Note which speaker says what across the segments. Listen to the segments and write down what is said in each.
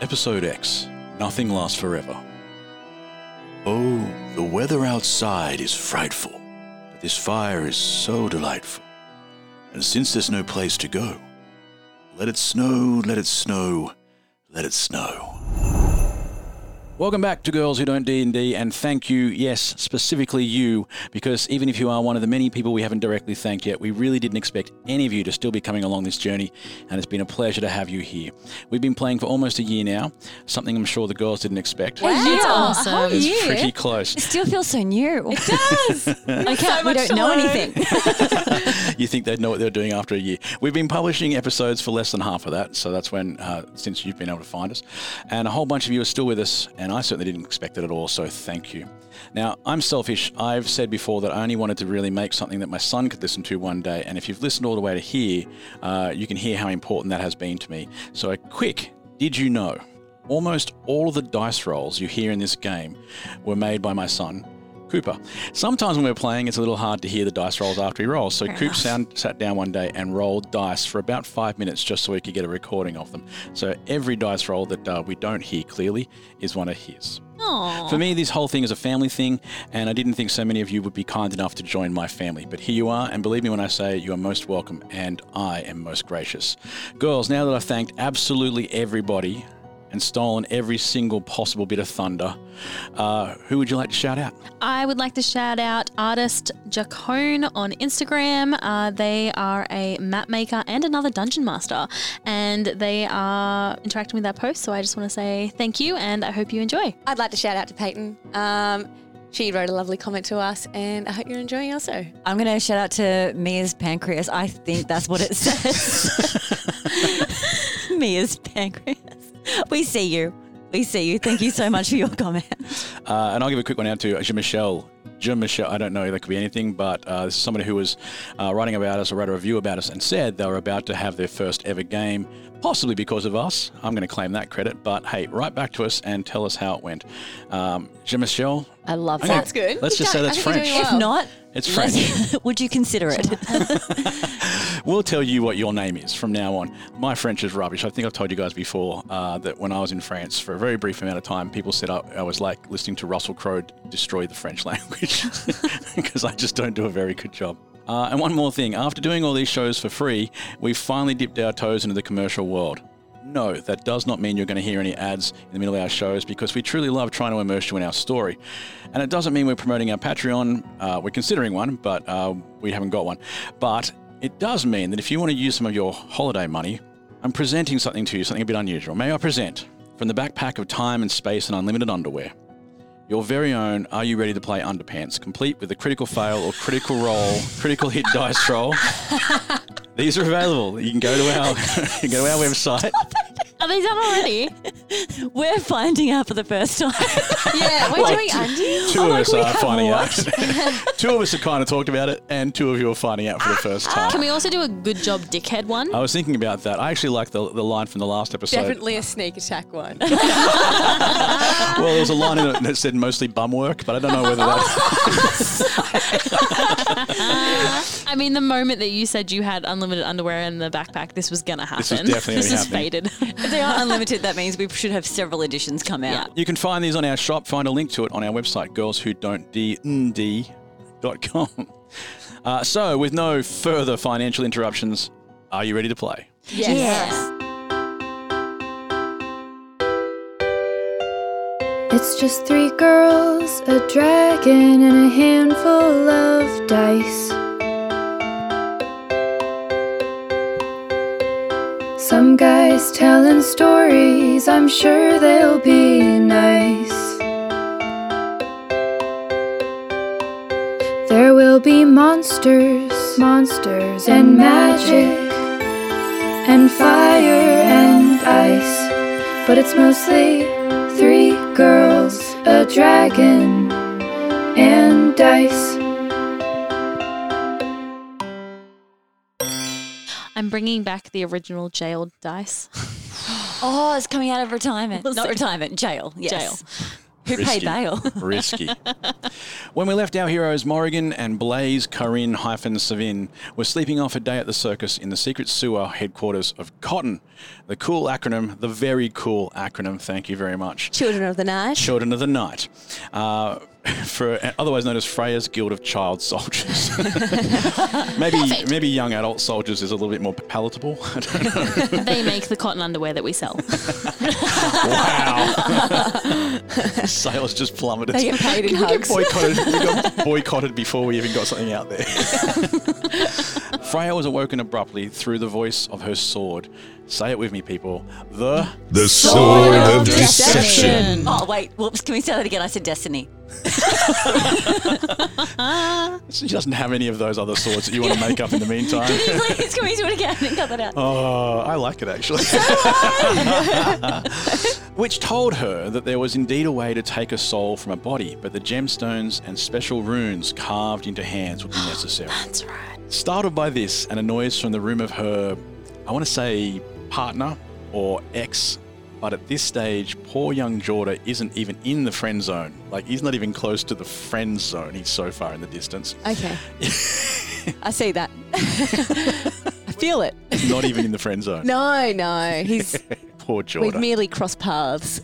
Speaker 1: Episode X Nothing Lasts Forever. Oh, the weather outside is frightful, but this fire is so delightful. And since there's no place to go, let it snow, let it snow, let it snow. Welcome back to Girls Who Don't D&D and thank you, yes, specifically you, because even if you are one of the many people we haven't directly thanked yet, we really didn't expect any of you to still be coming along this journey and it's been a pleasure to have you here. We've been playing for almost a year now, something I'm sure the girls didn't expect.
Speaker 2: Wow.
Speaker 3: That's
Speaker 2: Yeah,
Speaker 3: awesome.
Speaker 2: a whole
Speaker 3: It's
Speaker 2: year.
Speaker 1: It's pretty close.
Speaker 3: It still feels so new. It
Speaker 2: does.
Speaker 3: I can't, we
Speaker 2: much
Speaker 3: don't
Speaker 2: to
Speaker 3: know
Speaker 2: learn.
Speaker 3: anything.
Speaker 1: you think they'd know what they're doing after a year. We've been publishing episodes for less than half of that, so that's when uh, since you've been able to find us, and a whole bunch of you are still with us, and I certainly didn't expect it at all. So thank you. Now I'm selfish. I've said before that I only wanted to really make something that my son could listen to one day, and if you've listened all the way to here, uh, you can hear how important that has been to me. So a quick, did you know? Almost all of the dice rolls you hear in this game were made by my son, Cooper. Sometimes when we're playing, it's a little hard to hear the dice rolls after he rolls. So Coop sound, sat down one day and rolled dice for about five minutes just so we could get a recording of them. So every dice roll that uh, we don't hear clearly is one of his. For me, this whole thing is a family thing, and I didn't think so many of you would be kind enough to join my family. But here you are, and believe me when I say you are most welcome, and I am most gracious. Girls, now that I've thanked absolutely everybody and stolen every single possible bit of thunder, uh, who would you like to shout out?
Speaker 2: I would like to shout out artist Jacone on Instagram. Uh, they are a map maker and another dungeon master, and they are interacting with our post. So I just want to say thank you, and I hope you enjoy.
Speaker 4: I'd like to shout out to Peyton. Um, she wrote a lovely comment to us, and I hope you're enjoying also.
Speaker 3: I'm going to shout out to Mia's pancreas. I think that's what it says. Mia's pancreas. We see you. We see you. Thank you so much for your comment.
Speaker 1: Uh, and I'll give a quick one out to Jean Michel. Jean Michel, I don't know, that could be anything, but uh, this is somebody who was uh, writing about us or wrote a review about us and said they were about to have their first ever game, possibly because of us. I'm going to claim that credit, but hey, write back to us and tell us how it went. Um, Jean Michel,
Speaker 3: I love
Speaker 1: Okay.
Speaker 3: that.
Speaker 4: That's good.
Speaker 1: Let's just say
Speaker 4: I
Speaker 1: that's
Speaker 4: think you're doing
Speaker 1: French.
Speaker 3: If
Speaker 4: well.
Speaker 3: not,
Speaker 1: It's
Speaker 3: let's-
Speaker 1: French.
Speaker 3: would you consider it?
Speaker 1: we'll tell you what your name is from now on. My French is rubbish. I think I've told you guys before uh, that when I was in France for a very brief amount of time, people said I, I was like listening to Russell Crowe destroy the French language because I just don't do a very good job. Uh, and one more thing after doing all these shows for free, we finally dipped our toes into the commercial world. No, that does not mean you're going to hear any ads in the middle of our shows because we truly love trying to immerse you in our story. And it doesn't mean we're promoting our Patreon. Uh, we're considering one, but uh, we haven't got one. But it does mean that if you want to use some of your holiday money, I'm presenting something to you, something a bit unusual. May I present from the backpack of time and space and unlimited underwear? Your very own Are You Ready to Play Underpants, complete with a critical fail or critical roll, critical hit dice roll. These are available. You can go to our, you can go to our website.
Speaker 2: Are they done already?
Speaker 3: We're finding out for the first time.
Speaker 4: yeah, we're doing undies.
Speaker 1: Two of
Speaker 3: like,
Speaker 1: us
Speaker 3: we
Speaker 1: are
Speaker 3: have
Speaker 1: finding out. two of us have kind of talked about it, and two of you are finding out for the first
Speaker 2: Can
Speaker 1: time.
Speaker 2: we also do a good job, dickhead one?
Speaker 1: I was thinking about that. I actually like the, the line from the last episode.
Speaker 4: Definitely a sneak attack one.
Speaker 1: Well, there was a line in it that said mostly bum work, but I don't know whether that.
Speaker 2: I mean, the moment that you said you had unlimited underwear in the backpack, this was gonna happen.
Speaker 1: was definitely
Speaker 2: this
Speaker 1: gonna
Speaker 2: is
Speaker 1: happen.
Speaker 2: faded.
Speaker 3: if they are unlimited, that means we should have several editions come out.
Speaker 1: you can find these on our shop. Find a link to it on our website, girlswhodon'td.com. Uh, so, with no further financial interruptions, are you ready to play?
Speaker 4: yes.
Speaker 5: It's just three girls, a dragon, and a handful of dice. Some guys telling stories, I'm sure they'll be nice. There will be monsters, monsters, and magic, and fire and ice. But it's mostly three girls, a dragon, and dice.
Speaker 2: I'm bringing back the original jailed dice.
Speaker 3: Oh, it's coming out of retirement.
Speaker 2: We'll
Speaker 3: Not
Speaker 2: see.
Speaker 3: retirement, jail. Yes.
Speaker 2: Jail.
Speaker 3: Who
Speaker 1: Risky.
Speaker 3: paid bail?
Speaker 1: Risky. when we left our heroes, Morrigan and Blaze Corinne hyphen Savin were sleeping off a day at the circus in the secret sewer headquarters of Cotton. The cool acronym, the very cool acronym, thank you very much.
Speaker 4: Children of the Night.
Speaker 1: Children of the Night, uh, for otherwise known as Freya's Guild of Child Soldiers. maybe maybe young adult soldiers is a little bit more palatable. I don't know.
Speaker 2: they make the cotton underwear that we sell.
Speaker 1: Wow, sales just plummeted.
Speaker 4: They get paid in hugs.
Speaker 1: boycotted. we got boycotted before we even got something out there. Freya was awoken abruptly through the voice of her sword. Say it with me, people. The
Speaker 6: The sword of
Speaker 4: Deception.
Speaker 6: deception.
Speaker 3: Oh wait, whoops! Can we say that again? I said destiny.
Speaker 1: she doesn't have any of those other swords that you want to make up in the meantime.
Speaker 3: Please, can we do it again and cut that out?
Speaker 1: Oh, I like it actually. Which told her that there was indeed a way to take a soul from a body, but the gemstones and special runes carved into hands would be
Speaker 4: Oh,
Speaker 1: necessary.
Speaker 2: That's right.
Speaker 1: Startled by this and a noise from the room of her, I want to say partner or ex, but at this stage, poor young Jorda isn't even in the friend zone. Like, he's not even close to the friend zone. He's so far in the distance.
Speaker 4: Okay. I see that. I feel it.
Speaker 1: Not even in the friend zone.
Speaker 4: No, no. He's
Speaker 1: Poor
Speaker 4: we've
Speaker 1: Jorda.
Speaker 4: merely crossed paths.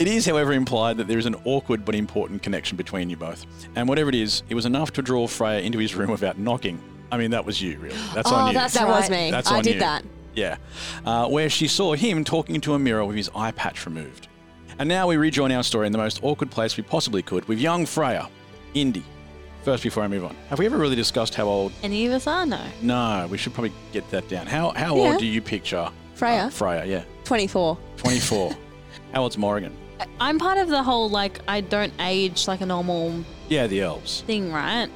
Speaker 1: It is, however, implied that there is an awkward but important connection between you both. And whatever it is, it was enough to draw Freya into his room without knocking. I mean, that was you, really. Oh, That's on you.
Speaker 4: that was
Speaker 3: right.
Speaker 4: Oh, me.
Speaker 1: That's
Speaker 4: I
Speaker 1: on
Speaker 4: did
Speaker 1: you.
Speaker 4: that.
Speaker 1: Yeah. Uh, where she saw him talking into a mirror with his eye patch removed. And now we rejoin our story in the most awkward place we possibly could with young Freya, Indy. First, before I move on, have we ever really discussed how old?
Speaker 2: Any of us are no.
Speaker 1: No, we should probably get that down. How how
Speaker 4: Yeah.
Speaker 1: old do you picture uh,
Speaker 4: Freya,
Speaker 1: Freya? Yeah,
Speaker 4: 24.
Speaker 1: twenty four. how old's Morrigan?
Speaker 2: I'm part of the whole like I don't age like a normal
Speaker 1: Yeah, the elves.
Speaker 2: thing, right?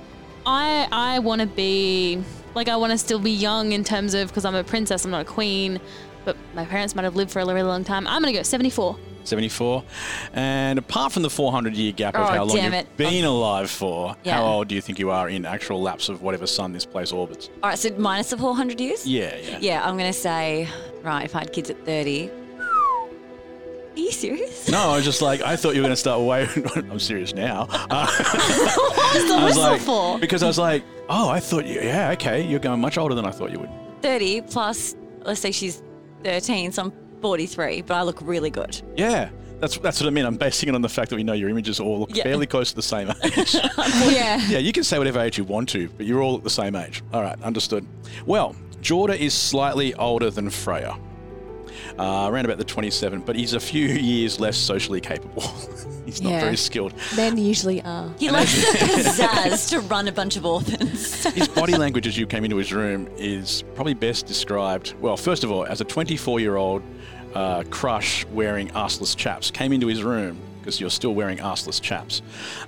Speaker 2: I I want to be like I want to still be young in terms of because I'm a princess, I'm not a queen, but my parents might have lived for a really long time. I'm gonna go 74.
Speaker 1: 74. And apart from the 400 year gap of
Speaker 3: Oh,
Speaker 1: how long
Speaker 3: damn
Speaker 1: you've
Speaker 3: it.
Speaker 1: been alive for,
Speaker 3: Yeah.
Speaker 1: how old do you think you are in actual laps of whatever sun this place orbits?
Speaker 3: All right, so minus the 400 years.
Speaker 1: Yeah, yeah.
Speaker 3: Yeah, I'm gonna say right. If I had kids at 30, are you serious?
Speaker 1: No, I was just like, I thought you were going to start way. I'm serious now. Uh, I was
Speaker 2: whistle
Speaker 1: like,
Speaker 2: for?
Speaker 1: because I was like, oh, I thought you, yeah, okay, you're going much older than I thought you would.
Speaker 3: 30 plus. Let's say she's 13, so I'm 43, but I look really good.
Speaker 1: Yeah, that's that's what I mean. I'm basing it on the fact that we know your images all look
Speaker 3: Yeah.
Speaker 1: fairly close to the same age.
Speaker 4: yeah.
Speaker 1: Yeah, you can say whatever age you want to, but you're all at the same age. All right, understood. Well, Jorda is slightly older than Freya, uh, around about the 27, but he's a few years less socially capable. he's not
Speaker 4: Yeah.
Speaker 1: very skilled.
Speaker 4: Men usually uh, are.
Speaker 3: He likes the pizzazz to run a bunch of orphans.
Speaker 1: His body language as you came into his room is probably best described, well, first of all, as a 24 year old uh, crush wearing arseless chaps came into his room. Because you're still wearing arseless chaps.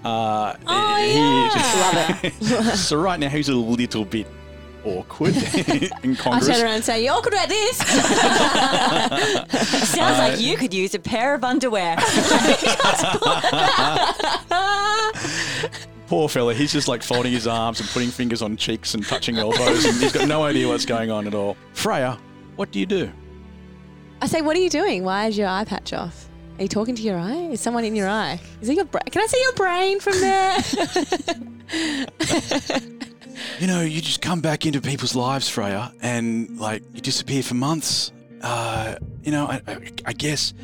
Speaker 1: Uh, oh, yeah. Love it. so, right now, he's a little bit awkward,
Speaker 4: I
Speaker 1: incongruous.
Speaker 4: turn around and say, "You're good at this."
Speaker 3: Sounds like you could use a pair of underwear.
Speaker 1: Poor fella, he's just like folding his arms and putting fingers on cheeks and touching elbows, and he's got no idea what's going on at all. Freya, what do you do?
Speaker 4: I say, "What are you doing? Why is your eye patch off? Are you talking to your eye? Is someone in your eye? Is it your brain? Can I see your brain from there?"
Speaker 1: You know, you just come back into people's lives, Freya, and like you disappear for months. Uh, you know, I, I, I guess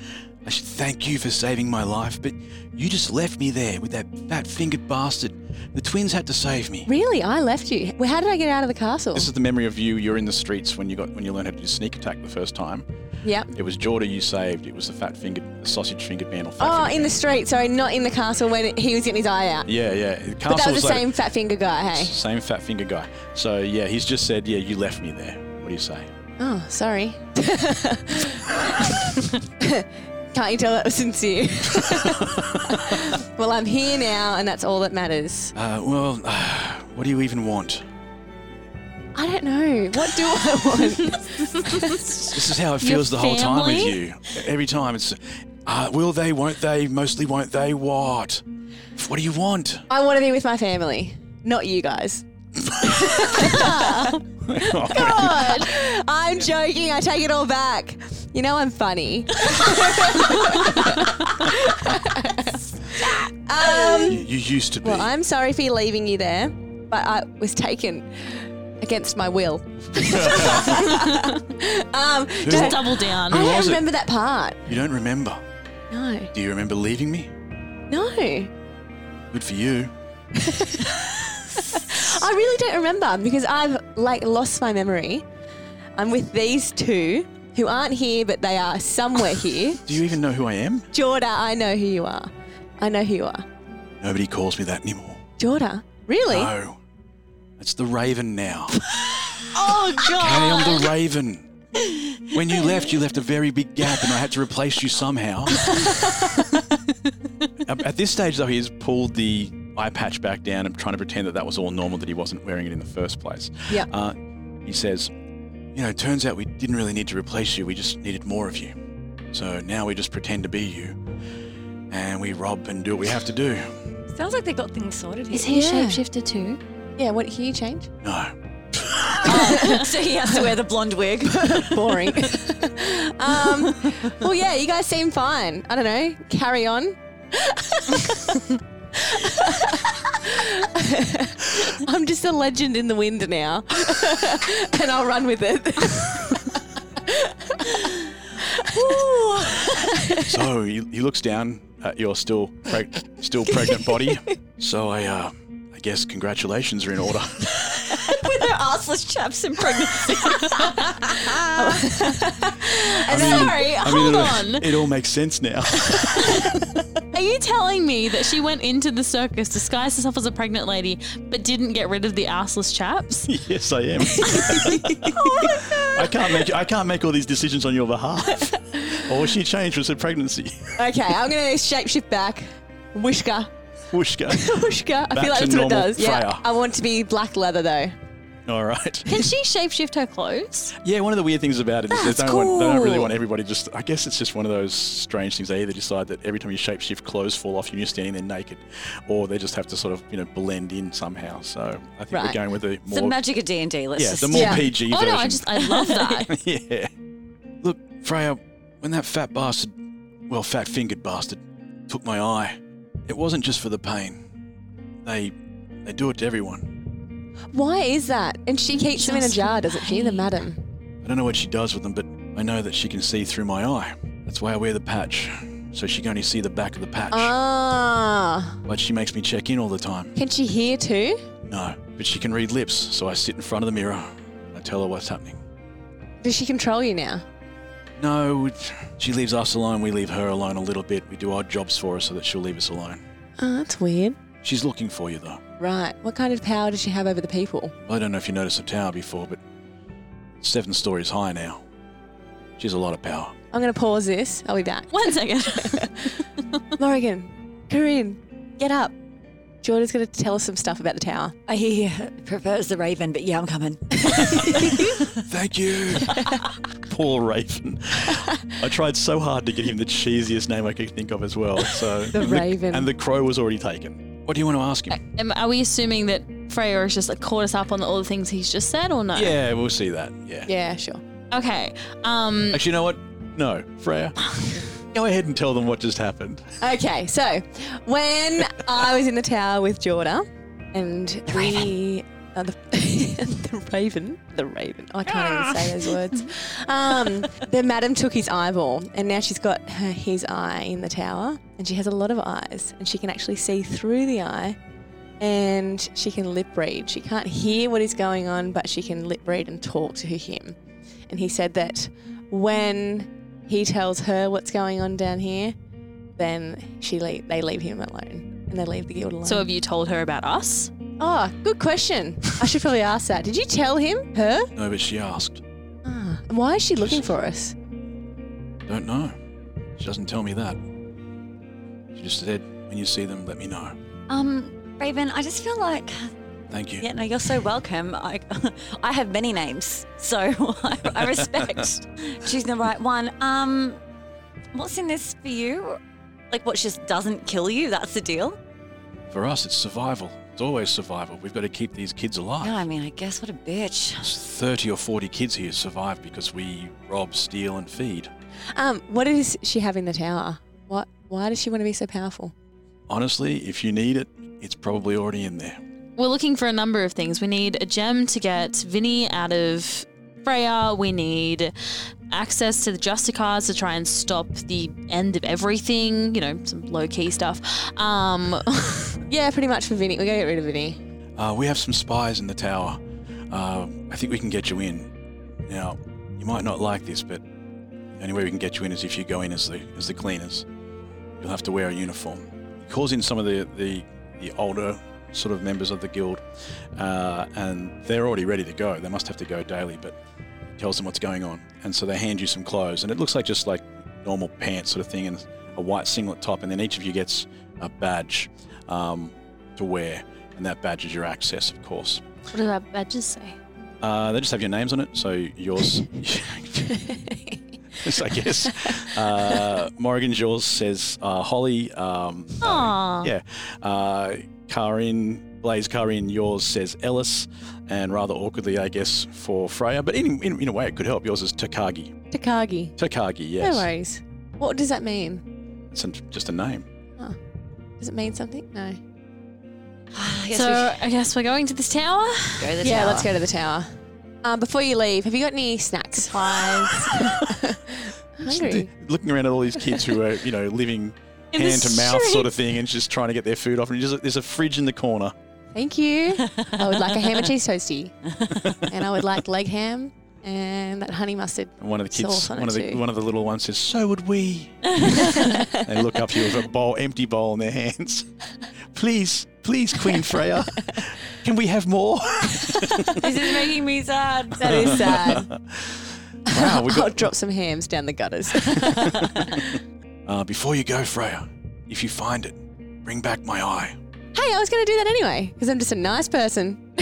Speaker 1: I should thank you for saving my life, but you just left me there with that fat fingered bastard. The twins had to save me.
Speaker 4: really, I left you. Well, how did I get out of the castle?
Speaker 1: This is the memory of you. You're in the streets when you got when you learned how to do sneak attack the first time.
Speaker 4: yep.
Speaker 1: It was Jorda you saved. It was the fat fingered, sausage fingered man or fat
Speaker 4: Oh, in the street. Sorry, not in the castle when he was getting his eye out.
Speaker 1: Yeah, yeah. The
Speaker 4: But that
Speaker 1: castle
Speaker 4: was the
Speaker 1: like-
Speaker 4: same fat finger guy. Hey.
Speaker 1: Same fat finger guy. So yeah, he's just said, yeah, you left me there. What do you say?
Speaker 4: Oh, sorry. Can't you tell that was sincere? well, I'm here now, and that's all that matters.
Speaker 1: Uh, well, what do you even want?
Speaker 4: I don't know. What do I want?
Speaker 1: This is how it feels the whole time with
Speaker 2: family?
Speaker 1: you. Every time it's, uh, will they, won't they, mostly won't they, what? What do you want?
Speaker 4: I want to be with my family, not you guys. I'm joking. I take it all back. You know I'm funny.
Speaker 1: You, you used to be.
Speaker 4: Um, Well, I'm sorry for leaving you there, but I was taken against my will. um,
Speaker 1: Who-
Speaker 4: just,
Speaker 2: Double down.
Speaker 4: I don't
Speaker 1: was it?
Speaker 4: remember that part.
Speaker 1: you don't remember.
Speaker 4: No,
Speaker 1: Do you remember leaving me?
Speaker 4: no.
Speaker 1: Good for you.
Speaker 4: I really don't remember because I've like lost my memory. I'm with these two who aren't here, but they are somewhere here.
Speaker 1: Do you even know who I am?
Speaker 4: Jorda, I know who you are. I know who you are.
Speaker 1: Nobody calls me that anymore.
Speaker 4: Jorda, really?
Speaker 1: No. It's the Raven now.
Speaker 3: Oh god.
Speaker 1: Hey, I'm the Raven. When you left, you left a very big gap, and I had to replace you somehow. At at this stage, though, he's pulled the eye patch back down and trying to pretend that that was all normal, that he wasn't wearing it in the first place.
Speaker 4: Yep.
Speaker 1: Uh, he says, You know, it turns out we didn't really need to replace you, we just needed more of you. So now we just pretend to be you, and we rob and do what we have to do.
Speaker 3: Sounds like they got things sorted here.
Speaker 2: Is he
Speaker 4: Yeah.
Speaker 2: shapeshifter too?
Speaker 4: Yeah, what can you change?
Speaker 1: No.
Speaker 3: so he has to wear the blonde wig.
Speaker 4: Boring. um, well, yeah, you guys seem fine. I don't know. Carry on. I'm just a legend in the wind now, and I'll run with it.
Speaker 1: So he, he looks down at your still preg- still pregnant body. So I uh, I guess congratulations are in order.
Speaker 3: With her arseless chaps in pregnancy.
Speaker 2: Sorry, hold
Speaker 1: it,
Speaker 2: on.
Speaker 1: It all makes sense now.
Speaker 2: Are you telling me that she went into the circus, disguised herself as a pregnant lady, but didn't get rid of the arseless chaps?
Speaker 1: yes, I am.
Speaker 2: Oh
Speaker 1: I can't make I can't make all these decisions on your behalf. All she changed was her pregnancy.
Speaker 4: Okay, I'm gonna shapeshift back. Wishka,
Speaker 1: Whooshka.
Speaker 4: wishka. I
Speaker 1: Back
Speaker 4: feel
Speaker 1: to
Speaker 4: like that's what it
Speaker 1: normal
Speaker 4: does. Yeah,
Speaker 1: Freya.
Speaker 4: I want to be black leather though.
Speaker 1: All right.
Speaker 2: Can she shapeshift her clothes?
Speaker 1: Yeah, one of the weird things about it is they
Speaker 4: That's
Speaker 1: don't, want, they don't really
Speaker 4: cool.
Speaker 1: want everybody just. I guess it's just one of those strange things. They either decide that every time you shapeshift, clothes fall off, and you're standing there naked, or they just have to sort of you know blend in somehow. So I think we're
Speaker 4: Right.
Speaker 1: going with the
Speaker 3: It's the
Speaker 1: more
Speaker 3: magic of D and D. Let's
Speaker 1: yeah
Speaker 3: just
Speaker 1: the more
Speaker 4: Yeah.
Speaker 1: PG
Speaker 2: Oh
Speaker 1: version.
Speaker 2: no, I just I love that.
Speaker 1: yeah. Look, Freya, when that fat bastard, well, fat fingered bastard, took my eye, it wasn't just for the pain. They they do it to everyone.
Speaker 4: Why is that? And she keeps them in a
Speaker 2: Just
Speaker 4: jar, doesn't she, the madam?
Speaker 1: I don't know what she does with them, but I know that she can see through my eye. That's why I wear the patch, so she can only see the back of the patch.
Speaker 4: Uh. Ah,
Speaker 1: But she makes me check in all the time.
Speaker 4: can she hear too?
Speaker 1: No, but she can read lips, so I sit in front of the mirror. I tell her what's happening.
Speaker 4: Does she control you now?
Speaker 1: No, it- she leaves us alone. We leave her alone a little bit. We do odd jobs for her so that she'll leave us alone.
Speaker 4: Oh, that's weird.
Speaker 1: She's looking for you, though.
Speaker 4: Right. What kind of power does she have over the people?
Speaker 1: I don't know if you noticed the tower before, but it's seven stories high now. She has a lot of power.
Speaker 4: I'm going to pause this. I'll be back.
Speaker 2: One second.
Speaker 4: Morrigan, Corinne, get up. Jordan's going to tell us some stuff about the tower.
Speaker 3: I hear he prefers the Raven, but yeah, I'm coming.
Speaker 1: Thank you. Poor Raven. I tried so hard to get him the cheesiest name I could think of as well. So
Speaker 4: The Raven.
Speaker 1: and the crow was already taken. What do you want to ask him?
Speaker 2: Um, are we assuming that Freya has just like caught us up on all the things he's just said, or no?
Speaker 1: Yeah, we'll see that. Yeah.
Speaker 4: Yeah, sure.
Speaker 2: Okay. Um.
Speaker 1: Actually, you know what? No, Freya. Go ahead and tell them what just happened.
Speaker 4: Okay, so when I was in the tower with Jorda and the we, uh, the, the raven, the raven. I can't even say those words. Um, the madam took his eyeball, and now she's got her, his eye in the tower, and she has a lot of eyes, and she can actually see through the eye, and she can lip read. She can't hear what is going on, but she can lip read and talk to him. And he said that when he tells her what's going on down here then she le they leave him alone and they leave the guild alone.
Speaker 2: So have you told her about us?
Speaker 4: oh, good question. I should probably ask that. Did you tell him her?
Speaker 1: No, but she asked.
Speaker 4: Ah, why is she looking for us?
Speaker 1: Don't know. She doesn't tell me that. She just said, when you see them, let me know.
Speaker 3: Um, Raven, I just feel like
Speaker 1: Thank you.
Speaker 3: yeah, no, you're so welcome. I, I have many names, so I, I respect choosing the right one. Um, what's in this for you? Like, what just doesn't kill you? That's the deal.
Speaker 1: For us, it's survival. It's always survival. We've got to keep these kids alive.
Speaker 3: Yeah, I mean, I guess what a bitch.
Speaker 1: There's 30 or 40 kids here survive because we rob, steal, and feed.
Speaker 4: Um, what is she having the tower? What? Why does she want to be so powerful?
Speaker 1: Honestly, if you need it, it's probably already in there.
Speaker 2: We're looking for a number of things. We need a gem to get Vinny out of Freya. We need access to the Justicars to try and stop the end of everything. You know, some low key stuff. Um,
Speaker 4: Yeah, pretty much for Vinny. We gotta get rid of Vinny.
Speaker 1: Uh, we have some spies in the tower. Uh, I think we can get you in. Now, you might not like this, but the only way we can get you in is if you go in as the as the cleaners. You'll have to wear a uniform. He calls in some of the the, the older sort of members of the guild, uh, and they're already ready to go. They must have to go daily, but he tells them what's going on, and so they hand you some clothes, and it looks like just like normal pants sort of thing, and a white singlet top, and then each of you gets a badge um, to wear, and that badge is your access, of course.
Speaker 2: what did our badges say?
Speaker 1: Uh, they just have your names on it, so yours. Yes, I guess. Uh, Morgan's yours says uh, Holly. Um,
Speaker 2: Aw.
Speaker 1: yeah. Uh, Karin, Blaze Karin, yours says Ellis, and rather awkwardly, I guess, for Freya. But in, in, in a way, it could help. Yours is Takagi.
Speaker 4: Takagi.
Speaker 1: Takagi, yes.
Speaker 4: No worries. What does that mean?
Speaker 1: It's an- just a name.
Speaker 4: Does it mean something? No.
Speaker 3: Yes,
Speaker 2: so
Speaker 3: we
Speaker 2: I guess we're going to this tower.
Speaker 3: should go to the
Speaker 4: Yeah,
Speaker 3: tower.
Speaker 4: let's go to the tower. Um, before you leave, have you got any snacks? Hungry.
Speaker 1: Looking around at all these kids who are, you know, living
Speaker 2: In the
Speaker 1: hand to mouth sort of thing and just trying to get their food off. And just, there's a fridge in the corner.
Speaker 4: Thank you. I would like a ham and cheese toasty, and I would like leg ham and that honey mustard.
Speaker 1: And one of the kids,
Speaker 4: Sauce on
Speaker 1: one of
Speaker 4: it
Speaker 1: the
Speaker 4: too.
Speaker 1: one of the little ones says, "So would we." they look up at you with a bowl, empty bowl in their hands. Please, please, Queen Freya, can we have more?
Speaker 3: This is making me sad.
Speaker 4: That is sad.
Speaker 1: wow, we
Speaker 4: I'll
Speaker 1: got.
Speaker 4: drop some hams down the gutters.
Speaker 1: Uh, before you go, Freya, if you find it, bring back my eye.
Speaker 4: Hey, I was going to do that anyway because I'm just a nice person.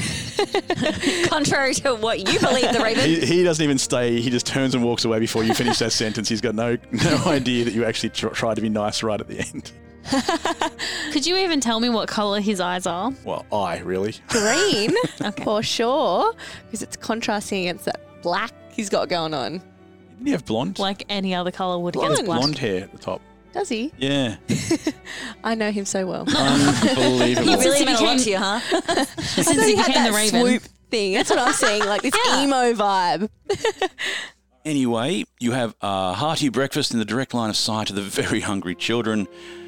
Speaker 3: Contrary to what you believe, the raven.
Speaker 1: He, he doesn't even stay. He just turns and walks away before you finish that sentence. He's got no no idea that you actually tr- tried to be nice right at the end.
Speaker 2: Could you even tell me what color his eyes are?
Speaker 1: Well, I really.
Speaker 4: Green, for sure, because it's contrasting against that black he's got going on.
Speaker 1: Didn't he have blonde?
Speaker 2: Like any other color would against black.
Speaker 1: Blonde hair at the top.
Speaker 4: Does he?
Speaker 1: Yeah,
Speaker 4: I know him so well.
Speaker 1: unbelievable.
Speaker 3: You
Speaker 2: Since
Speaker 3: really
Speaker 2: he
Speaker 3: meant a lot
Speaker 2: became-
Speaker 3: to you, huh?
Speaker 2: Since he became the raven.
Speaker 4: swoop thing. That's what I'm seeing, like this emo vibe.
Speaker 1: Anyway, you have a hearty breakfast in the direct line of sight of the very hungry children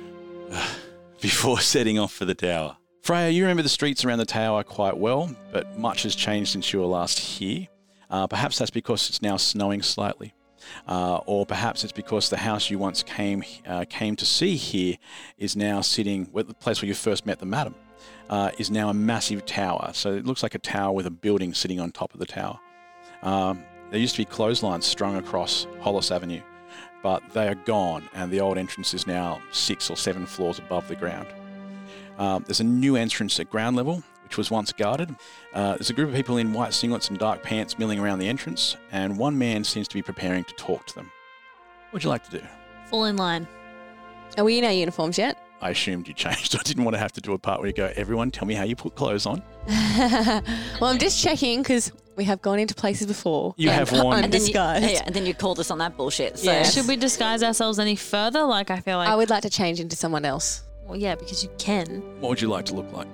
Speaker 1: uh, before setting off for the tower. Freya, you remember the streets around the tower quite well, but much has changed since you were last here. Uh, perhaps that's because it's now snowing slightly. Uh, or perhaps it's because the house you once came uh, came to see here is now sitting, well, the place where you first met the madam, uh, is now a massive tower. So it looks like a tower with a building sitting on top of the tower. Um, there used to be clotheslines strung across Hollis Avenue, but they are gone, and the old entrance is now six or seven floors above the ground. Um, there's a new entrance at ground level, which was once guarded. Uh, there's a group of people in white singlets and dark pants milling around the entrance, and one man seems to be preparing to talk to them. What would you like to do?
Speaker 2: Fall in line.
Speaker 4: Are we in our uniforms yet?
Speaker 1: I assumed you changed. I didn't want to have to do a part where you go, everyone, tell me how you put clothes on.
Speaker 4: well, I'm just checking because we have gone into places before.
Speaker 1: You
Speaker 4: and
Speaker 1: have worn-
Speaker 4: I'm
Speaker 1: And
Speaker 3: then you,
Speaker 4: disguised.
Speaker 3: yeah, and then you called us on that bullshit. So.
Speaker 4: Yeah. Yes.
Speaker 2: Should we disguise ourselves any further? Like I feel like,
Speaker 4: I would like to change into someone else.
Speaker 2: well, yeah, because you can.
Speaker 1: What would you like to look like?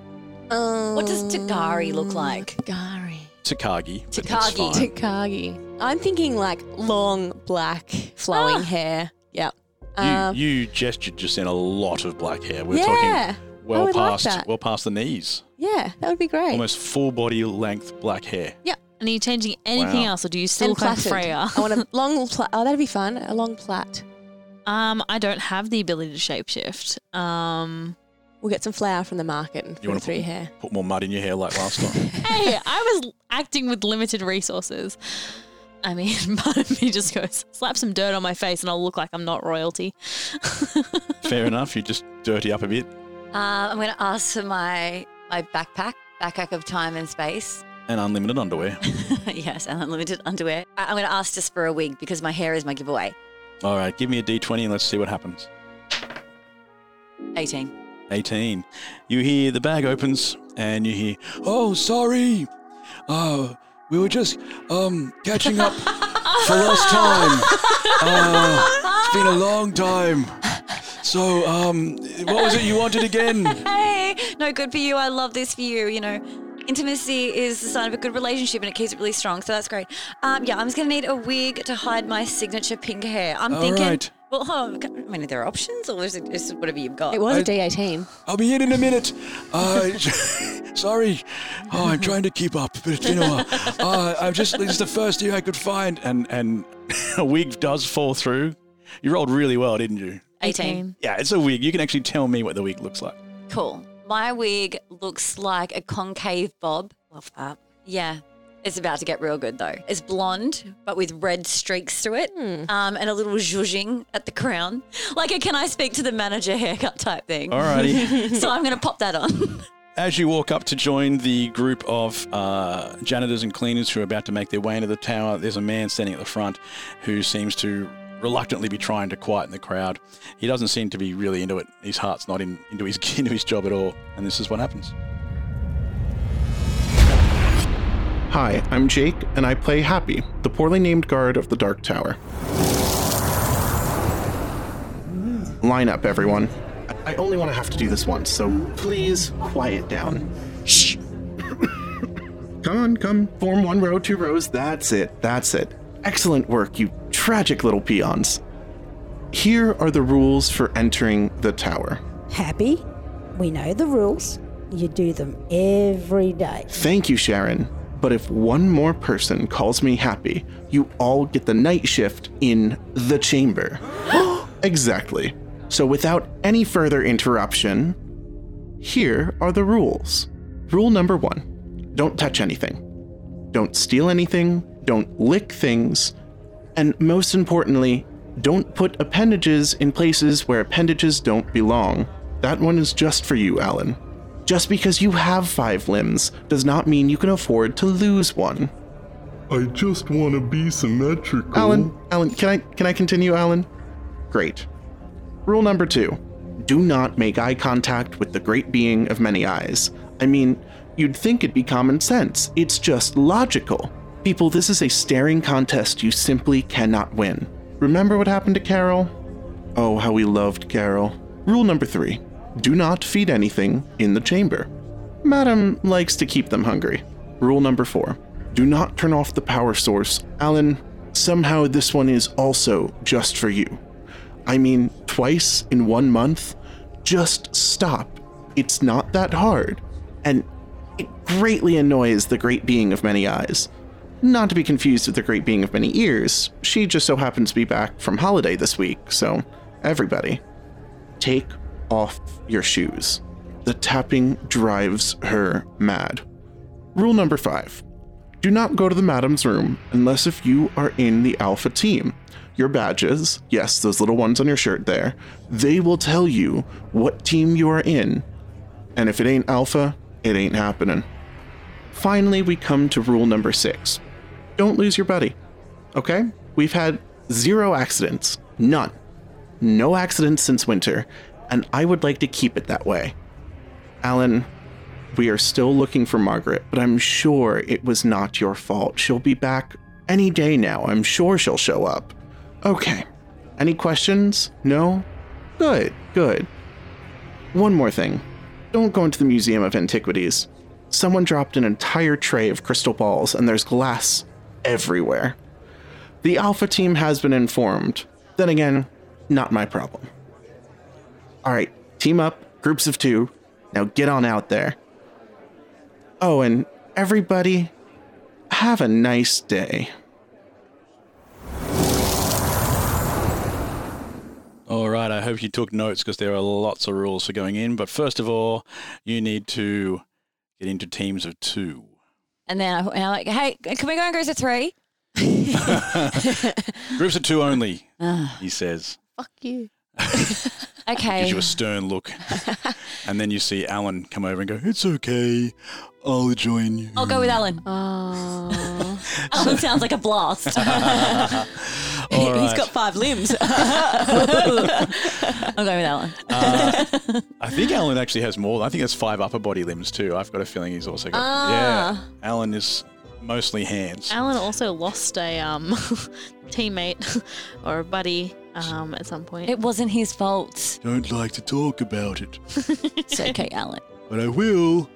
Speaker 4: Um,
Speaker 3: What does Tagari look like?
Speaker 4: Tagari.
Speaker 1: Takagi. but that's
Speaker 3: Takagi.
Speaker 1: fine.
Speaker 4: Takagi. I'm thinking like long black flowing
Speaker 3: Ah.
Speaker 4: hair. Yep.
Speaker 1: You,
Speaker 4: Um,
Speaker 1: you gestured just in a lot of black hair. We're
Speaker 4: yeah.
Speaker 1: talking well
Speaker 4: I would like
Speaker 1: past
Speaker 4: that.
Speaker 1: well past the knees.
Speaker 4: yeah, that would be great.
Speaker 1: Almost full body length black hair.
Speaker 2: And are you changing anything
Speaker 1: Wow.
Speaker 2: else, or do you still
Speaker 4: and
Speaker 2: look like
Speaker 4: plaited.
Speaker 2: Freya?
Speaker 4: I want a long pla- Oh, that'd be fun. A long plait.
Speaker 2: Um, I don't have the ability to shapeshift. Um,
Speaker 4: We'll get some flour from the market and
Speaker 1: You
Speaker 4: put
Speaker 1: wanna
Speaker 4: it through
Speaker 1: put-
Speaker 4: your hair.
Speaker 1: Put more mud in your hair like last time.
Speaker 2: hey, I was acting with limited resources. I mean, part of me just goes, slap some dirt on my face and I'll look like I'm not royalty.
Speaker 1: Fair enough. You just dirty up a bit.
Speaker 3: Uh, I'm going to ask for my my backpack, backpack of time and space.
Speaker 1: And unlimited underwear.
Speaker 3: yes, and unlimited underwear. I- I'm going to ask just for a wig because my hair is my giveaway.
Speaker 1: All right, give me a D20 and let's see what happens.
Speaker 3: 18.
Speaker 1: 18. You hear the bag opens and you hear, "Oh, sorry. Uh, we were just um catching up for lost time. Oh, it's been a long time. So, um, what was it you wanted again?
Speaker 3: Hey, no, good for you. I love this for you. You know, intimacy is the sign of a good relationship and it keeps it really strong. So that's great. Um, yeah, I'm just going to need a wig to hide my signature pink hair. I'm
Speaker 1: All
Speaker 3: thinking.
Speaker 1: right.
Speaker 3: Well, oh, I mean, are there options or is it just whatever you've got?
Speaker 4: It was
Speaker 1: I-
Speaker 4: a D18.
Speaker 1: I'll be in in a minute. Uh, sorry. Oh, I'm trying to keep up, but it's been a while. Uh, I'm just, this is the first year I could find. And, and a wig does fall through. You rolled really well, didn't you?
Speaker 3: 18.
Speaker 1: Yeah, it's a wig. You can actually tell me what the wig looks like.
Speaker 3: Cool. My wig looks like a concave bob. Love that. Yeah. It's about to get real good though. It's blonde, but with red streaks through it, um, and a little zhuzhing at the crown, like a "Can I speak to the manager?" haircut type thing.
Speaker 1: Alrighty.
Speaker 3: So I'm gonna pop that on.
Speaker 1: As you walk up to join the group of uh, janitors and cleaners who are about to make their way into the tower, there's a man standing at the front who seems to reluctantly be trying to quieten the crowd. He doesn't seem to be really into it. His heart's not in, into his into his job at all. And this is what happens.
Speaker 6: Hi, I'm Jake, and I play Happy, the poorly named guard of the Dark Tower. Line up, everyone. I I only want to have to do this once, so please quiet down. Shh! come on, come. Form one row, two rows. That's it, that's it. Excellent work, you tragic little peons. Here are the rules for entering the tower.
Speaker 7: Happy? We know the rules. You do them every day.
Speaker 6: Thank you, Sharon. But if one more person calls me happy, you all get the night shift in the chamber. exactly. So, without any further interruption, here are the rules. Rule number one don't touch anything, don't steal anything, don't lick things, and most importantly, don't put appendages in places where appendages don't belong. That one is just for you, Alan. Just because you have five limbs does not mean you can afford to lose one.
Speaker 8: I just want to be symmetrical.
Speaker 6: Alan, Alan, can I can I continue, Alan? Great. Rule number 2. Do not make eye contact with the great being of many eyes. I mean, you'd think it'd be common sense. It's just logical. People, this is a staring contest you simply cannot win. Remember what happened to Carol? Oh, how we loved Carol. Rule number 3. Do not feed anything in the chamber. Madam likes to keep them hungry. Rule number four do not turn off the power source. Alan, somehow this one is also just for you. I mean, twice in one month? Just stop. It's not that hard. And it greatly annoys the great being of many eyes. Not to be confused with the great being of many ears, she just so happens to be back from holiday this week, so everybody take off your shoes. The tapping drives her mad. Rule number five do not go to the madam's room unless if you are in the alpha team. Your badges, yes, those little ones on your shirt there, they will tell you what team you are in. And if it ain't alpha, it ain't happening. Finally, we come to rule number six don't lose your buddy. Okay? We've had zero accidents, none no accidents since winter, and I would like to keep it that way. Alan, we are still looking for Margaret, but I'm sure it was not your fault. She'll be back any day now. I'm sure she'll show up. Okay. Any questions? No? Good, good. One more thing. Don't go into the Museum of Antiquities. Someone dropped an entire tray of crystal balls, and there's glass everywhere. The Alpha team has been informed. Then again, not my problem. All right, team up, groups of two. Now get on out there. Oh, and everybody, have a nice day.
Speaker 1: All right, I hope you took notes because there are lots of rules for going in. But first of all, you need to get into teams of two.
Speaker 3: And then I, and I'm like, hey, can we go and go to three?
Speaker 1: Groups of two only, he says.
Speaker 4: Fuck you.
Speaker 1: Gives you
Speaker 3: Okay.
Speaker 1: a stern look. and then you see Alan come over and go, It's okay. I'll join you.
Speaker 3: I'll go with Alan.
Speaker 4: Oh.
Speaker 3: Alan sounds like a blast.
Speaker 1: All
Speaker 3: Oh, He's
Speaker 1: right.
Speaker 3: got five limbs. I'm going with Alan.
Speaker 1: I think Alan
Speaker 3: Ah.
Speaker 1: actually has more. I think that's five upper body limbs too. I've got a feeling he's also got. Yeah. Alan is mostly hands.
Speaker 2: Alan also lost a um, teammate or a buddy um, at some point.
Speaker 3: It wasn't his fault.
Speaker 1: Don't like to talk about it,
Speaker 3: It's okay, Alan.
Speaker 1: but I will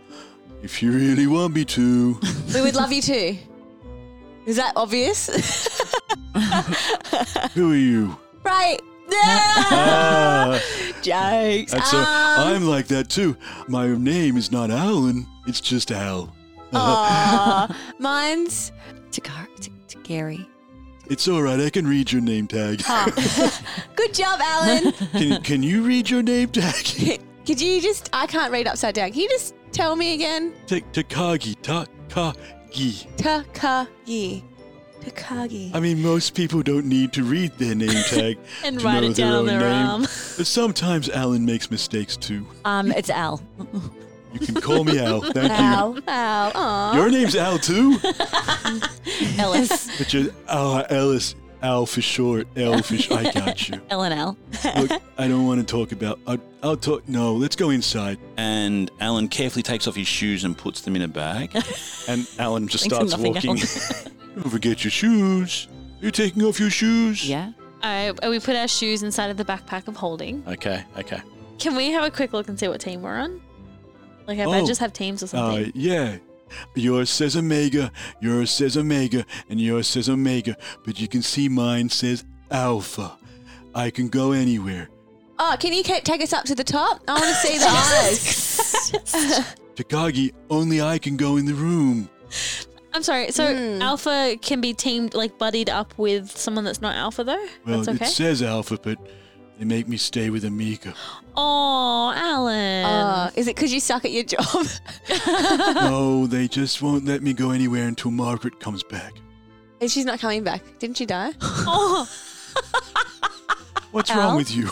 Speaker 1: if you really want me to.
Speaker 4: We would love you too. Is that obvious?
Speaker 1: Who are you?
Speaker 4: right.
Speaker 3: Ah.
Speaker 4: Yeah. Jokes.
Speaker 1: That's a, I'm like that too. My name is not Alan, it's just Al.
Speaker 4: Aw. mine's
Speaker 3: Takar, T- T- Gary.
Speaker 1: It's all right, I can read your name tag.
Speaker 4: good job, Alan.
Speaker 1: Can, can you read your name tag?
Speaker 4: Could you just? I can't read upside down. Can you just tell me again?
Speaker 1: Ta- Takagi, Takagi.
Speaker 4: Takagi. Takagi.
Speaker 1: I mean, most people don't need to read their name tag
Speaker 2: And
Speaker 1: to
Speaker 2: write
Speaker 1: know
Speaker 2: it down on
Speaker 1: own
Speaker 2: their
Speaker 1: name.
Speaker 2: arm.
Speaker 1: But sometimes Alan makes mistakes too.
Speaker 3: Um, it's Al.
Speaker 1: You can call me Al. Thank
Speaker 3: Al.
Speaker 4: Wow.
Speaker 1: you. Your name's Al too,
Speaker 3: Ellis.
Speaker 1: but you're oh, Ellis. Al for short. L for short. I got you.
Speaker 3: L and L.
Speaker 1: Look, I don't want to talk about. I'll, I'll talk. No, let's go inside.
Speaker 9: And Alan carefully takes off his shoes and puts them in a bag.
Speaker 1: And Alan just
Speaker 3: Thanks for
Speaker 1: starts
Speaker 3: nothing
Speaker 1: walking. don't forget your shoes. You're taking off your shoes.
Speaker 3: Yeah.
Speaker 2: All right, uh, we put our shoes inside of the backpack of holding.
Speaker 1: Okay. Okay.
Speaker 2: Can we have a quick look and see what team we're on? Like, I
Speaker 1: Oh.
Speaker 2: might just have teams or something.
Speaker 1: Uh, yeah. Yours says Omega, yours says Omega, and yours says Omega, but you can see mine says Alpha. I can go anywhere.
Speaker 4: Oh, can you ca- take us up to the top? I want to see the
Speaker 1: Oh,
Speaker 4: eyes.
Speaker 1: Takagi, only I can go in the room.
Speaker 2: I'm sorry. So Alpha can be teamed, like buddied up with someone that's not Alpha, though.
Speaker 1: Well,
Speaker 2: that's okay.
Speaker 1: it says Alpha, but they make me stay with Amiga.
Speaker 2: oh, Alan.
Speaker 4: Oh, is it because you suck at your job?
Speaker 1: no, they just won't let me go anywhere until Margaret comes back.
Speaker 4: and she's not coming back. Didn't she die?
Speaker 2: oh,
Speaker 1: What's
Speaker 4: Al?
Speaker 1: wrong with you?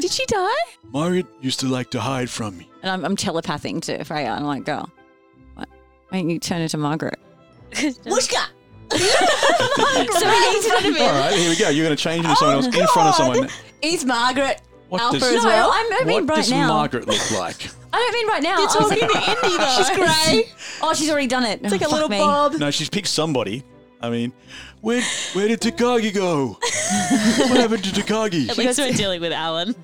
Speaker 4: Did she die?
Speaker 1: Margaret used to like to hide from me.
Speaker 3: And I'm, I'm telepathing to Freya. I'm like, girl, what? why don't you turn into Margaret?
Speaker 4: Wooshka!
Speaker 2: so he needs to be.
Speaker 1: right, here we go. You're going to change into someone else in front of someone.
Speaker 4: Oh, Is Margaret
Speaker 1: What
Speaker 4: Alpha
Speaker 1: does-
Speaker 4: as well?
Speaker 3: I don't mean right now.
Speaker 1: look like?
Speaker 3: I don't mean right now. You're
Speaker 4: talking to Indy though. She's grey.
Speaker 3: Oh, she's already done it. It's
Speaker 4: Like a little bob.
Speaker 1: No, she's picked somebody. I mean, where where did Takagi go? what happened to
Speaker 2: At
Speaker 1: Takagi?
Speaker 2: least we're dealing with Alan.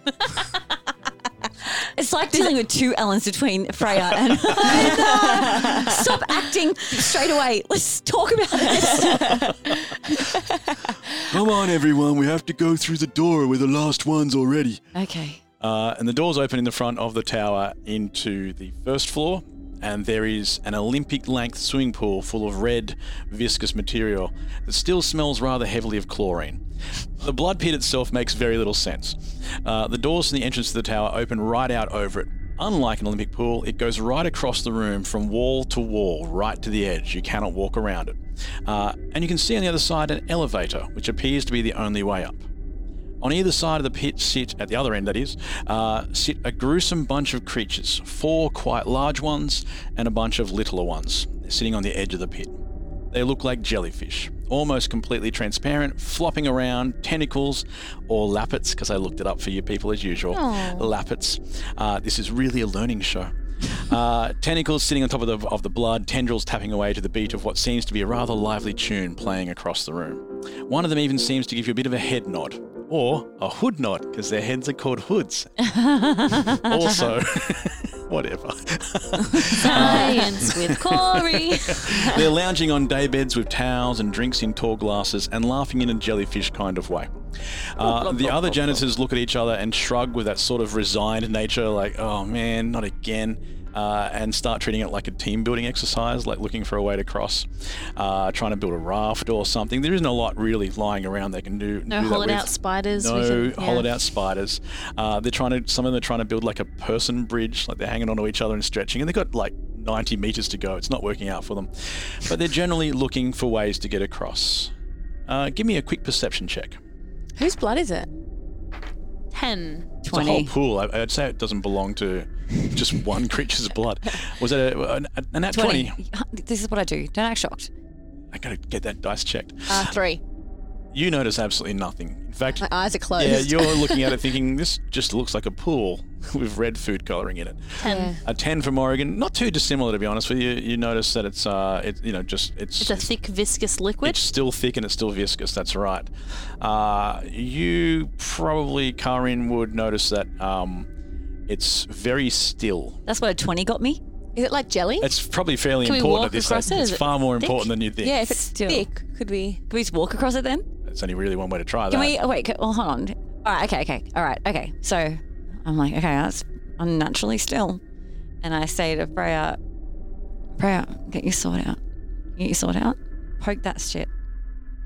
Speaker 3: It's like dealing with two Ellens between Freya and. Stop acting straight away. Let's talk about this.
Speaker 1: Come on, everyone, we have to go through the door. We're the last ones already.
Speaker 3: Okay.
Speaker 1: Uh, and the doors open in the front of the tower into the first floor, and there is an Olympic-length swimming pool full of red, viscous material that still smells rather heavily of chlorine. The blood pit itself makes very little sense. Uh, the doors from the entrance to the tower open right out over it. Unlike an Olympic pool, it goes right across the room from wall to wall, right to the edge. You cannot walk around it. Uh, and you can see on the other side an elevator, which appears to be the only way up. On either side of the pit sit, at the other end that is, uh, sit a gruesome bunch of creatures, four quite large ones and a bunch of littler ones, sitting on the edge of the pit. They look like jellyfish, almost completely transparent, flopping around, tentacles, or lappets, because I looked it up for you people as usual. Lappets. Uh, this is really a learning show. Uh, tentacles sitting on top of the, of the blood, tendrils tapping away to the beat of what seems to be a rather lively tune playing across the room. One of them even seems to give you a bit of a head nod. Or a hood nod, because their heads are called hoods. also, whatever.
Speaker 2: Science with Corey.
Speaker 1: They're lounging on day beds with towels and drinks in tall glasses and laughing in a jellyfish kind of way. Uh, the other janitors look at each other and shrug with that sort of resigned nature, like, oh man, not again. Uh, and start treating it like a team building exercise, like looking for a way to cross, uh, trying to build a raft or something. There isn't a lot really lying around they can do.
Speaker 2: No
Speaker 1: do that
Speaker 2: hollowed
Speaker 1: with.
Speaker 2: out spiders. we
Speaker 1: No
Speaker 2: can- yeah.
Speaker 1: hollowed out spiders. Uh, they're trying to. Some of them are trying to build like a person bridge. Like they're hanging onto each other and stretching, and they've got like 90 meters to go. It's not working out for them, but they're generally looking for ways to get across. Uh, give me a quick perception check.
Speaker 4: Whose blood is it?
Speaker 2: Ten.
Speaker 1: It's a whole
Speaker 3: 20.
Speaker 1: pool. I, I'd say it doesn't belong to just one creature's blood. Was that a, an a nat 20?
Speaker 3: This is what I do. Don't act shocked.
Speaker 1: I gotta get that dice checked.
Speaker 4: Uh, three.
Speaker 1: You notice absolutely nothing. In fact,
Speaker 4: My eyes are closed.
Speaker 1: yeah, you're looking at it thinking this just looks like a pool with red food coloring in it.
Speaker 2: Ten.
Speaker 1: A ten from Oregon, not too dissimilar to be honest with you. You notice that it's uh, it, you know, just it's
Speaker 2: It's a thick, viscous liquid.
Speaker 1: it's still thick and it's still viscous. That's right. Uh, you probably, Karin, would notice that um, it's very still.
Speaker 3: That's what a 20 got me.
Speaker 4: Is it like jelly?
Speaker 1: It's probably fairly
Speaker 2: Can we
Speaker 1: important
Speaker 2: walk
Speaker 1: at this
Speaker 2: across
Speaker 1: stage.
Speaker 2: it?
Speaker 1: It's
Speaker 2: Is it
Speaker 1: far more
Speaker 2: thick?
Speaker 1: important than you think.
Speaker 4: yeah, if it's
Speaker 3: Still.
Speaker 4: thick, could we?
Speaker 3: Can we just walk across it then?
Speaker 1: It's only really one way to try
Speaker 3: Can
Speaker 1: that.
Speaker 3: we? Oh, wait, c- well, hold on. All right, okay, okay. All right, okay. So I'm like, okay, that's unnaturally still. And I say to Freya, Freya, get your sword out. Get your sword out. Poke that shit.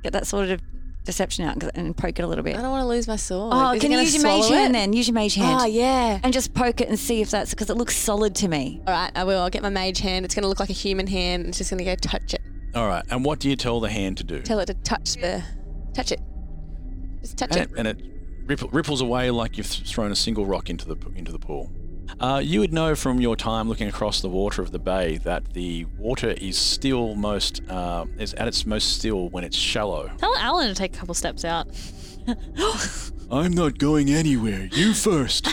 Speaker 3: Get that sort of deception out 'cause- and poke it a little bit.
Speaker 4: I don't want to lose my sword.
Speaker 3: Oh,
Speaker 4: Is it
Speaker 3: can you
Speaker 4: gonna
Speaker 3: use your mage
Speaker 4: swallow
Speaker 3: hand
Speaker 4: it?
Speaker 3: then? Use your mage hand.
Speaker 4: Oh, yeah.
Speaker 3: And just poke it and see if that's because it looks solid to me.
Speaker 4: All right, I will. I'll get my mage hand. It's going to look like a human hand. It's just going to go touch it.
Speaker 1: All right. And what do you tell the hand to do?
Speaker 4: Tell it to touch the. Touch it. Just touch it.
Speaker 1: and, and it ripple, ripples away like you've th- thrown a single rock into the into the pool. Uh, you would know from your time looking across the water of the bay that the water is still most uh, is at its most still when it's shallow.
Speaker 2: Tell Alan to take a couple steps out.
Speaker 1: I'm not going anywhere. You first.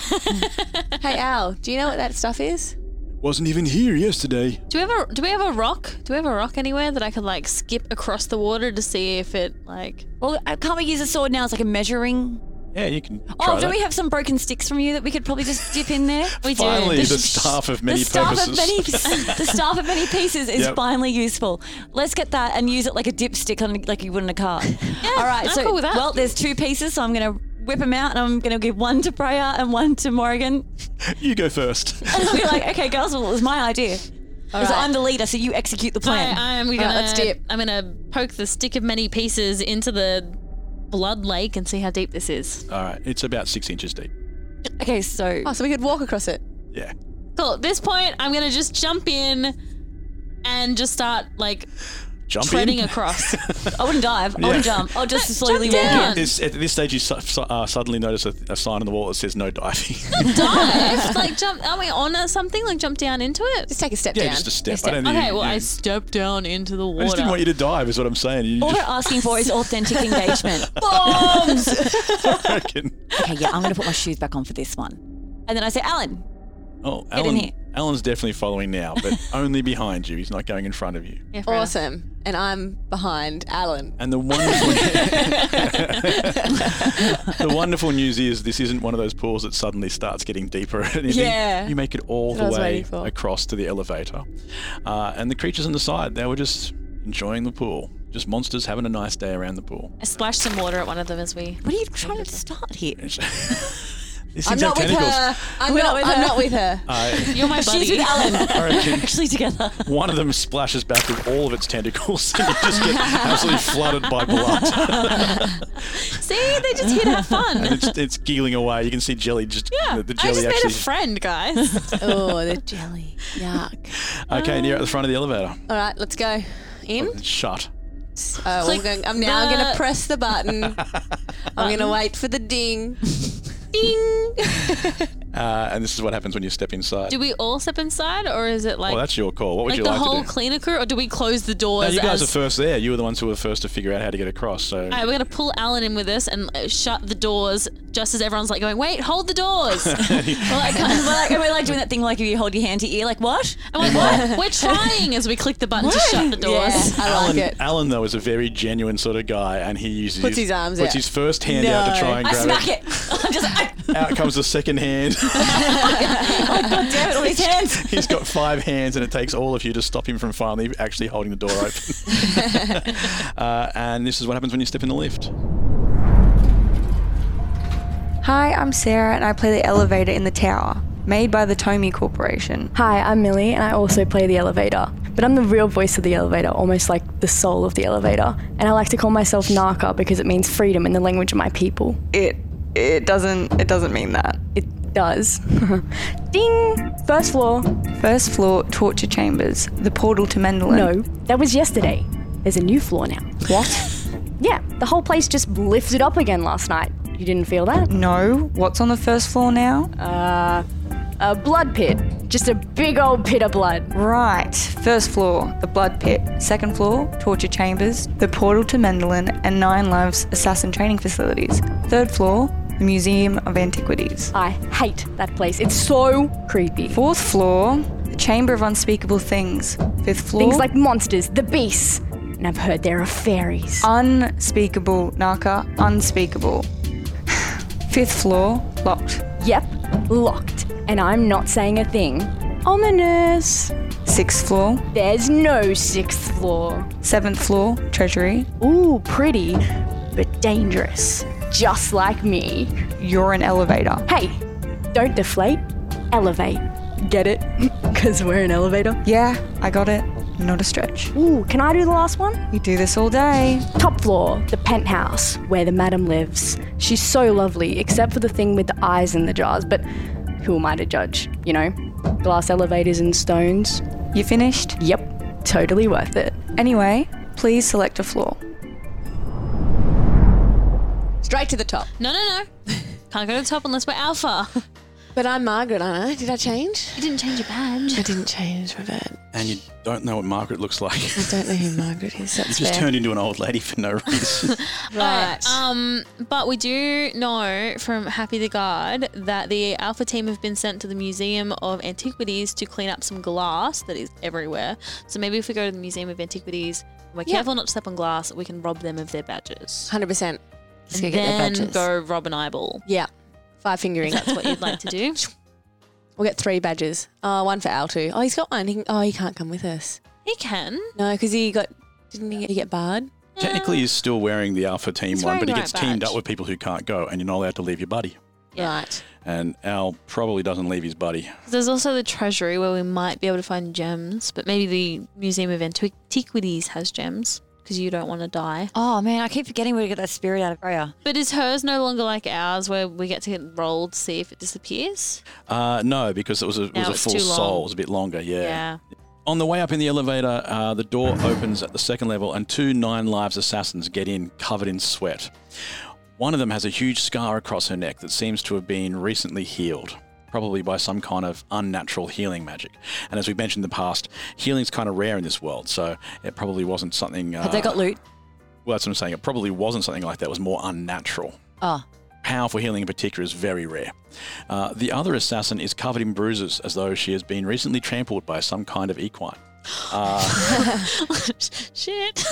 Speaker 4: Hey, Al, do you know what that stuff is?
Speaker 1: Wasn't even here yesterday.
Speaker 2: Do we have a Do we have a rock? Do we have a rock anywhere that I could like skip across the water to see if it like?
Speaker 3: Well, uh, can't we use a sword now as like a measuring?
Speaker 1: Yeah, you can. Try
Speaker 3: Oh, do
Speaker 1: that.
Speaker 3: we have some broken sticks from you that we could probably just dip in there? We
Speaker 1: Finally,
Speaker 3: do.
Speaker 1: the staff of many
Speaker 3: the staff
Speaker 1: purposes.
Speaker 3: Of many, the staff of many pieces is
Speaker 1: Yep.
Speaker 3: finally useful. Let's get that and use it like a dipstick on, like you would in a car. All right,
Speaker 2: I'm
Speaker 3: so
Speaker 2: cool with that.
Speaker 3: well, there's two pieces, so I'm gonna whip them out and I'm gonna give one to Freya and one to Morgan.
Speaker 1: You go first.
Speaker 3: And I'll be like, okay, girls, well, it was my idea. Because I'm the leader, so you execute the plan.
Speaker 2: I, I'm gonna.
Speaker 4: let's dip.
Speaker 2: I'm gonna poke the stick of many pieces into the blood lake and see how deep this is.
Speaker 1: All right, it's about six inches deep.
Speaker 3: okay, so
Speaker 4: Oh, so we could walk across it.
Speaker 1: Yeah.
Speaker 2: Cool. At this point, I'm gonna just jump in and just start like
Speaker 1: Jump
Speaker 2: treading
Speaker 1: in.
Speaker 2: across.
Speaker 3: I wouldn't dive. I wouldn't jump. I'll just slowly walk.
Speaker 2: jump
Speaker 3: in.
Speaker 2: down.
Speaker 1: At this, at this stage, you su- su- uh, suddenly notice a, a sign on the wall that says "No diving."
Speaker 3: Oh,
Speaker 2: dive. like jump. Are we on or something? Like jump down into it.
Speaker 4: Just take a step
Speaker 1: yeah,
Speaker 4: down.
Speaker 1: just a step.
Speaker 3: step.
Speaker 1: I don't think
Speaker 2: Okay.
Speaker 1: you-
Speaker 2: Well, I
Speaker 1: you-
Speaker 2: step down into the
Speaker 1: I just didn't want
Speaker 2: water.
Speaker 1: you to dive, is what I'm saying. You
Speaker 3: All we're
Speaker 1: just
Speaker 3: asking for is authentic engagement.
Speaker 1: reckon.
Speaker 3: okay, yeah, I'm going to put my shoes back on for this one. And then I say, Alan,
Speaker 1: Oh,
Speaker 3: in
Speaker 1: Alan,
Speaker 3: here.
Speaker 1: Alan's definitely following now, but only behind you. He's not going in front of you.
Speaker 2: Yeah, fair enough.
Speaker 4: awesome. And I'm behind Alan.
Speaker 1: And the wonderful, the wonderful news is this isn't one of those pools that suddenly starts getting deeper. or anything.
Speaker 4: Yeah.
Speaker 1: you make it all
Speaker 4: what I
Speaker 1: the
Speaker 4: was
Speaker 1: way
Speaker 4: waiting for.
Speaker 1: across to the elevator, uh, and the creatures on the side they were just enjoying the pool, just monsters having a nice day around the pool.
Speaker 2: I splashed some water at one of them as we.
Speaker 3: what are you trying to start here?
Speaker 1: These things
Speaker 4: I'm
Speaker 1: have
Speaker 4: not with
Speaker 1: tentacles.
Speaker 4: her. I'm,
Speaker 3: We're
Speaker 4: not,
Speaker 3: not with
Speaker 4: I'm
Speaker 3: her.
Speaker 4: not with her.
Speaker 1: I-
Speaker 2: You're my buddy.
Speaker 3: She's with Alan.
Speaker 1: I reckon
Speaker 3: Actually, together.
Speaker 1: One of them splashes back with all of its tentacles, and you just get absolutely flooded by blood.
Speaker 2: See, they just here to have fun.
Speaker 1: And it's, it's geeling away. You can see jelly just
Speaker 2: Yeah,
Speaker 1: the, the
Speaker 2: I
Speaker 1: jelly
Speaker 2: just
Speaker 1: actually.
Speaker 2: made a friend, guys.
Speaker 4: oh, the jelly. Yuck.
Speaker 1: okay, and you're at the front of the elevator.
Speaker 4: All right, let's go. In.
Speaker 1: It's shut.
Speaker 4: Oh, we're
Speaker 2: Click
Speaker 4: going, I'm now
Speaker 2: the-
Speaker 4: going to press the button. I'm going to wait for the ding. ding.
Speaker 1: Uh, and this is what happens when you step inside.
Speaker 2: do we all step inside, or is it like
Speaker 1: well, that's your call. What would
Speaker 2: like
Speaker 1: you
Speaker 2: the
Speaker 1: like
Speaker 2: whole
Speaker 1: to do?
Speaker 2: cleaner crew, or do we close the doors?
Speaker 1: No, you guys
Speaker 2: as-
Speaker 1: are first there. You were the ones who were first to figure out how to get across. So
Speaker 2: All right, we're gonna pull Alan in with us and uh, shut the doors just as everyone's like going, "Wait, hold the doors!" we're like,
Speaker 3: And we're like, and we're like doing that thing like if you hold your hand to your ear, like, what?
Speaker 2: I'm like, "What? We're trying!" As we click the button to shut the doors.
Speaker 4: Yeah, I
Speaker 1: Alan,
Speaker 4: like it.
Speaker 1: Alan though is a very genuine sort of guy, and he uses
Speaker 4: Puts his arms
Speaker 1: puts
Speaker 4: out.
Speaker 1: his first hand out to try and
Speaker 3: I
Speaker 1: grab
Speaker 3: smack it. I'm just like,
Speaker 1: it. Out comes the second hand.
Speaker 3: God damn it, all these hands.
Speaker 1: He's got five hands, and it takes all of you to stop him from finally actually holding the door open. uh, and this is what happens when you step in the lift.
Speaker 10: Hi, I'm Sarah and I play the elevator in the tower, made by the Tomy Corporation.
Speaker 11: Hi, I'm Millie, and I also play the elevator. But I'm the real voice of the elevator, almost like the soul of the elevator. And I like to call myself Narka because it means freedom in the language of my people.
Speaker 10: It it doesn't it doesn't mean that.
Speaker 11: It does. Ding! First floor.
Speaker 10: First floor torture chambers, the portal to Mendelin.
Speaker 11: No, that was yesterday. There's a new floor now. What? yeah, the whole place just lifted up again last night. You didn't feel that?
Speaker 10: No, what's on the first floor now?
Speaker 11: A blood pit. Just a big old pit of blood.
Speaker 10: Right. First floor, the blood pit. Second floor, torture chambers, the portal to Mendelin, and Nine Lives assassin training facilities. Third floor, the Museum of Antiquities.
Speaker 11: I hate that place. It's so creepy.
Speaker 10: Fourth floor, the Chamber of Unspeakable Things. Fifth floor,
Speaker 11: Things like monsters, the beasts. And I've heard there are fairies.
Speaker 10: unspeakable, Naka, unspeakable. Fifth floor, locked.
Speaker 11: Yep, locked. And I'm not saying a thing. Ominous.
Speaker 10: Sixth floor,
Speaker 11: There's no sixth floor.
Speaker 10: seventh floor, treasury.
Speaker 11: Ooh, pretty, but dangerous. Just like me.
Speaker 10: You're an elevator.
Speaker 11: Hey, don't deflate, elevate. Get it? Because we're an elevator.
Speaker 10: Yeah, I got it. Not a stretch.
Speaker 11: Ooh, can I do the last one?
Speaker 10: You do this all day.
Speaker 11: Top floor, the penthouse, where the madam lives. She's so lovely, except for the thing with the eyes in the jars, but who am I to judge? You know, glass elevators and stones.
Speaker 10: You finished?
Speaker 11: Yep, totally worth it.
Speaker 10: Anyway, please select a floor.
Speaker 4: Straight to the top.
Speaker 2: No, no, no. Can't go to the top unless we're alpha.
Speaker 4: But I'm Margaret, aren't I? Did I change?
Speaker 2: You didn't change your
Speaker 4: I
Speaker 2: badge.
Speaker 4: didn't change my bad.
Speaker 1: And you don't know what Margaret looks like.
Speaker 4: I don't know who Margaret is. That's
Speaker 1: You just
Speaker 4: fair.
Speaker 1: turned into an old lady for no reason.
Speaker 2: Right. Um, but we do know from Happy the Guard that the Alpha team have been sent to the Museum of Antiquities to clean up some glass that is everywhere. So maybe if we go to the Museum of Antiquities, we're
Speaker 4: Yeah.
Speaker 2: careful not to step on glass, we can rob them of their badges.
Speaker 4: 100%. Let's go
Speaker 2: And
Speaker 4: get their
Speaker 2: then
Speaker 4: badges.
Speaker 2: go rob an eyeball.
Speaker 4: Yeah. Five fingering.
Speaker 2: That's what you'd like to do.
Speaker 4: We'll get three badges. Oh, one for Al too. Oh, he's got one. He can, oh, he can't come with us.
Speaker 2: He can.
Speaker 4: No, because he got. Didn't he get, he get barred?
Speaker 1: Technically, he's still wearing the Alpha Team
Speaker 2: He's
Speaker 1: one, but he
Speaker 2: wearing the
Speaker 1: gets
Speaker 2: right
Speaker 1: teamed
Speaker 2: badge.
Speaker 1: up with people who can't go, and you're not allowed to leave your buddy.
Speaker 2: Yeah.
Speaker 4: Right.
Speaker 1: And Al probably doesn't leave his buddy.
Speaker 2: There's also the treasury where we might be able to find gems, but maybe the Museum of Antiquities has gems because you don't want to die.
Speaker 3: Oh man, I keep forgetting where to get that spirit out of prayer.
Speaker 2: But is hers no longer like ours where we get to get rolled to see if it disappears?
Speaker 1: Uh, no, because it was a, it
Speaker 2: No,
Speaker 1: was a
Speaker 2: it's
Speaker 1: full
Speaker 2: too long.
Speaker 1: soul. It was a bit longer, On the way up in the elevator, uh, the door opens at the second level, and two Nine Lives assassins get in covered in sweat. One of them has a huge scar across her neck that seems to have been recently healed, probably by some kind of unnatural healing magic. And as we mentioned in the past, healing's kind of rare in this world, so it probably wasn't something. Uh,
Speaker 3: Have they got loot?
Speaker 1: Well, that's what I'm saying. It probably wasn't something like that. It was more unnatural
Speaker 3: Oh,
Speaker 1: powerful healing in particular is very rare. Uh, the other assassin is covered in bruises as though she has been recently trampled by some kind of equine. Uh,
Speaker 2: Shit.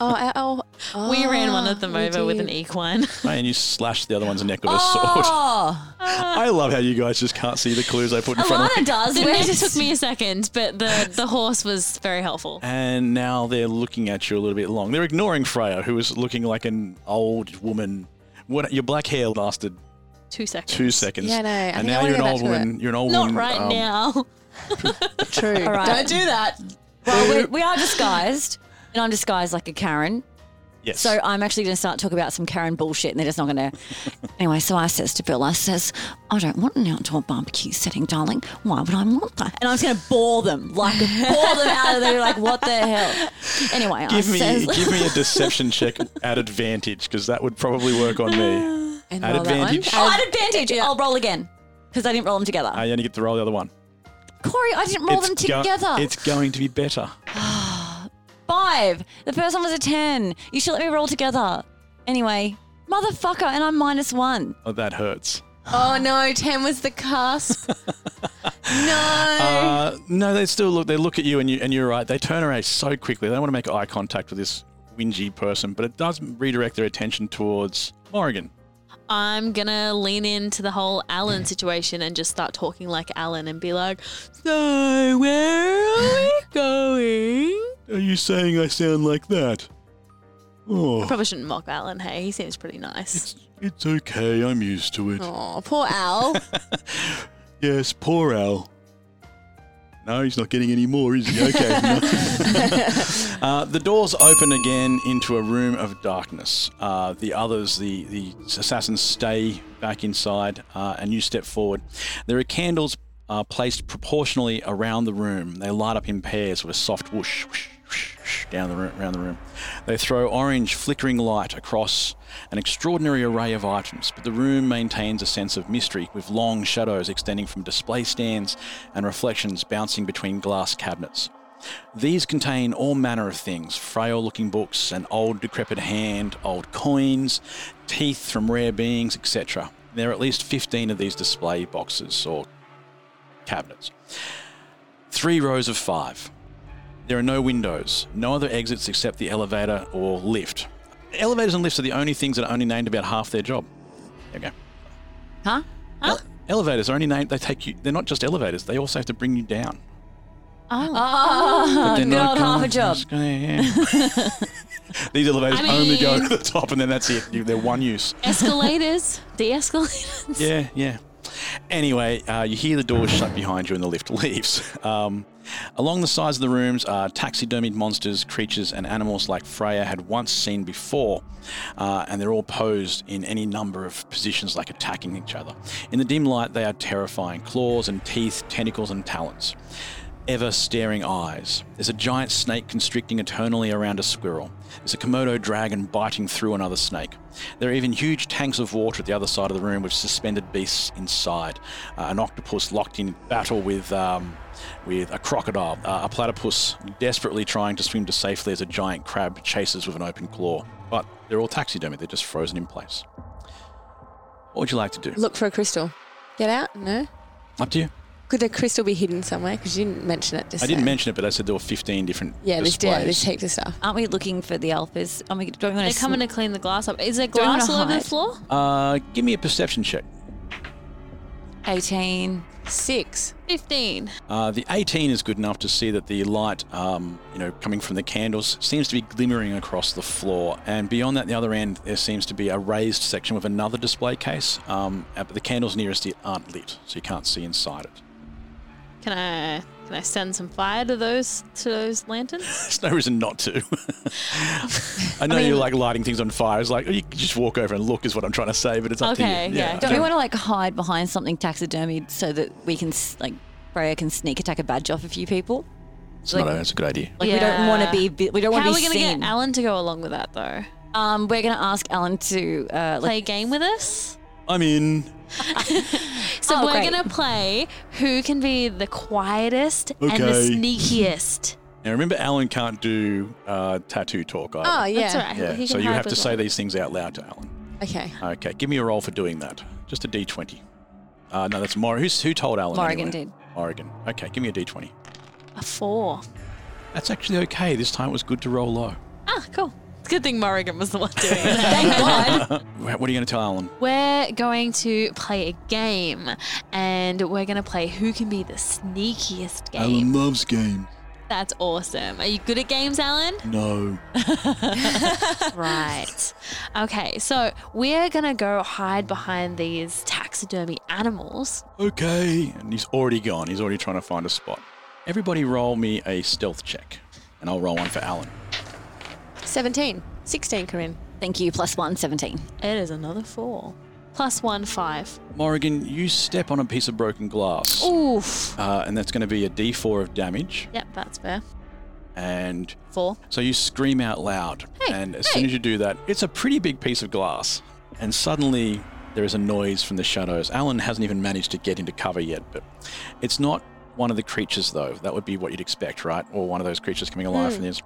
Speaker 4: Oh, Al. Oh,
Speaker 2: we ran one of them
Speaker 4: we
Speaker 2: over with an
Speaker 4: did.
Speaker 2: equine.
Speaker 1: and you slashed the other one's neck with a sword.
Speaker 3: oh,
Speaker 1: I love how you guys just can't see the clues I put in front of
Speaker 3: Alana
Speaker 1: you.
Speaker 3: does.
Speaker 2: It
Speaker 3: We're
Speaker 2: may-
Speaker 3: just-
Speaker 2: took me a second, but the, the horse was very helpful.
Speaker 1: And now they're looking at you a little bit long. They're ignoring Freya, who is looking like an old woman. What, your black hair lasted
Speaker 2: Two seconds.
Speaker 1: two seconds.
Speaker 4: Yeah, I know. I
Speaker 1: and
Speaker 4: think I
Speaker 1: now
Speaker 4: wanna
Speaker 1: you're an
Speaker 4: go back
Speaker 1: old
Speaker 4: to it.
Speaker 1: woman. You're an old
Speaker 2: Not
Speaker 1: woman.
Speaker 2: right
Speaker 1: um,
Speaker 2: now.
Speaker 4: True.
Speaker 3: All right.
Speaker 4: Don't do that.
Speaker 3: well, we, we are disguised, and I'm disguised like a Karen.
Speaker 1: Yes.
Speaker 3: So I'm actually going to start talking about some Karen bullshit, and they're just not going to. anyway, so I says to Bill, I says, I don't want an outdoor barbecue setting, darling. Why would I want that? And I'm just going to bore them, like bore them out of there, like what the hell. Anyway, I
Speaker 1: give me,
Speaker 3: uh, says,
Speaker 1: give me a deception check at advantage because that would probably work on me.
Speaker 4: And
Speaker 1: At
Speaker 4: roll that one.
Speaker 1: advantage.
Speaker 3: oh, an advantage. I'll roll again because I didn't roll them together.
Speaker 1: I only get to roll the other one.
Speaker 3: Corey, I didn't roll them
Speaker 1: It's go-
Speaker 3: together.
Speaker 1: it's going to be better.
Speaker 3: five. The first one was a ten. You should let me roll together. Anyway, motherfucker, and I'm minus one.
Speaker 1: Oh, that hurts.
Speaker 4: Oh, no. 10 was the cusp. no.
Speaker 1: Uh, no, they still look. They look at you, and you and you're right. They turn around so quickly. They don't want to make eye contact with this whingy person, but it does redirect their attention towards Morrigan.
Speaker 2: I'm gonna lean into the whole Alan situation and just start talking like Alan and be like, "So where are we going?"
Speaker 1: Are you saying I sound like that? Oh,
Speaker 2: Probably shouldn't mock Alan. Hey, he seems pretty nice.
Speaker 1: it's okay. I'm used to it.
Speaker 4: Oh, poor Al.
Speaker 1: Yes, poor Al. No, he's not getting any more, is he? Okay. no. uh, the doors open again into a room of darkness. Uh, the others, the, the assassins, stay back inside, uh, and you step forward. There are candles uh, placed proportionally around the room. They light up in pairs with a soft whoosh, whoosh, down the room, around the room. They throw orange flickering light across an extraordinary array of items, but the room maintains a sense of mystery with long shadows extending from display stands and reflections bouncing between glass cabinets. These contain all manner of things frail looking books, an old decrepit hand, old coins, teeth from rare beings, etc. There are at least 15 of these display boxes or cabinets. Three rows of five. There are no windows, no other exits except the elevator or lift. Elevators and lifts are the only things that are only named about half their job. There we go.
Speaker 3: Huh?
Speaker 1: Ele- elevators are only named, they take you, they're not just elevators, they also have to bring you down.
Speaker 3: Oh,
Speaker 1: But they're not
Speaker 3: not half a
Speaker 1: cars,
Speaker 3: job.
Speaker 1: it's gonna- yeah. These elevators
Speaker 2: I
Speaker 1: only go
Speaker 2: mean-
Speaker 1: to the top and then that's it. You- They're one use.
Speaker 2: Escalators, de-escalators.
Speaker 1: Yeah, yeah. Anyway, uh, you hear the door shut behind you and the lift leaves. Um, along the sides of the rooms are taxidermied monsters, creatures, and animals like Freya had once seen before, uh, and they're all posed in any number of positions like attacking each other. In the dim light, they are terrifying claws and teeth, tentacles and talons. Ever staring eyes. There's a giant snake constricting eternally around a squirrel. There's a Komodo dragon biting through another snake. There are even huge tanks of water at the other side of the room with suspended beasts inside. Uh, an octopus locked in battle with um, with a crocodile. Uh, a platypus desperately trying to swim to safely as a giant crab chases with an open claw. But they're all taxidermy, they're just frozen in place. What would you like to do?
Speaker 4: Look for a crystal. Get out? No.
Speaker 1: Up to you.
Speaker 4: Could the crystal be hidden somewhere? Because you didn't mention it. Just
Speaker 1: I didn't
Speaker 4: now.
Speaker 1: mention it, but I said there were 15 different
Speaker 4: Yeah, there's,
Speaker 1: displays.
Speaker 4: yeah, there's heaps of stuff.
Speaker 3: Aren't we looking for the alphas? Are we, do we want
Speaker 2: They're
Speaker 3: to
Speaker 2: coming to clean the glass up. Is there
Speaker 3: Don't wanna
Speaker 2: glass all over the
Speaker 3: hide.
Speaker 2: floor?
Speaker 1: Uh, give me a perception check.
Speaker 3: 18.
Speaker 4: Six.
Speaker 2: 15.
Speaker 1: Uh, the 18 is good enough to see that the light, um, you know, coming from the candles seems to be glimmering across the floor. And beyond that, the other end, there seems to be a raised section with another display case. Um, uh, but the candles nearest it aren't lit, so you can't see inside it.
Speaker 2: Can I can I send some fire to those to those lanterns?
Speaker 1: There's no reason not to. I know you like lighting things on fire. It's like oh, you can just walk over and look, is what I'm trying to say. But it's up
Speaker 2: Okay,
Speaker 1: to you.
Speaker 2: yeah.
Speaker 3: Don't we want to like hide behind something taxidermied so that we can s- like Freya can sneak attack a badge off a few people?
Speaker 1: It's
Speaker 3: like-
Speaker 1: not a- that's a good idea.
Speaker 3: Like we don't want to be vi- we don't want
Speaker 2: How
Speaker 3: to
Speaker 2: are
Speaker 3: be
Speaker 2: we gonna
Speaker 3: seen.
Speaker 2: get Alan to go along with that though?
Speaker 3: um, we're gonna ask Alan to uh,
Speaker 2: Play a
Speaker 3: like,
Speaker 2: game with us.
Speaker 1: I'm in.
Speaker 2: So
Speaker 3: Oh,
Speaker 2: we're
Speaker 3: great.
Speaker 2: gonna play who can be the quietest and the
Speaker 1: Okay.
Speaker 2: sneakiest.
Speaker 1: Now remember, Alan can't do uh, tattoo talk either.
Speaker 4: Oh, yeah.
Speaker 2: That's all right. He
Speaker 1: yeah.
Speaker 2: can
Speaker 1: So you
Speaker 2: hide
Speaker 1: have to
Speaker 2: with
Speaker 1: say
Speaker 2: one.
Speaker 1: these things out loud to Alan.
Speaker 4: Okay.
Speaker 1: Okay, give me a roll for doing that. Just a d20. Uh, no, that's Morgan. Who's, who told Alan?
Speaker 3: Morrigan
Speaker 1: anyway?
Speaker 3: did.
Speaker 1: Morrigan. Okay, give me a d20.
Speaker 2: a four.
Speaker 1: That's actually okay. This time it was good to roll low.
Speaker 2: Ah, cool. It's a good thing Morrigan was the one doing it.
Speaker 1: Wh- What are you going to tell Alan?
Speaker 2: We're going to play a game, and we're going to play who can be the sneakiest
Speaker 11: Oh,
Speaker 2: game.
Speaker 9: loves games.
Speaker 2: That's awesome. Are you good at games, Alan?
Speaker 9: No.
Speaker 2: right. Okay, so we're going to go hide behind these taxidermy animals.
Speaker 1: Okay. And he's already gone. He's already trying to find a spot. Everybody roll me a stealth check, and I'll roll one for Alan.
Speaker 4: 17. 16, Corinne.
Speaker 3: thank you plus one seventeen.
Speaker 2: It is another four. Plus one, five.
Speaker 1: Morrigan, you step on a piece of broken glass,
Speaker 2: Oof.
Speaker 1: uh, and that's going to be a d4 of damage.
Speaker 2: Yep, that's fair.
Speaker 1: And
Speaker 2: Four.
Speaker 1: So you scream out loud, and as soon as you do that, it's a pretty big piece of glass, and suddenly there is a noise from the shadows. Alan hasn't even managed to get into cover yet, but it's not one of the creatures though. That would be what you'd expect, right? Or one of those creatures coming alive from this.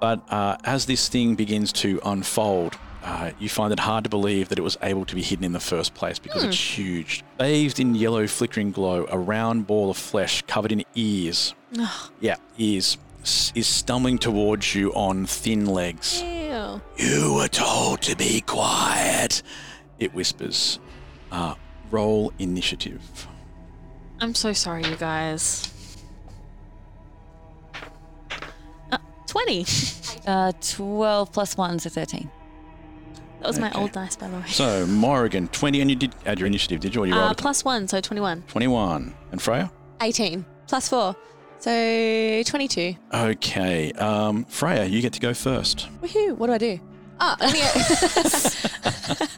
Speaker 1: But uh, as this thing begins to unfold. Uh, you find it hard to believe that it was able to be hidden in the first place because it's huge. Bathed in yellow flickering glow, a round ball of flesh covered in ears yeah, is is stumbling towards you on thin legs.
Speaker 4: Ew.
Speaker 1: You were told to be quiet. It whispers. Uh, roll initiative.
Speaker 2: I'm so sorry, you guys. Uh, 20.
Speaker 3: Uh, twelve plus one so thirteen.
Speaker 2: That was my
Speaker 1: Okay.
Speaker 2: old dice, by the way.
Speaker 1: So Morrigan, twenty, and you did add your initiative, did you? Or you rolled
Speaker 2: uh,
Speaker 1: a
Speaker 2: plus one, so 21.
Speaker 1: twenty-one. And Freya.
Speaker 4: 18. Plus four. So 22.
Speaker 1: Okay, um, Freya, you get to go first.
Speaker 4: Woohoo. What do I do? Oh, let me go.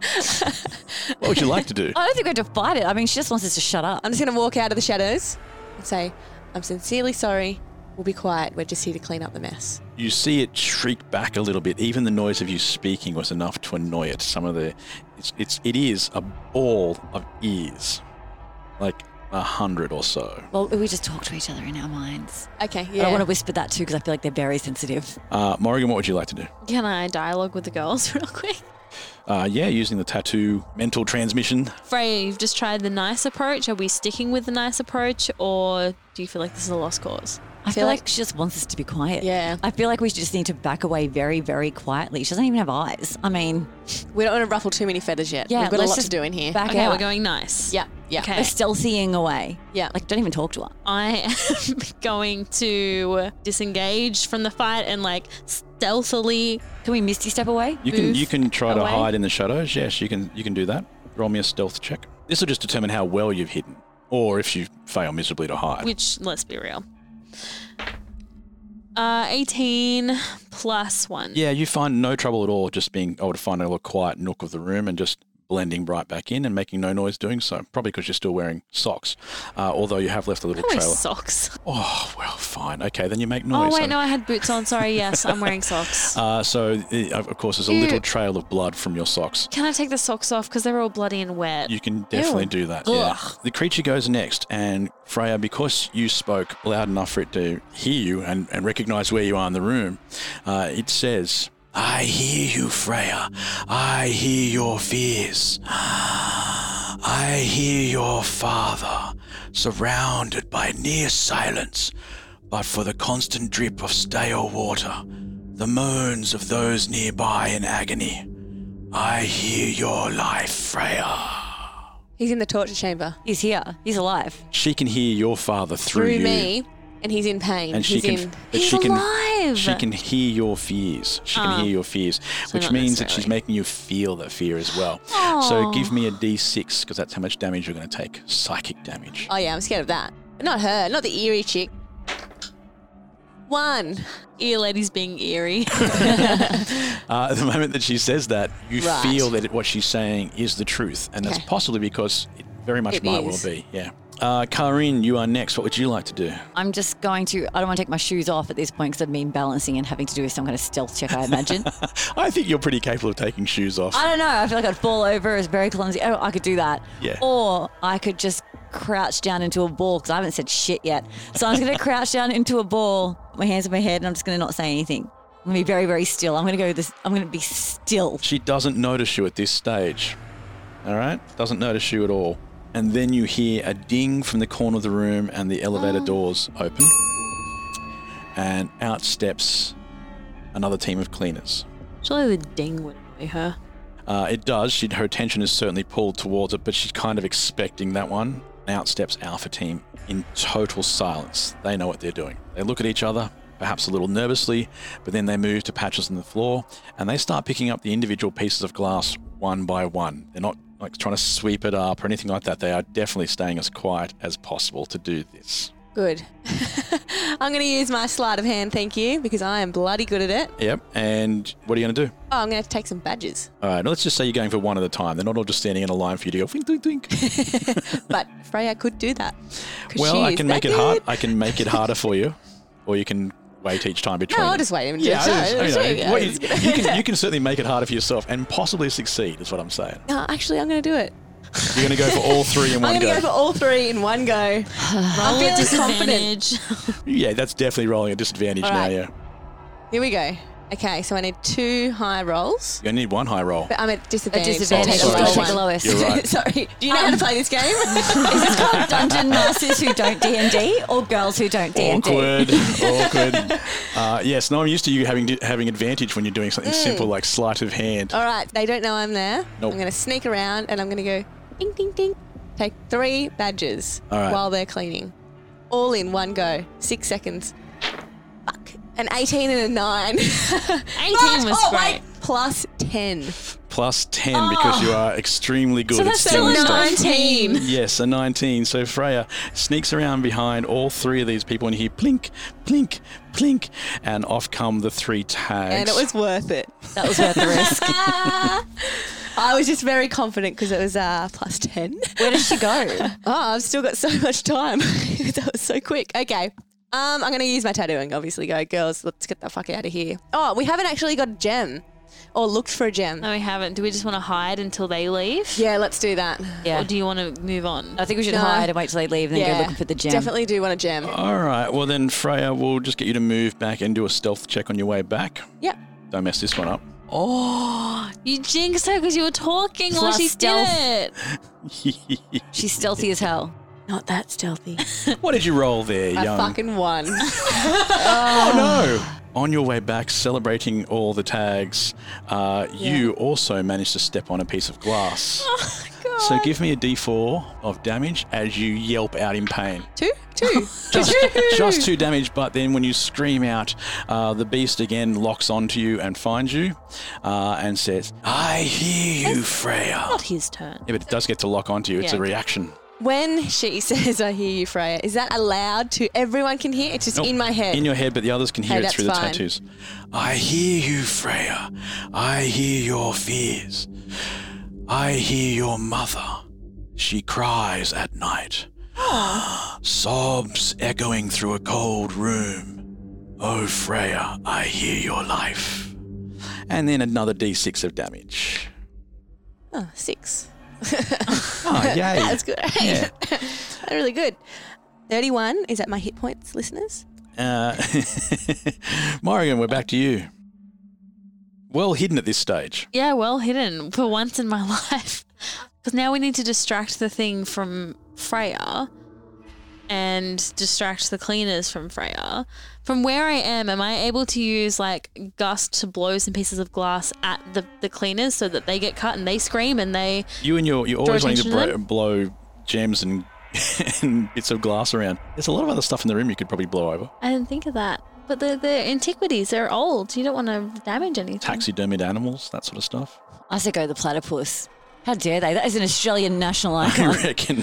Speaker 1: What would you like to do?
Speaker 3: I don't think we have to fight it. I mean, she just wants us to shut up.
Speaker 4: I'm just going to walk out of the shadows and say, I'm sincerely sorry. We'll be quiet. We're just here to clean up the mess.
Speaker 1: You see it shriek back a little bit. Even the noise of you speaking was enough to annoy it. Some of the, it's, it's it is a ball of ears, like a hundred or so.
Speaker 3: Well, we just talk to each other in our minds.
Speaker 4: Okay,
Speaker 3: I
Speaker 4: yeah.
Speaker 3: want to whisper that too because I feel like they're very sensitive.
Speaker 1: Uh, Morrigan, what would you like to do?
Speaker 2: Can I dialogue with the girls real quick?
Speaker 1: Uh, yeah, using the tattoo mental transmission.
Speaker 2: Frey, you've just tried the nice approach. Are we sticking with the nice approach, or do you feel like this is a lost cause?
Speaker 3: I feel like she just wants us to be quiet.
Speaker 4: Yeah.
Speaker 3: I feel like we just need to back away very, very quietly. She doesn't even have eyes. I mean,
Speaker 4: We don't want to ruffle too many feathers yet.
Speaker 3: Yeah,
Speaker 4: We've got a
Speaker 3: let's
Speaker 4: lot to
Speaker 3: just
Speaker 4: do in here.
Speaker 3: back
Speaker 2: okay,
Speaker 3: out.
Speaker 2: we're going nice.
Speaker 4: Yeah, yeah.
Speaker 2: Okay.
Speaker 3: we're stealthying away.
Speaker 4: Yeah.
Speaker 3: Like, don't even talk to her.
Speaker 2: I am going to disengage from the fight and like stealthily.
Speaker 3: Can we misty step away?
Speaker 1: You can you can try to
Speaker 2: away.
Speaker 1: hide in the shadows. Yes, you can you can do that. Roll me a stealth check. This will just determine how well you've hidden, or if you fail miserably to hide.
Speaker 2: Which, let's be real. Uh, 18 plus one.
Speaker 1: Yeah, you find no trouble at all just being able to find a little quiet nook of the room and just blending right back in and making no noise doing so. Probably because you're still wearing socks, uh, although you have left a little
Speaker 2: I'm wearing
Speaker 1: trail.
Speaker 2: socks.
Speaker 1: Oh, well, fine. Okay, then you make
Speaker 2: Oh,
Speaker 1: noise.
Speaker 2: wait, no, I had boots on. Sorry, yes, I'm wearing socks.
Speaker 1: Uh, so, uh, of course, there's a
Speaker 2: Ew.
Speaker 1: little trail of blood from your socks.
Speaker 2: Can I take the socks off? Because they're all bloody and wet.
Speaker 1: You can definitely
Speaker 2: Ew.
Speaker 1: do that. Yeah.
Speaker 2: Ugh.
Speaker 1: The creature goes next, and Freya, because you spoke loud enough for it to hear you and, and recognize where you are in the room, uh, it says, I hear you, Freya. I hear your fears. I hear your father, surrounded by near silence, but for the constant drip of stale water, the moans of those nearby in agony. I hear your life, Freya.
Speaker 4: He's in the torture chamber.
Speaker 3: He's here. He's alive.
Speaker 1: She can hear your father through,
Speaker 4: Through
Speaker 1: you,
Speaker 4: me, and he's in pain.
Speaker 1: and she
Speaker 4: he's
Speaker 1: can,
Speaker 4: in.
Speaker 1: but she can, she can hear your fears. She can
Speaker 4: Ah.
Speaker 1: hear your fears, which
Speaker 4: not
Speaker 1: means that she's making you feel that fear as well. So
Speaker 4: Aw.
Speaker 1: give me a d6 because that's how much damage you're going to take. Psychic damage.
Speaker 4: Oh yeah, I'm scared of that. But not her, not the eerie chick. One.
Speaker 2: Ear lady's being eerie.
Speaker 1: Uh, at the moment that she says that, you
Speaker 2: Right.
Speaker 1: feel that it, what she's saying is the truth, and that's possibly because it very much
Speaker 3: It
Speaker 1: might
Speaker 3: is.
Speaker 1: well be. Yeah. Uh, Karin, you are next. What would you like to do?
Speaker 3: I'm just going to. I don't want to take my shoes off at this point because I've been balancing and having to do with some kind of stealth check, I imagine.
Speaker 1: I think you're pretty capable of taking shoes off.
Speaker 3: I don't know. I feel like I'd fall over. It's very clumsy. Oh, I could do that.
Speaker 1: Yeah.
Speaker 3: Or I could just crouch down into a ball because I haven't said shit yet. So I'm just going to crouch down into a ball, my hands on my head, and I'm just going to not say anything. I'm going to be very, very still. I'm going to go this. I'm going to be still.
Speaker 1: She doesn't notice you at this stage. All right? Doesn't notice you at all. And then you hear a ding from the corner of the room and the elevator doors open. And out steps another team of cleaners.
Speaker 2: Surely the ding would annoy her.
Speaker 1: Uh, it does. She, her attention is certainly pulled towards it, but she's kind of expecting that one. Out steps Alpha Team in total silence. They know what they're doing. They look at each other, perhaps a little nervously, but then they move to patches on the floor and they start picking up the individual pieces of glass one by one. They're not like trying to sweep it up or anything like that. They are definitely staying as quiet as possible to do this.
Speaker 4: Good. I'm going to use my sleight of hand, thank you, because I am bloody good at it.
Speaker 1: Yep. And what are you going to do?
Speaker 4: Oh, I'm going to have to take some badges.
Speaker 1: All right. now Let's just say you're going for one at a time. They're not all just standing in a line for you to go. Think, think, think.
Speaker 4: But Freya could do that. 'Cause
Speaker 1: Well,
Speaker 4: she
Speaker 1: I
Speaker 4: is
Speaker 1: can
Speaker 4: that
Speaker 1: make it
Speaker 4: good.
Speaker 1: hard. I can make it harder for you, or you can wait each time between.
Speaker 4: I'll
Speaker 1: them.
Speaker 4: just wait and
Speaker 1: Yeah,
Speaker 4: do it.
Speaker 1: I
Speaker 4: Sorry,
Speaker 1: just- you know,
Speaker 4: sorry,
Speaker 1: what
Speaker 4: yeah,
Speaker 1: you-
Speaker 4: it's uh, good.
Speaker 1: you can you can certainly make it harder for yourself and possibly succeed. Is what I'm saying.
Speaker 4: No, actually, I'm going to do it.
Speaker 1: You're going to go for all three in
Speaker 4: I'm
Speaker 1: one
Speaker 4: going to
Speaker 1: go.
Speaker 4: go for all three in one go. I'm
Speaker 2: Roll at
Speaker 4: feeling confident.
Speaker 1: yeah, that's definitely rolling at disadvantage
Speaker 4: All
Speaker 1: now.
Speaker 4: right.
Speaker 1: Yeah,
Speaker 4: Here we go. Okay, so I need two high rolls.
Speaker 1: you need one high roll.
Speaker 4: But I'm at disadvantage.
Speaker 3: disadvantage.
Speaker 4: so I'll
Speaker 1: Oh,
Speaker 4: take
Speaker 1: sorry.
Speaker 4: the lowest.
Speaker 1: You're right.
Speaker 4: sorry. Do you know how to play this game?
Speaker 3: Is this called dungeon masters who don't D and D or girls who don't D and D?
Speaker 1: Awkward, awkward. Uh, yes, no, I'm used to you having having advantage when you're doing
Speaker 4: Mm.
Speaker 1: something simple like sleight of hand.
Speaker 4: All right, they don't know I'm there.
Speaker 1: Nope.
Speaker 4: I'm going to sneak around and I'm going to go ding, ding, ding. Take three badges
Speaker 1: All right.
Speaker 4: while they're cleaning. All in one go. Six seconds. Fuck. An 18 and a 9. 18
Speaker 2: was
Speaker 4: Oh,
Speaker 2: great.
Speaker 4: plus 10.
Speaker 1: Plus ten because you are extremely good.
Speaker 4: Oh. So
Speaker 1: at
Speaker 4: that's
Speaker 1: stealing
Speaker 4: still a
Speaker 1: stuff.
Speaker 4: 19.
Speaker 1: Yes, a 19. So Freya sneaks around behind all three of these people and you hear plink, plink, plink, and off come the three tags.
Speaker 4: And it was worth it.
Speaker 3: That was worth the risk.
Speaker 4: I was just very confident because it was uh, plus 10.
Speaker 3: Where did she go?
Speaker 4: Oh, I've still got so much time. that was so quick. Okay. Um, I'm gonna use my tattoo and obviously go, girls, let's get the fuck out of here. Oh, we haven't actually got a gem. Or looked for a gem.
Speaker 2: No, we haven't. Do we just want to hide until they leave?
Speaker 4: Yeah, let's do that.
Speaker 2: Or do you want to move on?
Speaker 3: I think we should
Speaker 4: No.
Speaker 3: hide and wait till they leave and then go looking for the gem.
Speaker 4: Definitely do want a gem.
Speaker 1: All right. Well, then, Freya, we'll just get you to move back and do a stealth check on your way back.
Speaker 4: Yep.
Speaker 1: Don't mess this one up.
Speaker 2: Oh, you jinxed her because you were talking while
Speaker 3: Plus
Speaker 2: she
Speaker 3: stealth.
Speaker 2: did it.
Speaker 3: She's stealthy as hell.
Speaker 4: Not that stealthy.
Speaker 1: what did you roll there,
Speaker 4: I
Speaker 1: young?
Speaker 4: fucking won.
Speaker 1: Oh no! On your way back, celebrating all the tags, uh, you also managed to step on a piece of glass.
Speaker 4: Oh,
Speaker 1: So give me a d4 of damage as you yelp out in pain.
Speaker 4: Two, two.
Speaker 1: Just, just two damage, but then when you scream out, uh, the beast again locks onto you and finds you uh, and says, I hear you, Freya.
Speaker 2: Not his turn.
Speaker 1: Yeah, but it does get to lock onto you. It's
Speaker 4: Yeah.
Speaker 1: a reaction.
Speaker 4: When she says, I hear you, Freya, is that allowed to everyone can hear? It's just
Speaker 1: Nope.
Speaker 4: in my head.
Speaker 1: In your head, but the others can
Speaker 4: Hey,
Speaker 1: hear it
Speaker 4: that's
Speaker 1: through the
Speaker 4: fine.
Speaker 1: tattoos. I hear you, Freya. I hear your fears. I hear your mother. She cries at night. Sobs echoing through a cold room. Oh, Freya, I hear your life. And then another d6 of damage.
Speaker 4: Oh, six.
Speaker 1: Oh, yay.
Speaker 4: That's good. right?
Speaker 1: Yeah.
Speaker 4: really good. 31. Is that my hit points, listeners?
Speaker 1: Uh, Morrigan, we're back to you. Well hidden at this stage.
Speaker 2: Yeah, well hidden for once in my life. Because now we need to distract the thing from Freya and distract the cleaners from Freya. From where I am, am I able to use like gust to blow some pieces of glass at the, the cleaners so that they get cut and they scream and they.
Speaker 1: You and your you're
Speaker 2: Draw
Speaker 1: always wanting to
Speaker 2: attention to
Speaker 1: bro- blow gems and, and bits of glass around. There's a lot of other stuff in the room you could probably blow over.
Speaker 2: I didn't think of that. But they're, they're antiquities, they're old. You don't want to damage anything.
Speaker 1: Taxidermied animals, that sort of stuff.
Speaker 3: I said go the platypus. How dare they? That is an Australian national icon.
Speaker 1: I reckon.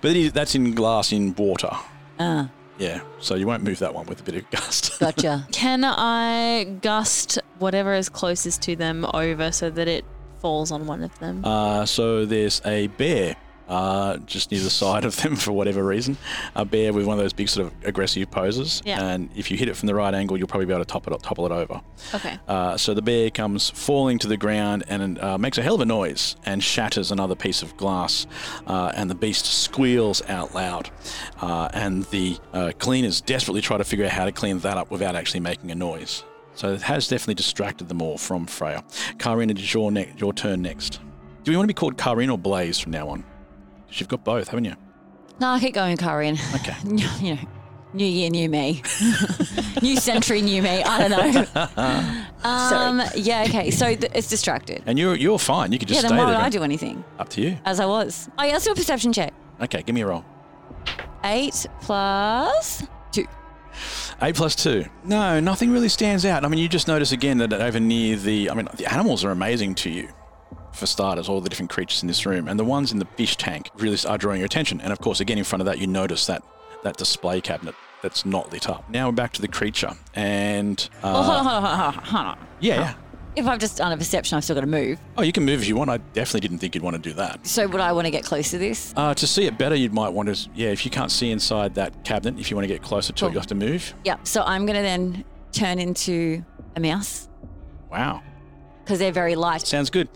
Speaker 1: but it is, that's in glass in water.
Speaker 3: ah,
Speaker 1: Yeah, so you won't move that one with a bit of gust.
Speaker 3: gotcha.
Speaker 2: Can I gust whatever is closest to them over so that it falls on one of them?
Speaker 1: Uh, so there's a bear uh, just near the side of them for whatever reason. A bear with one of those big sort of aggressive poses.
Speaker 2: Yeah.
Speaker 1: And if you hit it from the right angle, you'll probably be able to top it, topple it over.
Speaker 2: Okay.
Speaker 1: Uh, so the bear comes falling to the ground and uh, makes a hell of a noise and shatters another piece of glass. Uh, and the beast squeals out loud. Uh, and the uh, cleaners desperately try to figure out how to clean that up without actually making a noise. So it has definitely distracted them all from Freya. Karina, it's your, ne- your turn next. Do we want to be called Karina or Blaze from now on? 'Cause you've got both, haven't you?
Speaker 3: No, I keep going, Karin.
Speaker 1: Okay.
Speaker 3: you know, new year, new me. new century, new me. I don't know. Um, yeah, okay. So th- it's distracted.
Speaker 1: and you're, you're fine. You could
Speaker 3: yeah,
Speaker 1: just
Speaker 3: then
Speaker 1: stay
Speaker 3: why
Speaker 1: there.
Speaker 3: would I
Speaker 1: man.
Speaker 3: do anything?
Speaker 1: Up to you.
Speaker 3: As I was. Oh, yeah, let's do a perception check.
Speaker 1: Okay, give me a roll.
Speaker 3: Eight plus two.
Speaker 1: Eight plus two. No, nothing really stands out. I mean, you just notice again that over near the, I mean, the animals are amazing to you. For starters, all the different creatures in this room, and the ones in the fish tank really are drawing your attention. And of course, again in front of that, you notice that that display cabinet that's not lit up. Now we're back to the creature, and uh,
Speaker 3: well, Oh, hold on, hold on, hold on, hold on.
Speaker 1: yeah, yeah.
Speaker 3: If I've just done a perception, I've still got to move.
Speaker 1: Oh, you can move if you want. I definitely didn't think you'd want to do that.
Speaker 3: So would I want to get close to this?
Speaker 1: Uh, to see it better, you might want to, yeah. If you can't see inside that cabinet, if you want to get closer to it, you have to move.
Speaker 3: Yep. So I'm going to then turn into a mouse
Speaker 1: Wow.
Speaker 3: because they're very light.
Speaker 1: Sounds good.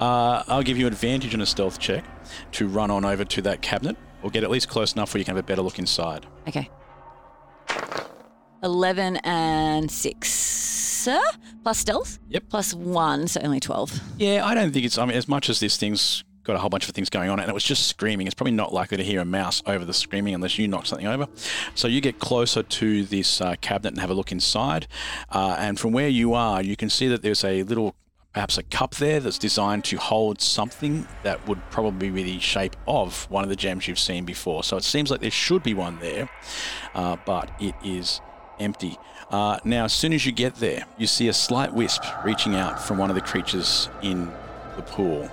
Speaker 1: Uh, I'll give you an advantage on a stealth check to run on over to that cabinet or get at least close enough where you can have a better look inside.
Speaker 3: Okay. 11 and 6 uh, plus stealth.
Speaker 1: Yep.
Speaker 3: Plus 1, so only 12.
Speaker 1: Yeah, I don't think it's, I mean, as much as this thing's got a whole bunch of things going on and it was just screaming, it's probably not likely to hear a mouse over the screaming unless you knock something over. So you get closer to this uh, cabinet and have a look inside. Uh, and from where you are, you can see that there's a little, perhaps a cup there that's designed to hold something that would probably be the shape of one of the gems you've seen before. So it seems like there should be one there, uh, but it is empty. Uh, now, as soon as you get there, you see a slight wisp reaching out from one of the creatures in the pool,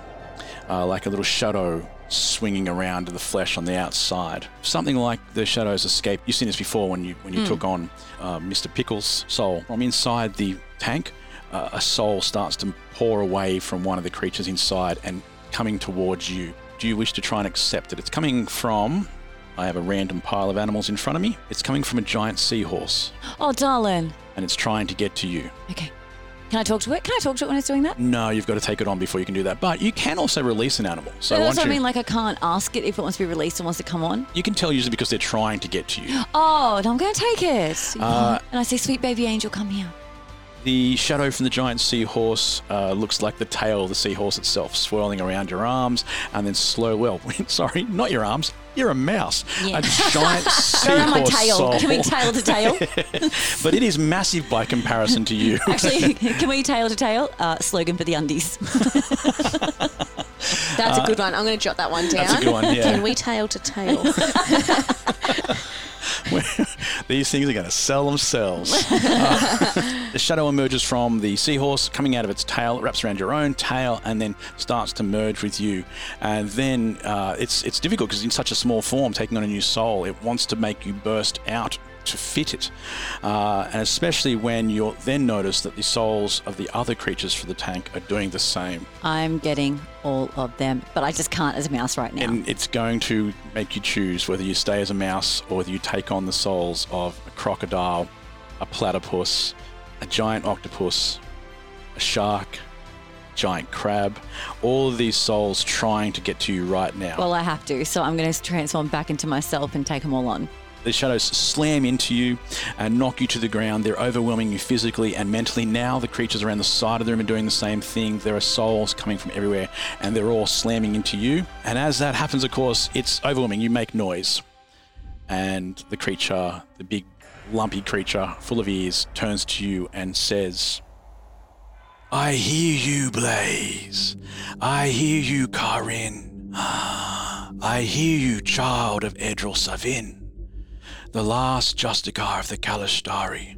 Speaker 1: uh, like a little shadow swinging around to the flesh on the outside. Something like the shadows escape. You've seen this before when you when you
Speaker 9: Mm.
Speaker 1: took on uh, Mr. Pickle's soul from inside the tank. Uh, a soul starts to pour away from one of the creatures inside and coming towards you. Do you wish to try and accept it? It's coming from I have a random pile of animals in front of me. It's coming from a giant seahorse,
Speaker 3: Oh, darling.
Speaker 1: and it's trying to get to you.
Speaker 3: Okay. Can I talk to it? Can I talk to it when it's doing that?
Speaker 1: No, you've got to take it on before you can do that. But you can also release an animal. So
Speaker 3: But
Speaker 1: once
Speaker 3: that's what I
Speaker 1: you,
Speaker 3: mean. Like, I can't ask it if it wants to be released and wants to come on.
Speaker 1: you can tell usually because they're trying to get to you.
Speaker 3: Oh, and I'm going to take it.
Speaker 1: Uh,
Speaker 3: and I say, sweet baby angel, come here.
Speaker 1: The shadow from the giant seahorse uh, looks like the tail of the seahorse itself, swirling around your arms and then slow. Well, sorry, not your arms. You're a mouse.
Speaker 3: Yeah.
Speaker 1: A giant seahorse.
Speaker 3: Go around my tail.
Speaker 1: soul.
Speaker 3: Can we tail to tail?
Speaker 1: but it is massive by comparison to you.
Speaker 3: Actually, can we tail to tail? Uh, slogan for the undies.
Speaker 4: That's
Speaker 1: Uh,
Speaker 4: a good one. I'm going to jot that one down.
Speaker 1: that's a good one, yeah.
Speaker 4: Can we tail to tail?
Speaker 1: These things are going to sell themselves. Uh, the shadow emerges from the seahorse, coming out of its tail. It wraps around your own tail and then starts to merge with you. And then uh, it's it's difficult because in such a small form, taking on a new soul, it wants to make you burst out to fit it. Uh, and especially when you'll then notice that the souls of the other creatures for the tank are doing the same.
Speaker 3: I'm getting all of them, but I just can't as a mouse right now.
Speaker 1: And it's going to make you choose whether you stay as a mouse or whether you take on the souls of a crocodile, a platypus, a giant octopus, a shark, giant crab. All of these souls trying to get to you right now.
Speaker 3: Well, I have to, so I'm going to transform back into myself and take them all on.
Speaker 1: the shadows slam into you and knock you to the ground. They're overwhelming you physically and mentally. Now the creatures around the side of the room are doing the same thing. There are souls coming from everywhere and they're all slamming into you. And as that happens, of course, it's overwhelming. You make noise. And the creature, the big lumpy creature full of ears, turns to you and says, I hear you, Blaze. I hear you, Karin. I hear you, child of Edril Savin the last Justicar of the Kalashari.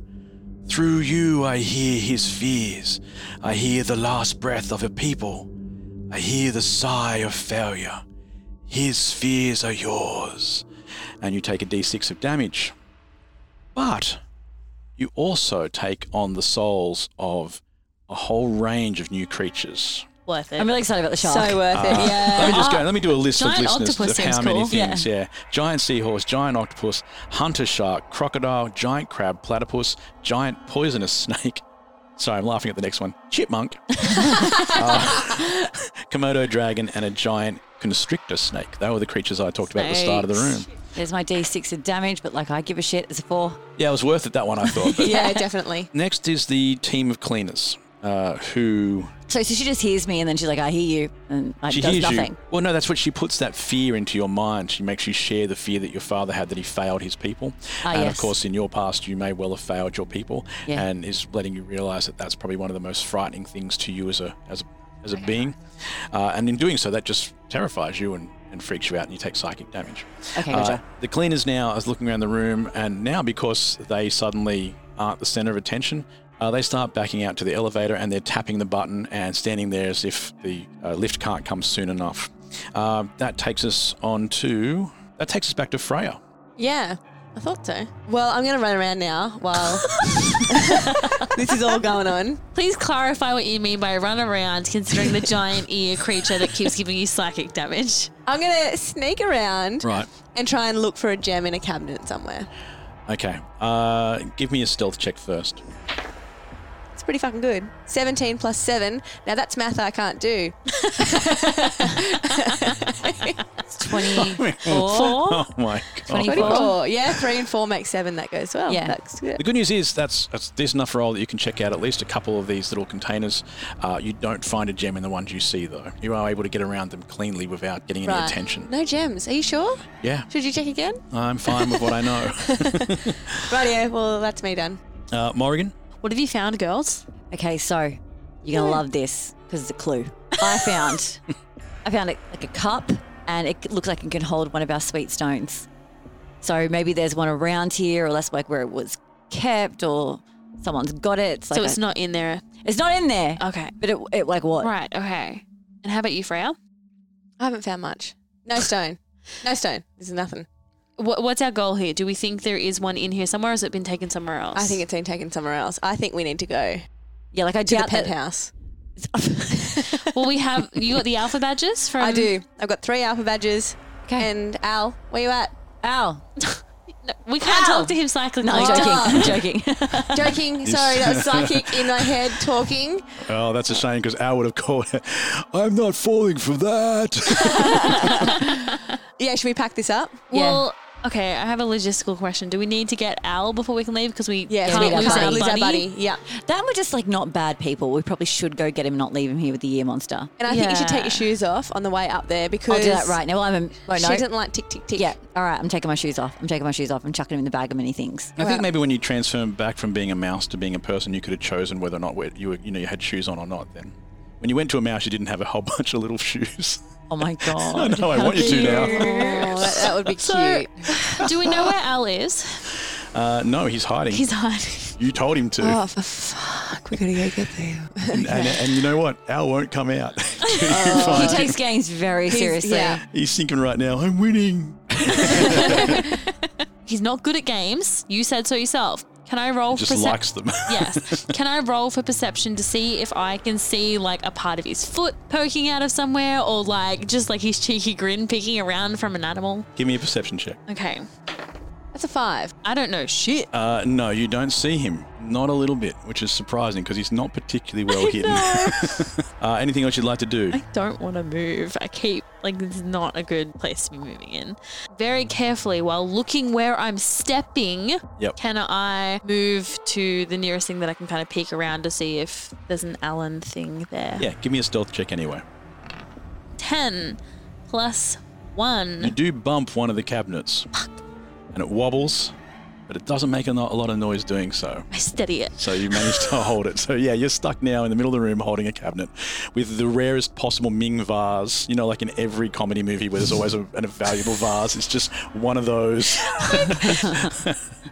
Speaker 1: Through you I hear his fears. I hear the last breath of a people. I hear the sigh of failure. His fears are yours. And you take a d6 of damage. But you also take on the souls of a whole range of new creatures.
Speaker 2: Worth it.
Speaker 3: I'm really excited about the shark.
Speaker 4: So worth it,
Speaker 1: Uh,
Speaker 4: yeah.
Speaker 1: Let me just go. Let me do a list
Speaker 3: Giant
Speaker 1: of listeners of
Speaker 3: octopus
Speaker 1: how
Speaker 3: seems
Speaker 1: many
Speaker 3: cool, yeah.
Speaker 1: things. Yeah. Giant seahorse, giant octopus, hunter shark, crocodile, giant crab, platypus, giant poisonous snake. Sorry, I'm laughing at the next one. Chipmunk, uh, Komodo dragon, and a giant constrictor snake. They were the creatures I talked about at the start of the room.
Speaker 3: There's my D6 of damage, but like I give a shit. It's a four.
Speaker 1: Yeah, it was worth it, that one, I thought. But
Speaker 4: yeah, definitely.
Speaker 1: Next is the team of cleaners uh, who
Speaker 3: So, so she just hears me, and then she's like, "I hear you," and like,
Speaker 1: she
Speaker 3: does
Speaker 1: hears
Speaker 3: nothing.
Speaker 1: you. Well, no, that's what she puts that fear into your mind. She makes you share the fear that your father had that he failed his people.
Speaker 3: Ah,
Speaker 1: and
Speaker 3: yes.
Speaker 1: of course, in your past, you may well have failed your people,
Speaker 3: Yeah.
Speaker 1: and is letting you realize that that's probably one of the most frightening things to you as a as a as a being. Uh, and in doing so, that just terrifies you and. And freaks you out, and you take psychic damage.
Speaker 3: Okay, gotcha.
Speaker 1: Uh, the cleaners now is looking around the room, and now because they suddenly aren't the center of attention, uh, they start backing out to the elevator and they're tapping the button and standing there as if the uh, lift can't come soon enough. Um, that takes us on to. That takes us back to Freya.
Speaker 4: Yeah, I thought so. Well, I'm going to run around now while this is all going on.
Speaker 2: Please clarify what you mean by run around, considering the giant ear creature that keeps giving you psychic damage.
Speaker 4: I'm going to sneak around
Speaker 1: Right.
Speaker 4: and try and look for a gem in a cabinet somewhere.
Speaker 1: Okay. Uh, give me a stealth check first.
Speaker 4: It's pretty fucking good. 17 plus 7. Now that's math I can't do.
Speaker 3: It's Twenty-four.
Speaker 1: Oh my god.
Speaker 4: 24. Yeah, 3 and 4 make 7. That goes well.
Speaker 3: Yeah.
Speaker 4: That's good.
Speaker 1: The good news is that's, that's there's enough roll that you can check out at least a couple of these little containers. Uh, you don't find a gem in the ones you see though. You are able to get around them cleanly without getting any
Speaker 4: Right.
Speaker 1: attention.
Speaker 4: No gems. Are you sure?
Speaker 1: Yeah,
Speaker 4: Should you check again?
Speaker 1: I'm fine with what I know.
Speaker 4: Rightio. Well, that's me done.
Speaker 1: Uh, Morrigan,
Speaker 2: What have you found, girls? Mm.
Speaker 3: Okay, so you're gonna love this because it's a clue. I found, I found it like a cup, and it looks like it can hold one of our sweet stones. So maybe there's one around here, or that's like where it was kept, or someone's got it. It's like
Speaker 2: so it's
Speaker 3: a-
Speaker 2: not in there.
Speaker 3: It's not in there.
Speaker 4: Oh.
Speaker 2: Okay.
Speaker 3: But it, it like what?
Speaker 2: Right. Okay. And how about you, Freya?
Speaker 4: I haven't found much. No stone. No stone. This is nothing.
Speaker 2: What, what's our goal here? Do we think there is one in here somewhere, or has it been taken somewhere else?
Speaker 4: I think it's been taken somewhere else. I think we need to go
Speaker 3: Yeah, like I
Speaker 4: to the
Speaker 3: doubt that-
Speaker 4: penthouse.
Speaker 2: well, we have. You got the alpha badges from.
Speaker 4: I do. I've got three alpha badges. And Al, where you at?
Speaker 3: Ow.
Speaker 2: No, we can't
Speaker 3: Ow.
Speaker 2: talk to him cyclically.
Speaker 3: No, I'm
Speaker 4: Oh.
Speaker 3: joking. I'm joking.
Speaker 4: Joking. Sorry, that was psychic in my head talking.
Speaker 1: Oh, that's a shame because Al would have called it. I'm not falling for that.
Speaker 4: Yeah, should we pack this up?
Speaker 2: Well, okay, I have a logistical question. Do we need to get Al before we can leave? Because we
Speaker 4: Yes,
Speaker 2: can't
Speaker 4: we
Speaker 2: lose,
Speaker 4: can't
Speaker 2: our
Speaker 4: lose our
Speaker 2: buddy.
Speaker 4: buddy. Yeah.
Speaker 3: That we're just like not bad people. We probably should go get him, not leave him here with the ear monster.
Speaker 4: And I think you should take
Speaker 2: Yeah.
Speaker 4: your shoes off on the way up there because
Speaker 3: I'll do that right now. I'm a. Oh,
Speaker 4: She
Speaker 3: no.
Speaker 4: doesn't like tick tick tick.
Speaker 3: yeah. All right. I'm taking my shoes off. I'm taking my shoes off. I'm chucking him in the bag of many things.
Speaker 1: I think maybe when you transform back from being a mouse to being a person, you could have chosen whether or not we- you were, you know you had shoes on or not. Then, when you went to a mouse, you didn't have a whole bunch of little shoes.
Speaker 3: Oh my god.
Speaker 1: I know. I want you to now.
Speaker 4: Oh, that, that would be
Speaker 2: So,
Speaker 4: cute.
Speaker 2: do we know where Al is?
Speaker 1: Uh, no, he's hiding.
Speaker 2: He's hiding.
Speaker 1: you told him to,
Speaker 4: Oh, for fuck. We're going to go get there.
Speaker 1: and, and, and you know what? Al won't come out.
Speaker 3: He
Speaker 1: Fine.
Speaker 3: takes games very
Speaker 4: He's-
Speaker 3: seriously.
Speaker 4: yeah.
Speaker 1: He's thinking right now. I'm winning.
Speaker 2: He's not good at games. You said so yourself. Can I roll?
Speaker 1: Just
Speaker 2: percep-
Speaker 1: likes them.
Speaker 2: yes. Can I roll for perception to see if I can see like a part of his foot poking out of somewhere, or like just like his cheeky grin peeking around from an animal?
Speaker 1: Give me a perception check.
Speaker 2: Okay.
Speaker 4: That's a five.
Speaker 2: I don't know shit.
Speaker 1: Uh, no, you don't see him. Not a little bit, which is surprising because he's not particularly well hidden. uh, anything else you'd like to do?
Speaker 2: I don't want to move. I keep like this is not a good place to be moving in. Very carefully while looking where I'm stepping.
Speaker 1: Yep.
Speaker 2: Can I move to the nearest thing that I can kind of peek around to see if there's an Allen thing there?
Speaker 1: Yeah, give me a stealth check anyway.
Speaker 2: Ten plus
Speaker 1: You
Speaker 2: one.
Speaker 1: do bump one of the cabinets, and it wobbles, but it doesn't make a, no- a lot of noise doing so.
Speaker 2: I steady it.
Speaker 1: So you manage to hold it. So yeah, you're stuck now in the middle of the room holding a cabinet with the rarest possible Ming vase. You know, like in every comedy movie where there's always a, an valuable vase. It's just one of those.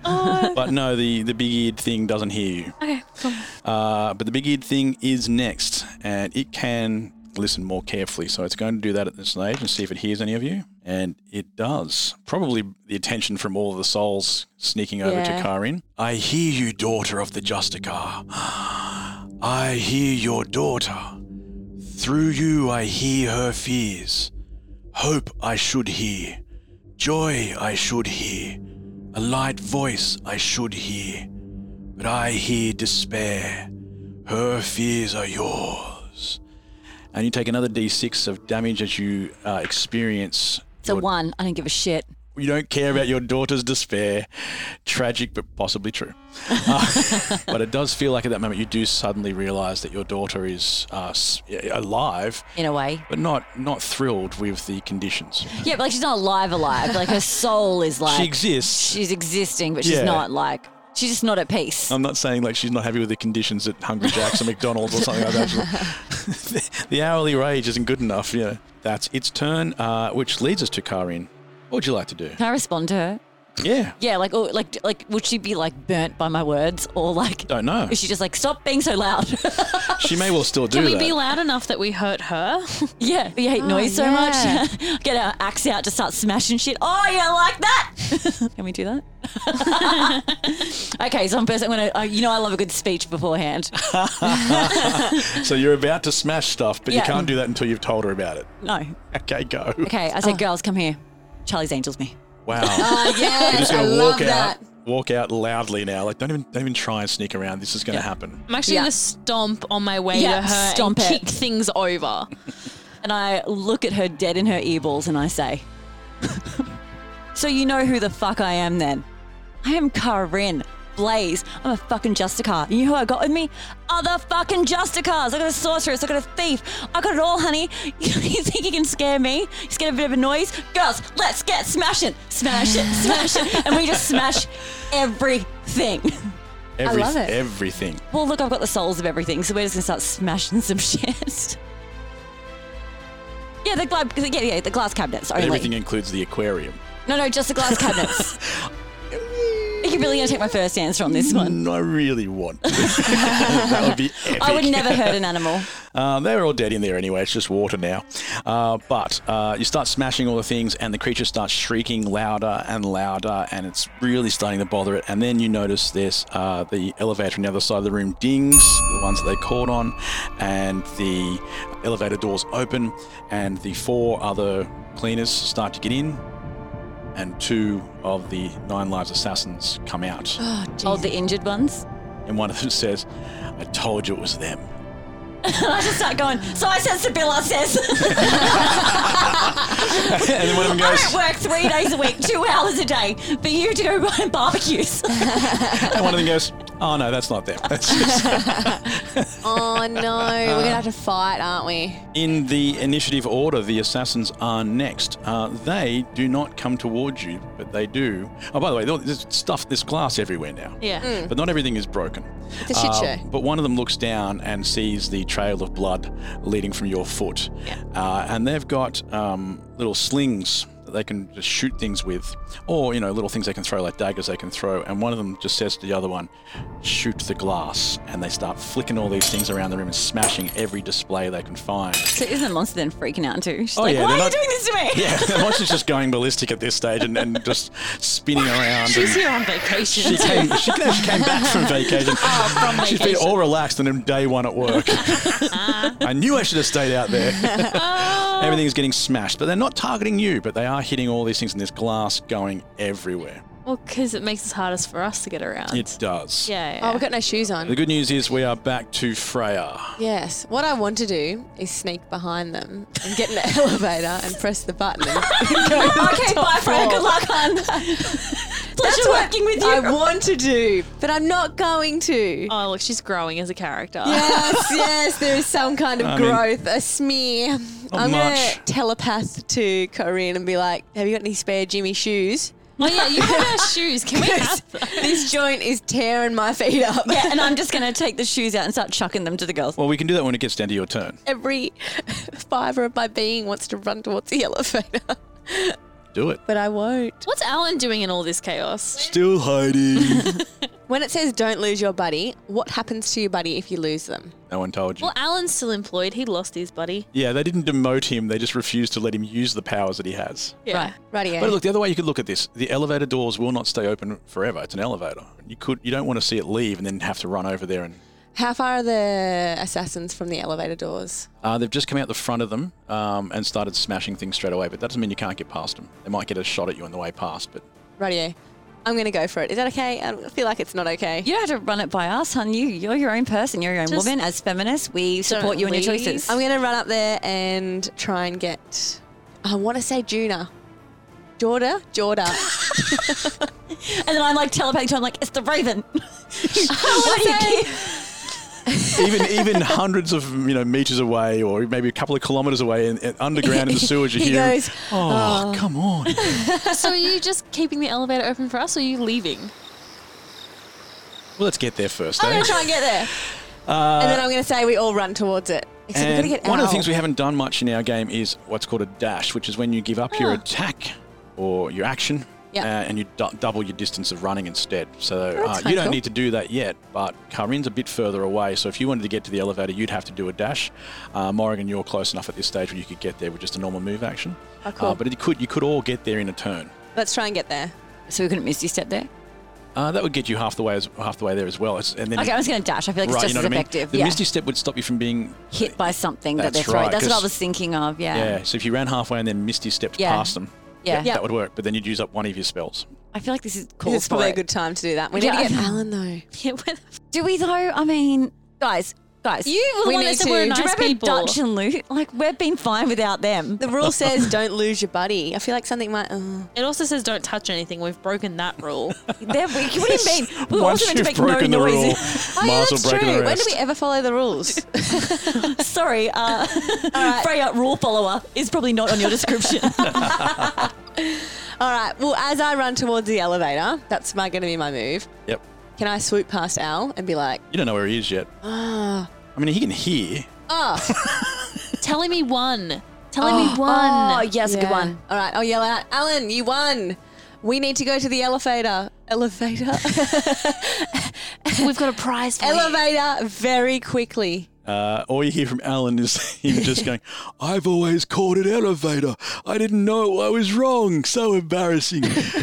Speaker 1: but no, the the big eared thing doesn't hear you.
Speaker 2: Okay, cool.
Speaker 1: Uh, but the big eared thing is next, and it can listen more carefully. So it's going to do that at this stage and see if it hears any of you. And it does. Probably the attention from all of the souls sneaking over
Speaker 4: Yeah.
Speaker 1: to Karin. I hear you, daughter of the Justicar. I hear your daughter. Through you, I hear her fears. Hope I should hear. Joy I should hear. A light voice I should hear but I hear despair. Her fears are yours. And you take another d6 of damage as you uh, experience.
Speaker 3: It's a
Speaker 1: your-
Speaker 3: one. I don't give a shit.
Speaker 1: You don't care about your daughter's despair. Tragic, but possibly true. Uh, but it does feel like at that moment you do suddenly realize that your daughter is uh, s- alive,
Speaker 3: In a way.
Speaker 1: but not not thrilled with the conditions.
Speaker 3: Yeah, but like she's not alive, alive. Like her soul is like
Speaker 1: she exists.
Speaker 3: She's existing, but she's
Speaker 1: Yeah. Um,
Speaker 3: not like she's just not at peace.
Speaker 1: I'm not saying like she's not happy with the conditions at Hungry Jack's or McDonald's or something like that. the hourly wage isn't good enough. Yeah, that's its turn, uh, which leads us to Karin. What would you like to do?
Speaker 3: Can I respond to her?
Speaker 1: Yeah,
Speaker 3: Yeah, like, oh, like, like, would she be like burnt by my words, or like,
Speaker 1: don't know.
Speaker 3: is she just like, stop being so loud?
Speaker 1: She may well still do
Speaker 2: Can we
Speaker 1: that. Oh,
Speaker 2: be loud enough that we hurt her?
Speaker 3: yeah, we hate noise so much. Get our axe out to start smashing shit. Oh, yeah, like that. Can we do that? okay, so I'm first. I'm gonna. Uh, you know, I love a good speech beforehand.
Speaker 1: so you're about to smash stuff, but
Speaker 3: Yeah.
Speaker 1: you can't do that until you've told her about it.
Speaker 3: No.
Speaker 1: Okay, go.
Speaker 3: Okay, I said, girls, come here. Charlie's Angels me.
Speaker 1: Wow.
Speaker 4: yes,
Speaker 1: you're just gonna
Speaker 4: Oh, I
Speaker 1: walk
Speaker 4: love that.
Speaker 1: out, walk out loudly now. Like don't even don't even try and sneak around. This is going to happen.
Speaker 2: I'm actually
Speaker 4: Yeah.
Speaker 2: gonna stomp on my way
Speaker 3: Yeah,
Speaker 2: to her
Speaker 3: stomp
Speaker 2: and
Speaker 3: it.
Speaker 2: kick things over.
Speaker 3: And I look at her dead in her earballs and I say, So you know who the fuck I am then? I am Karin Blaze. I'm a fucking Justicar. You know who I got with me? Other fucking Justicars. I got a sorceress. I got a thief. I got it all, honey. You think you can scare me? You scared a bit of a noise? Girls, let's get smashing. Smash it, smash it. And we just smash everything.
Speaker 1: Every,
Speaker 4: love it.
Speaker 1: Everything.
Speaker 3: Well, look, I've got the souls of everything, so we're just gonna start smashing some shit. yeah, the glass. Yeah, yeah, the glass cabinets only.
Speaker 1: Everything includes the aquarium.
Speaker 3: No, no, just the glass cabinets. Are you really gonna take my first answer on this one?
Speaker 1: I really want. to. that would be epic.
Speaker 3: I would never hurt an animal.
Speaker 1: Um, they were all dead in there anyway. It's just water now. Uh, but uh, you start smashing all the things, and the creature starts shrieking louder and louder, and it's really starting to bother it. And then you notice this: uh, the elevator on the other side of the room dings, the ones that they called on, and the elevator doors open, and the four other cleaners start to get in, and two of the Nine Lives assassins come out.
Speaker 3: All the injured ones.
Speaker 1: And one of them says, I told you it was them.
Speaker 3: and I just start going, so I said Sibylla says.
Speaker 1: and then one of them
Speaker 3: I
Speaker 1: goes,
Speaker 3: don't work three days a week, two hours a day, but you do my barbecues.
Speaker 1: and one of them goes, Oh no, that's not them. That's just-
Speaker 4: oh no, we're gonna have to fight, aren't we?
Speaker 1: In the initiative order, the assassins are next. Uh, they do not come towards you, but they do. Oh, by the way, there's stuff, there's glass everywhere now.
Speaker 2: Yeah. Mm.
Speaker 1: But not everything is broken. Um,
Speaker 2: It's a shit show.
Speaker 1: But one of them looks down and sees the trail of blood leading from your foot. Yeah. Uh, and they've got um, little slings that they can just shoot things with, or, you know, little things they can throw, like daggers they can throw. And one of them just says to the other one, shoot the glass. And they start flicking all these things around the room and smashing every display they can find.
Speaker 3: So isn't Monster then freaking out too? She's like, why are
Speaker 1: Oh, they're
Speaker 3: you
Speaker 1: not-
Speaker 3: doing this to me?
Speaker 1: Yeah, the monster's just going ballistic at this stage and, and just spinning around.
Speaker 3: She's
Speaker 1: and
Speaker 3: here on vacation.
Speaker 1: She came, she came she came back from vacation.
Speaker 3: Oh, from
Speaker 1: She's been
Speaker 3: vacation.
Speaker 1: all relaxed and on day one at work. I knew I should have stayed out there.
Speaker 3: Oh.
Speaker 1: Everything's getting smashed, but they're not targeting you, but they are hitting all these things and there's glass going everywhere.
Speaker 2: Well, because it makes it hardest for us to get around.
Speaker 1: It does.
Speaker 2: Yeah.
Speaker 4: Oh, we've got no shoes on.
Speaker 1: The good news is we are back to Freya.
Speaker 4: Yes. What I want to do is sneak behind them and get in the elevator and press the button. And go to the
Speaker 3: okay,
Speaker 4: top
Speaker 3: bye, Fran.
Speaker 4: floor.
Speaker 3: Good luck, hon. Pleasure
Speaker 4: what
Speaker 3: working with you.
Speaker 4: I want to do, but I'm not going to.
Speaker 2: Oh, look, she's growing as a character.
Speaker 4: Yes, yes, there is some kind of
Speaker 2: I mean,
Speaker 4: growth, a smear.
Speaker 2: much.
Speaker 4: I'm gonna telepath to Corinne and be like, "Have you got any spare Jimmy shoes?"
Speaker 2: Oh yeah, you have our shoes. Can we have
Speaker 4: this joint is tearing my feet up.
Speaker 3: Yeah, and I'm just going to take the shoes out and start chucking them to the girls.
Speaker 1: Well, we can do that when it gets down to your turn.
Speaker 4: Every fiber of my being wants to run towards the elevator,
Speaker 1: Do it.
Speaker 4: but I won't.
Speaker 2: What's Alan doing in all this chaos?
Speaker 1: Still hiding.
Speaker 4: When it says don't lose your buddy, what happens to your buddy if you lose them?
Speaker 1: no one told you.
Speaker 2: Well, Alan's still employed. He lost his buddy.
Speaker 1: Yeah, they didn't demote him. They just refused to let him use the powers that he has.
Speaker 2: Yeah.
Speaker 4: Right.
Speaker 1: But look, the other way you could look at this: the elevator doors will not stay open forever. It's an elevator. You could, you don't want to see it leave and then have to run over there. And
Speaker 4: How far are the assassins from the elevator doors?
Speaker 1: uh, they've just come out the front of them um, and started smashing things straight away. But that doesn't mean you can't get past them. They might get a shot at you on the way past. But
Speaker 4: Radio. I'm going to go for it. Is that okay? I feel like it's not okay.
Speaker 3: You don't have to run it by us, hon. You, you're your own person. You're your own
Speaker 4: Just
Speaker 3: woman. As feminists, we support you in your
Speaker 4: Please.
Speaker 3: choices.
Speaker 4: I'm going to run up there and try and get. I want to say Juna. Jorda? Jorda.
Speaker 3: and then I'm like telepathic to her, I'm like, it's the raven. What do you keep-
Speaker 1: even even hundreds of you know meters away, or maybe a couple of kilometers away, and, and underground in the sewers, you
Speaker 4: He
Speaker 1: hear.
Speaker 4: goes,
Speaker 1: oh,
Speaker 4: "Oh."
Speaker 1: come on!
Speaker 2: so are you just keeping the elevator open for us, or are you leaving?
Speaker 1: Well, let's get there first.
Speaker 4: I'm
Speaker 1: eh?
Speaker 4: going to try and get there.
Speaker 1: Uh,
Speaker 4: and then I'm going to say we all run towards it. Except we're
Speaker 1: And
Speaker 4: going to get
Speaker 1: one of the
Speaker 4: out.
Speaker 1: things we haven't done much in our game is what's called a dash, which is when you give up
Speaker 3: Ah.
Speaker 1: your attack or your action
Speaker 4: Yeah.
Speaker 1: uh, and you du- double your distance of running instead. So uh,
Speaker 9: kinda
Speaker 1: you don't
Speaker 9: cool.
Speaker 1: need to do that yet, but Karin's a bit further away. So if you wanted to get to the elevator, you'd have to do a dash. Uh, Morrigan, you're close enough at this stage where you could get there with just a normal move action.
Speaker 3: Ah,
Speaker 4: Oh, cool.
Speaker 1: Uh, but it could you could all get there in a turn.
Speaker 4: Let's try and get there.
Speaker 3: So we couldn't miss you step there?
Speaker 1: Uh, that would get you half the way as, half the way there as well. It's, and then
Speaker 3: Okay, I was going to dash. I feel like
Speaker 1: Right, you
Speaker 3: it's just
Speaker 1: know
Speaker 3: as
Speaker 1: what I mean?
Speaker 3: effective.
Speaker 1: The
Speaker 3: yeah.
Speaker 1: misty step would stop you from being
Speaker 3: Hit by something that
Speaker 1: That's
Speaker 3: they're throwing.
Speaker 1: right,
Speaker 3: That's what I
Speaker 1: 'cause-
Speaker 3: was thinking of.
Speaker 1: Yeah.
Speaker 3: Yeah.
Speaker 1: So if you ran halfway and then Misty stepped
Speaker 3: Yeah.
Speaker 1: past them,
Speaker 3: Yeah. Yeah.
Speaker 1: that would work. But then you'd use up one of your spells.
Speaker 3: I feel like this is cool.
Speaker 4: This is probably a good time to do that. We need to get Alan though.
Speaker 3: Do we though? I mean, guys, guys,
Speaker 4: You were the
Speaker 3: we
Speaker 4: one that
Speaker 3: need
Speaker 4: said we're
Speaker 3: to-
Speaker 4: nice
Speaker 3: Do you remember
Speaker 4: people.
Speaker 3: Dutch and Luke? Like we've been fine without them.
Speaker 4: The rule says don't lose your buddy. I feel like something might. Uh.
Speaker 2: It also says don't touch anything. We've broken that rule.
Speaker 3: They're weak. What do you mean? We were
Speaker 1: Once
Speaker 3: also meant to
Speaker 1: you've
Speaker 3: make
Speaker 1: broken
Speaker 3: no
Speaker 1: the rule,
Speaker 4: Oh,
Speaker 3: noises. Oh,
Speaker 1: might as well break the
Speaker 4: When do
Speaker 1: rest.
Speaker 4: we ever follow the rules?
Speaker 3: Sorry, uh, Freya, rule follower is probably not on your description.
Speaker 4: All right. Well, as I run towards the elevator, that's my going to be my move.
Speaker 1: Yep.
Speaker 4: Can I swoop past Al and be like,
Speaker 1: You don't know where he is yet.
Speaker 4: ah,
Speaker 1: I mean, he can hear.
Speaker 4: oh,
Speaker 2: Telling me one. Telling
Speaker 4: Oh,
Speaker 2: me one.
Speaker 4: oh, yes, good one. All right. I'll yell out, Alan, you won. We need to go to the elevator. Elevator.
Speaker 2: We've got a prize. For
Speaker 4: elevator very quickly.
Speaker 1: Uh, all you hear from Alan is him just going, I've always called it elevator. I didn't know I was wrong. So embarrassing.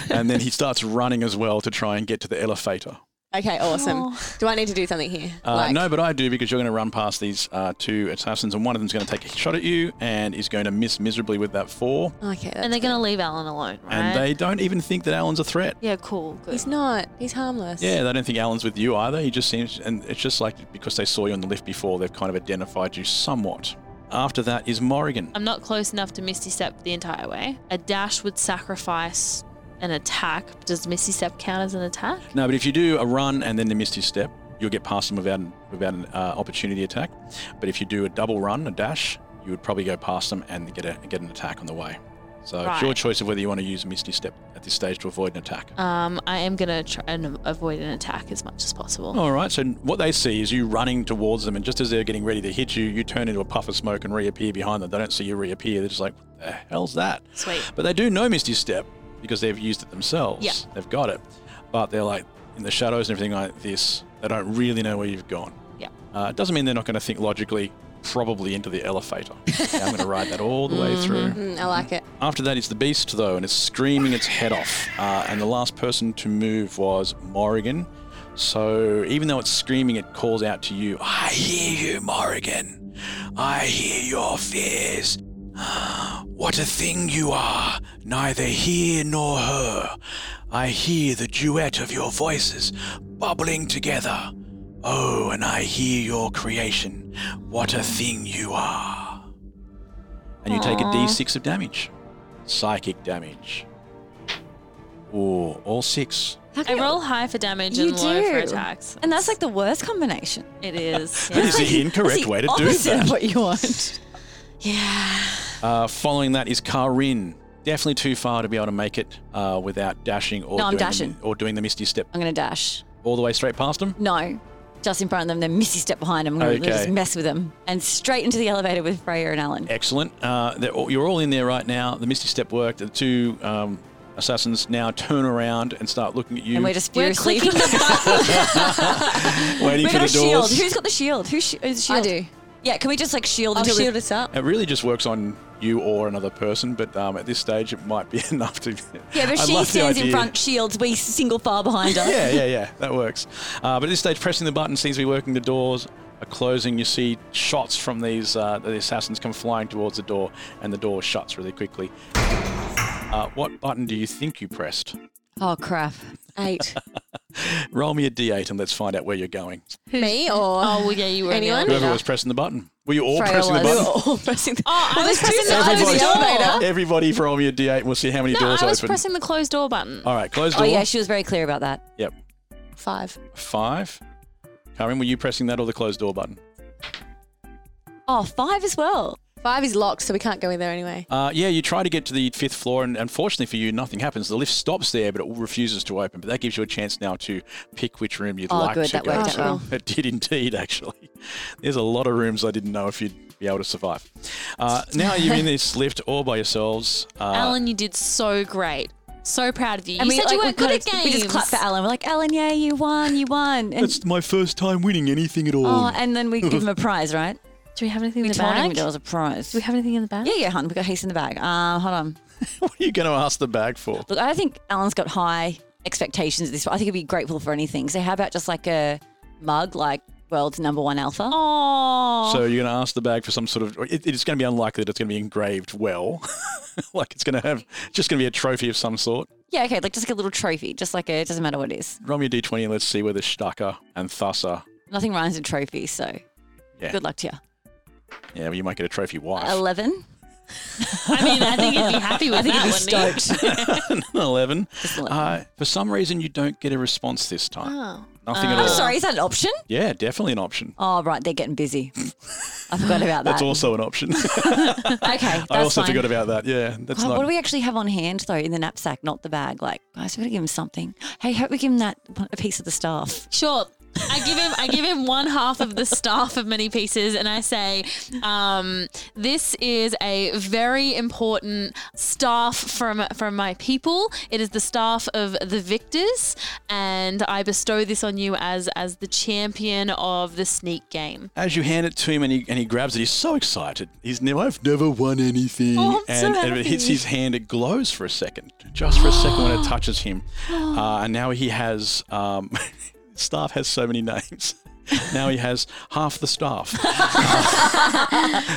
Speaker 1: and then he starts running as well to try and get to the elevator.
Speaker 4: Okay, awesome. Do I need to do something here?
Speaker 1: Uh, no, but I do because you're going to run past these uh, two assassins, and one of them's going to take a shot at you and is going to miss miserably with that four.
Speaker 4: Okay.
Speaker 2: And they're going to leave Alan alone, right?
Speaker 1: And they don't even think that Alan's a threat.
Speaker 2: yeah, cool. Good.
Speaker 4: He's not. He's harmless.
Speaker 1: Yeah, they don't think Alan's with you either. He just seems, and it's just like because they saw you on the lift before, they've kind of identified you somewhat. After that is Morrigan.
Speaker 2: I'm not close enough to Misty Step the entire way. A dash would sacrifice an attack. Does Misty Step count as an attack?
Speaker 1: No, but if you do a run and then the misty step, you'll get past them without an, without an uh, opportunity attack. But if you do a double run, a dash, you would probably go past them and get a, get an attack on the way. So it's your
Speaker 2: Right.
Speaker 1: choice of whether you want to use misty step at this stage to avoid an attack.
Speaker 2: Um, I am going to try and avoid an attack as much as possible.
Speaker 1: All right. So what they see is you running towards them, and just as they're getting ready to hit you, you turn into a puff of smoke and reappear behind them. They don't see you reappear. They're just like, "What the hell's that?"
Speaker 2: Sweet.
Speaker 1: But they do know Misty Step because they've used it themselves.
Speaker 2: Yeah.
Speaker 1: They've got it, but they're like in the shadows and everything like this. They don't really know where you've gone.
Speaker 2: Yeah.
Speaker 1: Uh, it doesn't mean they're not going to think logically. Probably into the elevator. Yeah, I'm going to ride that all the
Speaker 2: Mm-hmm.
Speaker 1: way through.
Speaker 4: Mm, I like it.
Speaker 1: After that, it's the beast, though, and it's screaming its head off. Uh, and the last person to move was Morrigan. So even though it's screaming, it calls out to you, I hear you, Morrigan. I hear your fears. What a thing you are, neither here nor her. I hear the duet of your voices bubbling together. Oh, and I hear your creation. What a thing you are. And you take a
Speaker 2: Aw.
Speaker 1: d6 of damage. Psychic damage. Ooh, all six.
Speaker 2: I roll high for damage
Speaker 3: You
Speaker 2: and low for
Speaker 3: do.
Speaker 2: attacks.
Speaker 3: And that's like the worst combination.
Speaker 2: It is.
Speaker 1: That is
Speaker 2: yeah.
Speaker 1: the incorrect way to do
Speaker 3: opposite
Speaker 1: that.
Speaker 3: of what you want.
Speaker 1: Uh, following that is Karin. Definitely too far to be able to make it uh, without dashing or
Speaker 3: No, I'm
Speaker 1: doing
Speaker 3: dashing.
Speaker 1: The, or doing the misty step
Speaker 3: I'm going to dash.
Speaker 1: all the way straight past them.
Speaker 3: No, just in front of them, then Missy step behind them. I'm going to
Speaker 1: Okay.
Speaker 3: just mess with them. And straight into the elevator with Freya and Alan.
Speaker 1: Excellent. Uh, they're all, you're all in there right now. The misty step worked. The two um, assassins now turn around and start looking at you.
Speaker 3: And we're just furiously
Speaker 2: clicking
Speaker 1: waiting
Speaker 3: We've
Speaker 1: for
Speaker 3: got
Speaker 1: the
Speaker 3: a shield.
Speaker 1: doors.
Speaker 3: Who's got the shield? Who's sh- who's the
Speaker 4: I
Speaker 3: shield?
Speaker 4: do.
Speaker 3: Yeah, can we just like shield
Speaker 4: I'll
Speaker 3: until we-
Speaker 4: shield us up.
Speaker 1: It really just works on you or another person, but um, at this stage, it might be enough to.
Speaker 3: Yeah, but
Speaker 1: I
Speaker 3: she
Speaker 1: love the
Speaker 3: stands in
Speaker 1: idea.
Speaker 3: front, shields, we single file behind her.
Speaker 1: yeah, yeah, yeah. That works. Uh, but at this stage, pressing the button seems to be working. The doors are closing. You see shots from these uh, the assassins come flying towards the door, and the door shuts really quickly. Uh, what button do you think you pressed?
Speaker 3: Oh crap.
Speaker 4: Eight.
Speaker 1: Roll me a d8 and let's find out where you're going.
Speaker 4: Me or
Speaker 2: Oh, well, yeah, you were in the
Speaker 4: Anyone?
Speaker 2: elevator.
Speaker 1: Whoever was pressing the button. Were you all
Speaker 4: Freya
Speaker 1: pressing the
Speaker 4: was.
Speaker 1: button?
Speaker 4: We were all pressing the-
Speaker 2: Oh, I was pressing the
Speaker 4: Everybody-
Speaker 2: closed door.
Speaker 4: elevator?
Speaker 1: Everybody for roll me a d8 and we'll see how many
Speaker 2: No,
Speaker 1: doors
Speaker 2: I was
Speaker 1: open. Ah.
Speaker 2: pressing the closed door button.
Speaker 1: all right, close
Speaker 3: Oh
Speaker 1: door.
Speaker 3: yeah, she was very clear about that.
Speaker 1: yep.
Speaker 4: Five.
Speaker 1: Five. Karen, were you pressing that or the closed door button?
Speaker 3: Oh, five as well.
Speaker 4: Five is locked, so we can't go in there anyway.
Speaker 1: Uh, yeah, you try to get to the fifth floor, and unfortunately for you, nothing happens. The lift stops there, but it refuses to open. But that gives you a chance now to pick which room you'd
Speaker 3: Oh,
Speaker 1: like
Speaker 3: good,
Speaker 1: to
Speaker 3: that
Speaker 1: go
Speaker 3: worked
Speaker 1: to.
Speaker 3: out
Speaker 1: It did indeed, actually. There's a lot of rooms I didn't know if you'd be able to survive. Uh, now you're in this lift all by yourselves. Uh,
Speaker 2: Alan, you did so great. So proud of you.
Speaker 3: And
Speaker 2: you
Speaker 3: we,
Speaker 2: said you
Speaker 3: like,
Speaker 2: weren't
Speaker 3: we
Speaker 2: good at
Speaker 3: kinda-
Speaker 2: games.
Speaker 3: We just clap for Alan. We're like, Alan, yeah, you won, you won. And,
Speaker 1: That's my first time winning anything at all.
Speaker 3: oh, and then we give him a prize, right?
Speaker 2: Do we have anything in
Speaker 3: We
Speaker 2: the
Speaker 3: told him
Speaker 2: bag?
Speaker 3: there was a prize.
Speaker 2: Do we have anything in the bag?
Speaker 3: Yeah, yeah, hon, we got heaps in the bag. Uh, hold on.
Speaker 1: what are you going to ask the bag for?
Speaker 3: Look, I think Alan's got high expectations at this point. I think he'd be grateful for anything. So how about just like a mug, like world's number one alpha?
Speaker 2: Oh.
Speaker 1: So you're going to ask the bag for some sort of. It, it's going to be unlikely that it's going to be engraved well. like it's going to have just going to be a trophy of some sort.
Speaker 3: Yeah, okay, like just like a little trophy, just like a, it doesn't matter what it is.
Speaker 1: Roll me a d20 and let's see whether Shtaka and Thassa.
Speaker 3: Nothing rhymes with trophy, so
Speaker 1: Yeah.
Speaker 3: good luck to you.
Speaker 1: Yeah, well, you might get a trophy wife.
Speaker 3: 11.
Speaker 2: I mean, I think you'd be happy with
Speaker 3: I think
Speaker 2: that,
Speaker 3: he'd be
Speaker 2: wouldn't you?
Speaker 3: stoked.
Speaker 1: An 11.
Speaker 3: Just 11.
Speaker 1: Uh, for some reason, you don't get a response this time.
Speaker 2: Oh.
Speaker 1: Nothing at
Speaker 3: I'm
Speaker 1: all.
Speaker 3: Uh, sorry, is that an option?
Speaker 1: Yeah, definitely an option.
Speaker 3: Oh, right, they're getting busy. I forgot about that.
Speaker 1: That's also an option.
Speaker 3: Okay, that's
Speaker 1: I also
Speaker 3: fine.
Speaker 1: forgot about that. Yeah, that's
Speaker 3: God,
Speaker 1: not.
Speaker 3: what do we actually have on hand though in the knapsack, not the bag? Like, guys, we gotta give him something. Hey, hope we give him that a piece of the staff.
Speaker 2: Sure. I give him I give him one half of the staff of many pieces and I say, um, this is a very important staff from from my people. It is the staff of the victors, and I bestow this on you as as the champion of the sneak game.
Speaker 1: As you hand it to him and he, and he grabs it, he's so excited. He's never, I've never won anything.
Speaker 2: Oh, I'm so
Speaker 1: and and if it hits
Speaker 2: happy.
Speaker 1: his hand, it glows
Speaker 3: Oh.
Speaker 1: for a second, just for a second when it touches him. Uh, and now he has, um, staff has so many names. now he has half the staff.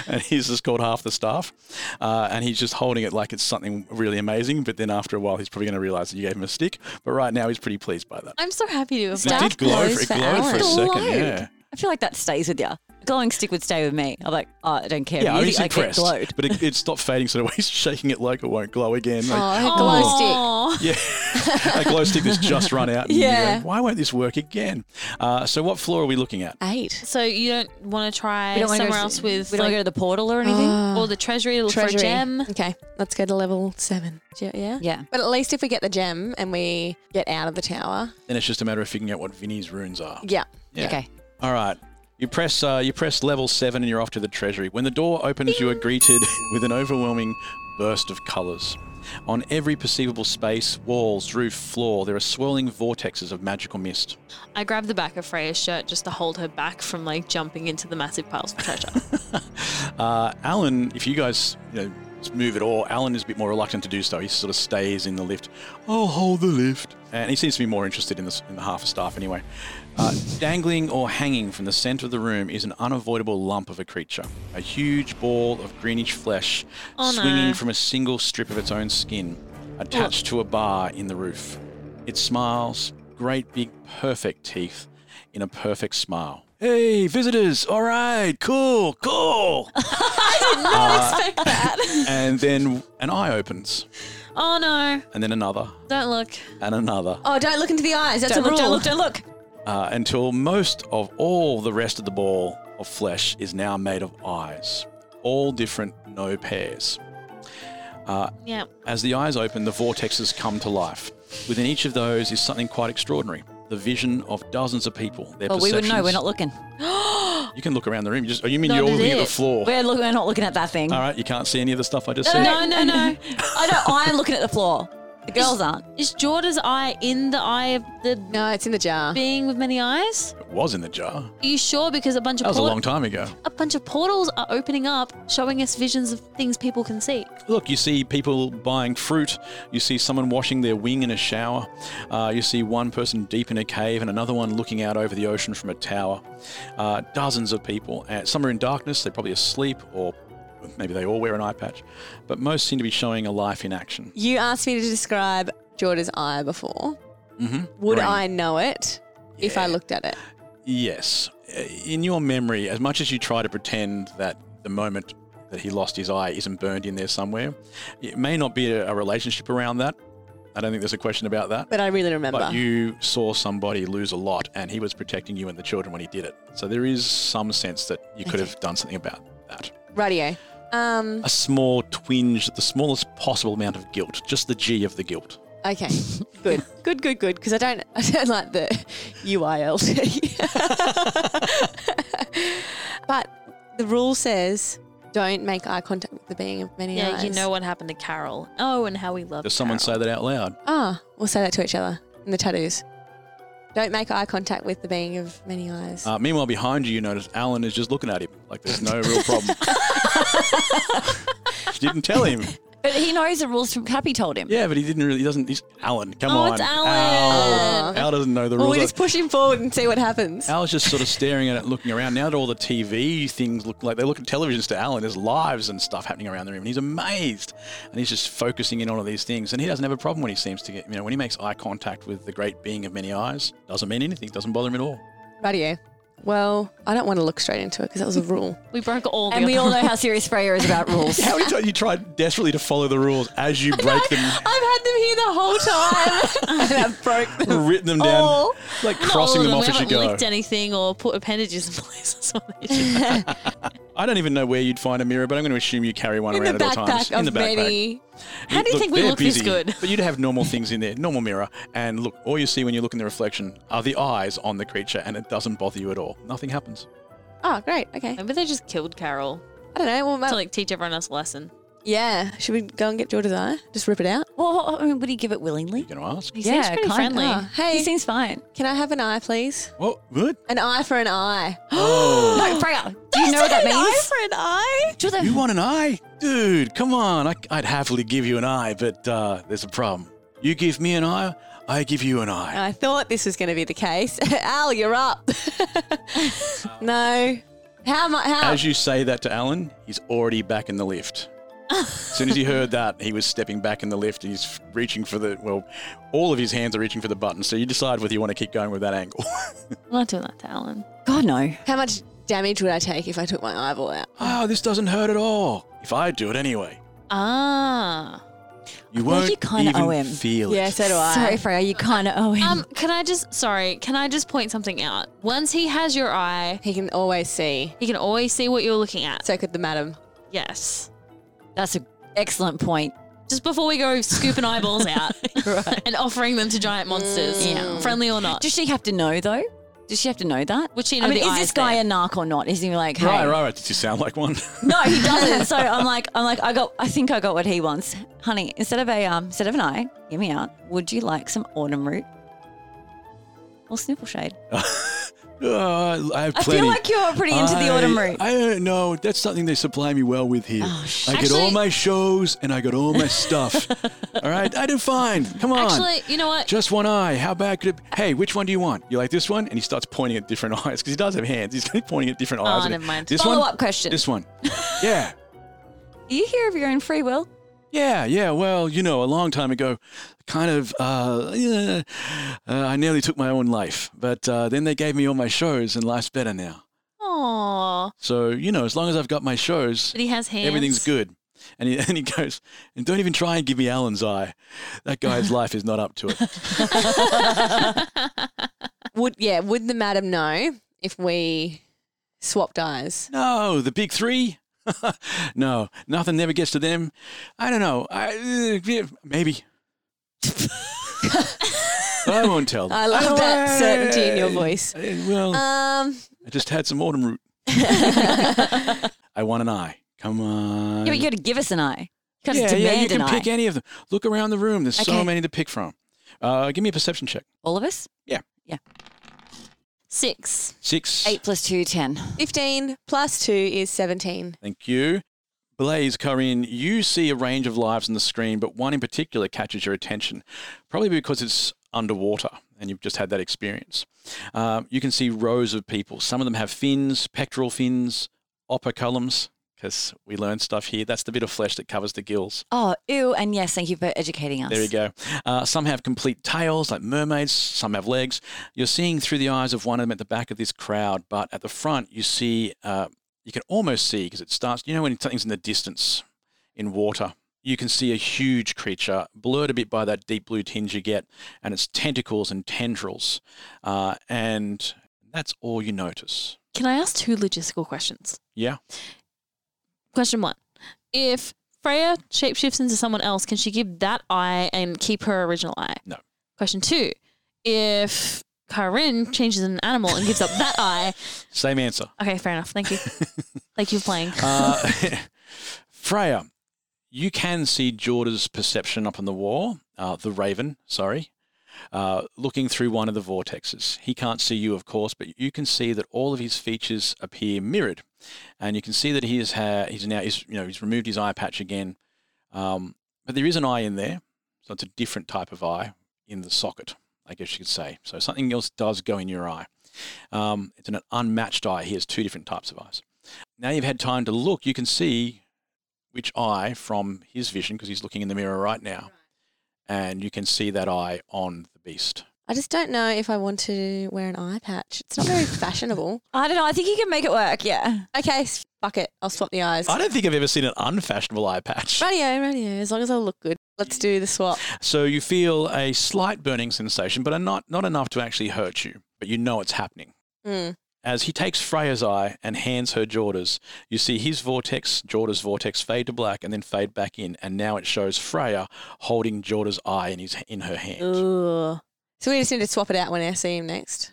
Speaker 1: and he's just called half the staff. Uh, and he's just holding it like it's something really amazing. But then after a while, he's probably going to realize that you gave him a stick. But right now, he's pretty pleased by that.
Speaker 2: I'm so happy to have
Speaker 1: It
Speaker 2: done
Speaker 1: did glow
Speaker 3: glows
Speaker 1: for, it
Speaker 3: for
Speaker 1: glowed for a
Speaker 3: hours.
Speaker 1: second.
Speaker 3: Glowed.
Speaker 1: Yeah.
Speaker 3: I feel like that stays with you. Glowing stick would stay with me. I'm like, oh, I don't care.
Speaker 1: Yeah, I
Speaker 3: You
Speaker 1: was
Speaker 3: think
Speaker 1: impressed.
Speaker 3: I get glowed.
Speaker 1: But it, it stopped fading, so the way he's shaking it like it won't glow again.
Speaker 3: Oh,
Speaker 1: Like,
Speaker 3: a glow
Speaker 2: Aw.
Speaker 1: Yeah, a glow stick that's just run out. and you're
Speaker 2: Yeah.
Speaker 1: going, Why won't this work again? Uh, so, what floor are we looking at?
Speaker 4: Eight.
Speaker 2: So you don't want to try
Speaker 3: We don't wanna go
Speaker 2: somewhere
Speaker 3: to-
Speaker 2: else with.
Speaker 3: we don't wanna
Speaker 2: like-
Speaker 3: go to the portal or anything?
Speaker 4: Ah.
Speaker 2: or the treasury, look for a gem.
Speaker 4: Okay, let's go to level seven. Ge- Yeah.
Speaker 3: Yeah.
Speaker 4: But at least if we get the gem and we get out of the tower.
Speaker 1: Then it's just a matter of figuring out what Vinny's runes are.
Speaker 4: Yeah.
Speaker 1: Yeah. All right. You press uh, you press level seven and you're off to the treasury. When the door opens, you are greeted with an overwhelming burst of colours. On every perceivable space, walls, roof, floor, there are swirling vortexes of magical mist.
Speaker 2: I grabbed the back of Freya's shirt just to hold her back from like jumping into the massive piles of treasure.
Speaker 1: Uh, Alan, if you guys you know, move at all, Alan is a bit more reluctant to do so. He sort of stays in the lift. I'll hold the lift. And he seems to be more interested in, this, in the half a staff anyway. Uh, dangling or hanging from the centre of the room is an unavoidable lump of a creature, a huge ball of greenish flesh
Speaker 2: Oh, no.
Speaker 1: swinging from a single strip of its own skin attached to a bar in the roof. It smiles, great big, perfect teeth in a perfect smile. Hey, visitors! All right, cool, cool. Uh, and then an eye opens,
Speaker 2: oh no!
Speaker 1: and then another,
Speaker 2: Don't look.
Speaker 1: and another,
Speaker 4: Oh, don't look into the eyes. That's
Speaker 2: don't
Speaker 4: a
Speaker 2: look,
Speaker 4: rule.
Speaker 2: Don't look. Don't look.
Speaker 1: uh, until most of all the rest of the ball of flesh is now made of eyes, all different, no pairs. Uh,
Speaker 2: Yeah.
Speaker 1: As the eyes open, the vortexes come to life. Within each of those is something quite extraordinary. The vision of dozens of people. Their
Speaker 3: Well, Oh, we would know.
Speaker 1: perceptions-
Speaker 3: We're not looking.
Speaker 1: You can look around the room. You, just, oh, you mean
Speaker 3: That
Speaker 1: you're
Speaker 3: is
Speaker 1: looking at the
Speaker 3: it.
Speaker 1: floor?
Speaker 3: We're, look, we're not looking at that thing.
Speaker 1: All right, you can't see any of the stuff I just said.
Speaker 3: No, no, no, no. I know. I'm looking at the floor. The girls aren't.
Speaker 2: Is Jorda's eye in the eye of the
Speaker 4: No, it's in the jar.
Speaker 2: being with many eyes?
Speaker 1: It was in the jar.
Speaker 2: Are you sure? Because a bunch
Speaker 1: That
Speaker 2: of
Speaker 1: was a
Speaker 2: port-
Speaker 1: long time ago.
Speaker 2: a bunch of portals are opening up, showing us visions of things people can see.
Speaker 1: Look, you see people buying fruit. You see someone washing their wing in a shower. Uh, you see one person deep in a cave and another one looking out over the ocean from a tower. Uh, dozens of people. Uh, some are in darkness. They're probably asleep, or maybe they all wear an eye patch. But most seem to be showing a life in action.
Speaker 4: You asked me to describe Jorda's eye before.
Speaker 1: Mm-hmm.
Speaker 4: Would I know it if I looked at it?
Speaker 1: Yes. Uh, In your memory, as much as you try to pretend that the moment that he lost his eye isn't burned in there somewhere, it may not be a, a relationship around that. I don't think there's a question about that.
Speaker 4: But I really remember.
Speaker 1: But you saw somebody lose a lot, and he was protecting you and the children when he did it. So there is some sense that you could have done something about that.
Speaker 4: Radio. Um.
Speaker 1: A small twinge, the smallest possible amount of guilt, just the G of the guilt.
Speaker 4: Okay. Good. Good. Good. Good. Because I don't. I don't like the UILT. but the rule says don't make eye contact with the being of many
Speaker 2: Yeah,
Speaker 4: eyes.
Speaker 2: you know what happened to Carol. Oh, and how we love.
Speaker 1: Does someone say that out loud?
Speaker 4: Ah, we'll say that to each other in the tattoos. Don't make eye contact with the being of many eyes.
Speaker 1: Uh, meanwhile, behind you, you notice Alan is just looking at him like there's no real problem. you didn't tell him.
Speaker 3: But he knows the rules from Cappy told him.
Speaker 1: Yeah, but he didn't really. He doesn't. He's Alan. Come
Speaker 3: Oh,
Speaker 1: on.
Speaker 3: it's
Speaker 1: Al. Al doesn't know the
Speaker 4: well,
Speaker 1: rules.
Speaker 4: we Oh, just push him forward and see what happens.
Speaker 1: Al's just sort of staring at it, looking around. Now that all the TV things look like they look at televisions to Alan, there's lives and stuff happening around the room, and he's amazed. And he's just focusing in on all of these things, and he doesn't have a problem when he seems to get, you know, when he makes eye contact with the great being of many eyes, doesn't mean anything, doesn't bother him at all.
Speaker 4: Radio. Well, I don't want to look straight into it because that was a rule.
Speaker 2: We broke all.
Speaker 3: And we all know how serious Freya is about rules.
Speaker 1: How many times you try desperately to follow the rules as you break them,
Speaker 4: I've had them here the whole time. and I've broke them.
Speaker 1: written them down,
Speaker 4: all.
Speaker 1: like crossing them off
Speaker 2: we
Speaker 1: as you
Speaker 2: haven't
Speaker 1: go.
Speaker 2: licked anything or put appendages in place or something.
Speaker 1: I don't even know where you'd find a mirror, but I'm going to assume you carry one
Speaker 4: In the
Speaker 1: around at all times
Speaker 4: backpack of many.
Speaker 2: How do you think we
Speaker 1: they're
Speaker 2: look this good?
Speaker 1: But you'd have normal things in there, normal mirror, and look, all you see when you look in the reflection are the eyes on the creature, and it doesn't bother you at all. Nothing happens.
Speaker 4: Oh, great. Okay.
Speaker 2: Maybe they just killed Carol
Speaker 4: I don't know. Well,
Speaker 2: to
Speaker 4: ma-
Speaker 2: like teach everyone else a lesson.
Speaker 4: yeah. Should we go and get Jordan's eye? Just rip it out?
Speaker 3: Well, I mean, would he give it willingly?
Speaker 1: You going to ask?
Speaker 2: He
Speaker 3: Yeah,
Speaker 2: seems pretty
Speaker 3: kind-
Speaker 2: friendly.
Speaker 4: Oh, hey,
Speaker 3: He seems fine.
Speaker 4: can I have an eye, please?
Speaker 1: What? What?
Speaker 4: An eye for an eye.
Speaker 3: No, Freya, do you know what that means?
Speaker 2: for an eye?
Speaker 3: Jordan,
Speaker 1: You want an eye, dude? Come on! I, I'd happily give you an eye, but uh, there's a problem. You give me an eye, I give you an eye.
Speaker 4: I thought this was going to be the case. Al, you're up. no. How much?
Speaker 2: uh.
Speaker 4: How?
Speaker 1: As you say that to Alan, he's already back in the lift. as soon as he heard that, he was stepping back in the lift and he's reaching for the, well, all of his hands are reaching for the button. So you decide whether you want to keep going with that angle.
Speaker 2: I'm not doing that to Alan.
Speaker 3: God, no.
Speaker 4: How much damage would I take if I took my eyeball out?
Speaker 1: oh, this doesn't hurt at all. If I do it anyway,
Speaker 2: Ah.
Speaker 1: you
Speaker 3: I
Speaker 1: won't
Speaker 3: think you kinda
Speaker 1: even
Speaker 3: owe him.
Speaker 1: feel it.
Speaker 4: so do I.
Speaker 3: Sorry, Freya, you kind of owe him.
Speaker 2: Um, can I just, sorry, can I just point something out? Once he has your eye,
Speaker 4: He can always see.
Speaker 2: he can always see what you're looking at.
Speaker 4: So could the madam.
Speaker 2: Yes.
Speaker 3: That's an excellent point.
Speaker 2: Just before we go scooping eyeballs out and offering them to giant monsters,
Speaker 3: Yeah.
Speaker 2: friendly or not.
Speaker 3: Does she have to know though? Does she have to know that?
Speaker 2: Would she
Speaker 3: I
Speaker 2: know
Speaker 3: mean,
Speaker 2: the
Speaker 3: is this
Speaker 2: eyes
Speaker 3: guy
Speaker 2: there?
Speaker 3: a narc or not? Is he like, hey?
Speaker 1: Right, right, right. Did you sound like one?
Speaker 3: No, he doesn't. so I'm like, I'm like, I got, I think I got what he wants, honey. Instead of a, um, instead of an eye, hear me out. Would you like some autumn root or sniffle shade?
Speaker 1: Uh, I have
Speaker 3: I
Speaker 1: plenty.
Speaker 3: feel like you're pretty into the autumn
Speaker 1: I-
Speaker 3: root.
Speaker 1: I don't know. That's something they supply me well with here. I get all
Speaker 2: Actually-
Speaker 1: my shows and I got all my stuff. all right, I do fine. Come on.
Speaker 2: Actually, you know what?
Speaker 1: just one eye. How bad could it? Hey, which one do you want? You like this one? And he starts pointing at different eyes because he does have hands. He's pointing at different eyes. and
Speaker 2: never mind.
Speaker 1: This
Speaker 3: Follow
Speaker 1: one.
Speaker 3: up question.
Speaker 1: This one. Yeah,
Speaker 3: Are you here of your own free will?
Speaker 1: yeah, yeah. Well, you know, a long time ago, kind of. Uh, yeah, uh, I nearly took my own life, but uh, then they gave me all my shows, and life's better now.
Speaker 2: Aww.
Speaker 1: So you know, as long as I've got my shows,
Speaker 2: But he has hands.
Speaker 1: everything's good. And he, and he goes, and don't even try and give me Alan's eye. That guy's life is not up to it.
Speaker 4: Would yeah? Would the madam know if we swapped eyes?
Speaker 1: No, the big three. no, nothing never gets to them. I don't know. I, uh, yeah, maybe. I won't tell. Them.
Speaker 4: I love
Speaker 2: Oh,
Speaker 1: don't
Speaker 4: that
Speaker 1: know.
Speaker 4: certainty in your voice.
Speaker 1: Uh, Well,
Speaker 4: Um,
Speaker 1: I just had some autumn root. I want an eye. Come on.
Speaker 3: Yeah, but you got to give us an eye. You got to
Speaker 1: yeah, yeah,
Speaker 3: demand
Speaker 1: you can
Speaker 3: an
Speaker 1: pick
Speaker 3: eye.
Speaker 1: any of them. Look around the room. There's
Speaker 3: Okay.
Speaker 1: so many to pick from. Uh, give me a perception check.
Speaker 3: All of us.
Speaker 2: Six.
Speaker 1: Six.
Speaker 3: Eight plus two, ten.
Speaker 4: fifteen plus two is seventeen.
Speaker 1: Thank you. Blaze, Corinne, you see a range of lives on the screen, but one in particular catches your attention, probably because it's underwater and you've just had that experience. Um, you can see rows of people. Some of them have fins, pectoral fins, upper columns, because we learn stuff here. That's the bit of flesh that covers the gills.
Speaker 3: Oh, ew, and yes, thank you for educating us.
Speaker 1: There you go. Uh, some have complete tails, like mermaids. Some have legs. You're seeing through the eyes of one of them at the back of this crowd, but at the front, you see, uh, you can almost see because it starts, you know, when something's in the distance in water, you can see a huge creature, blurred a bit by that deep blue tinge you get, and its tentacles and tendrils. Uh, and that's all you notice.
Speaker 2: Can I ask two logistical questions?
Speaker 1: Yeah.
Speaker 2: Question one If Freya shapeshifts into someone else, can she give that eye and keep her original eye?
Speaker 1: No.
Speaker 2: Question two If Karin changes an animal and gives up that eye,
Speaker 1: Same answer.
Speaker 2: okay, fair enough. Thank you. Thank you for playing.
Speaker 1: Uh, Freya, you can see Jorda's perception up on the wall, uh, the raven, sorry, uh, looking through one of the vortexes. He can't see you, of course, but you can see that all of his features appear mirrored. And you can see that he is ha- he's now, he's, you know, he's removed his eye patch again. Um, but there is an eye in there, so it's a different type of eye in the socket, I guess you could say. So something else does go in your eye. Um, it's an unmatched eye. He has two different types of eyes. Now you've had time to look, you can see which eye from his vision, because he's looking in the mirror right now, and you can see that eye on the beast.
Speaker 4: I just don't know if I want to wear an eye patch. It's not very fashionable.
Speaker 3: I don't know. I think you can make it work. Yeah.
Speaker 4: Okay, s- fuck it. I'll swap the eyes.
Speaker 1: I don't think I've ever seen an unfashionable eye patch.
Speaker 4: Radio, radio. As long as I look good, let's do the swap.
Speaker 1: So you feel a slight burning sensation, but are not, not enough to actually hurt you, but you know it's happening.
Speaker 4: Mm.
Speaker 1: As he takes Freya's eye and hands her Jorda's, you see his vortex, Jorda's vortex fade to black and then fade back in, and now it shows Freya holding Jorda's eye in, his, in her hand.
Speaker 4: Ooh. So we just need to swap it out when I see him next.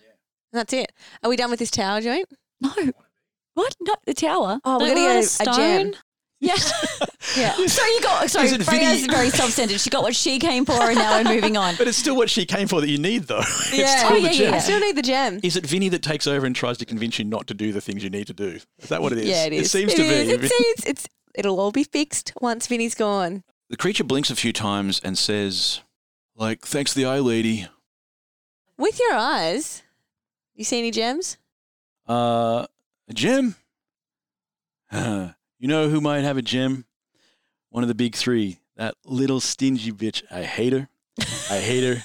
Speaker 4: And that's it. Are we done with this tower joint?
Speaker 3: No. What? Not the tower.
Speaker 4: Oh,
Speaker 2: Don't we
Speaker 4: gonna
Speaker 2: want a stone?
Speaker 3: Yeah.
Speaker 4: Yeah.
Speaker 3: So you got sorry,
Speaker 1: Is it
Speaker 3: Freya's
Speaker 1: Vinny-
Speaker 3: very self-centered. She got what she came for, and now we're moving on.
Speaker 1: But it's still what she came for that you need, though. It's
Speaker 4: Yeah.
Speaker 1: still
Speaker 3: Oh,
Speaker 1: the
Speaker 3: yeah,
Speaker 1: gem.
Speaker 4: I
Speaker 3: yeah.
Speaker 4: still need the gem.
Speaker 1: Is it Vinny that takes over and tries to convince you not to do the things you need to do? Is that what it is?
Speaker 4: Yeah, it is.
Speaker 1: It seems to
Speaker 4: is.
Speaker 1: be.
Speaker 4: It seems it's it'll all be fixed once Vinny's gone.
Speaker 1: the creature blinks a few times and says,
Speaker 9: Like, thanks to the eye lady.
Speaker 4: With your eyes, you see any gems?
Speaker 1: Uh, a gem? you know who might have a gem? One of the big three. That little stingy bitch. I hate her. I hate her.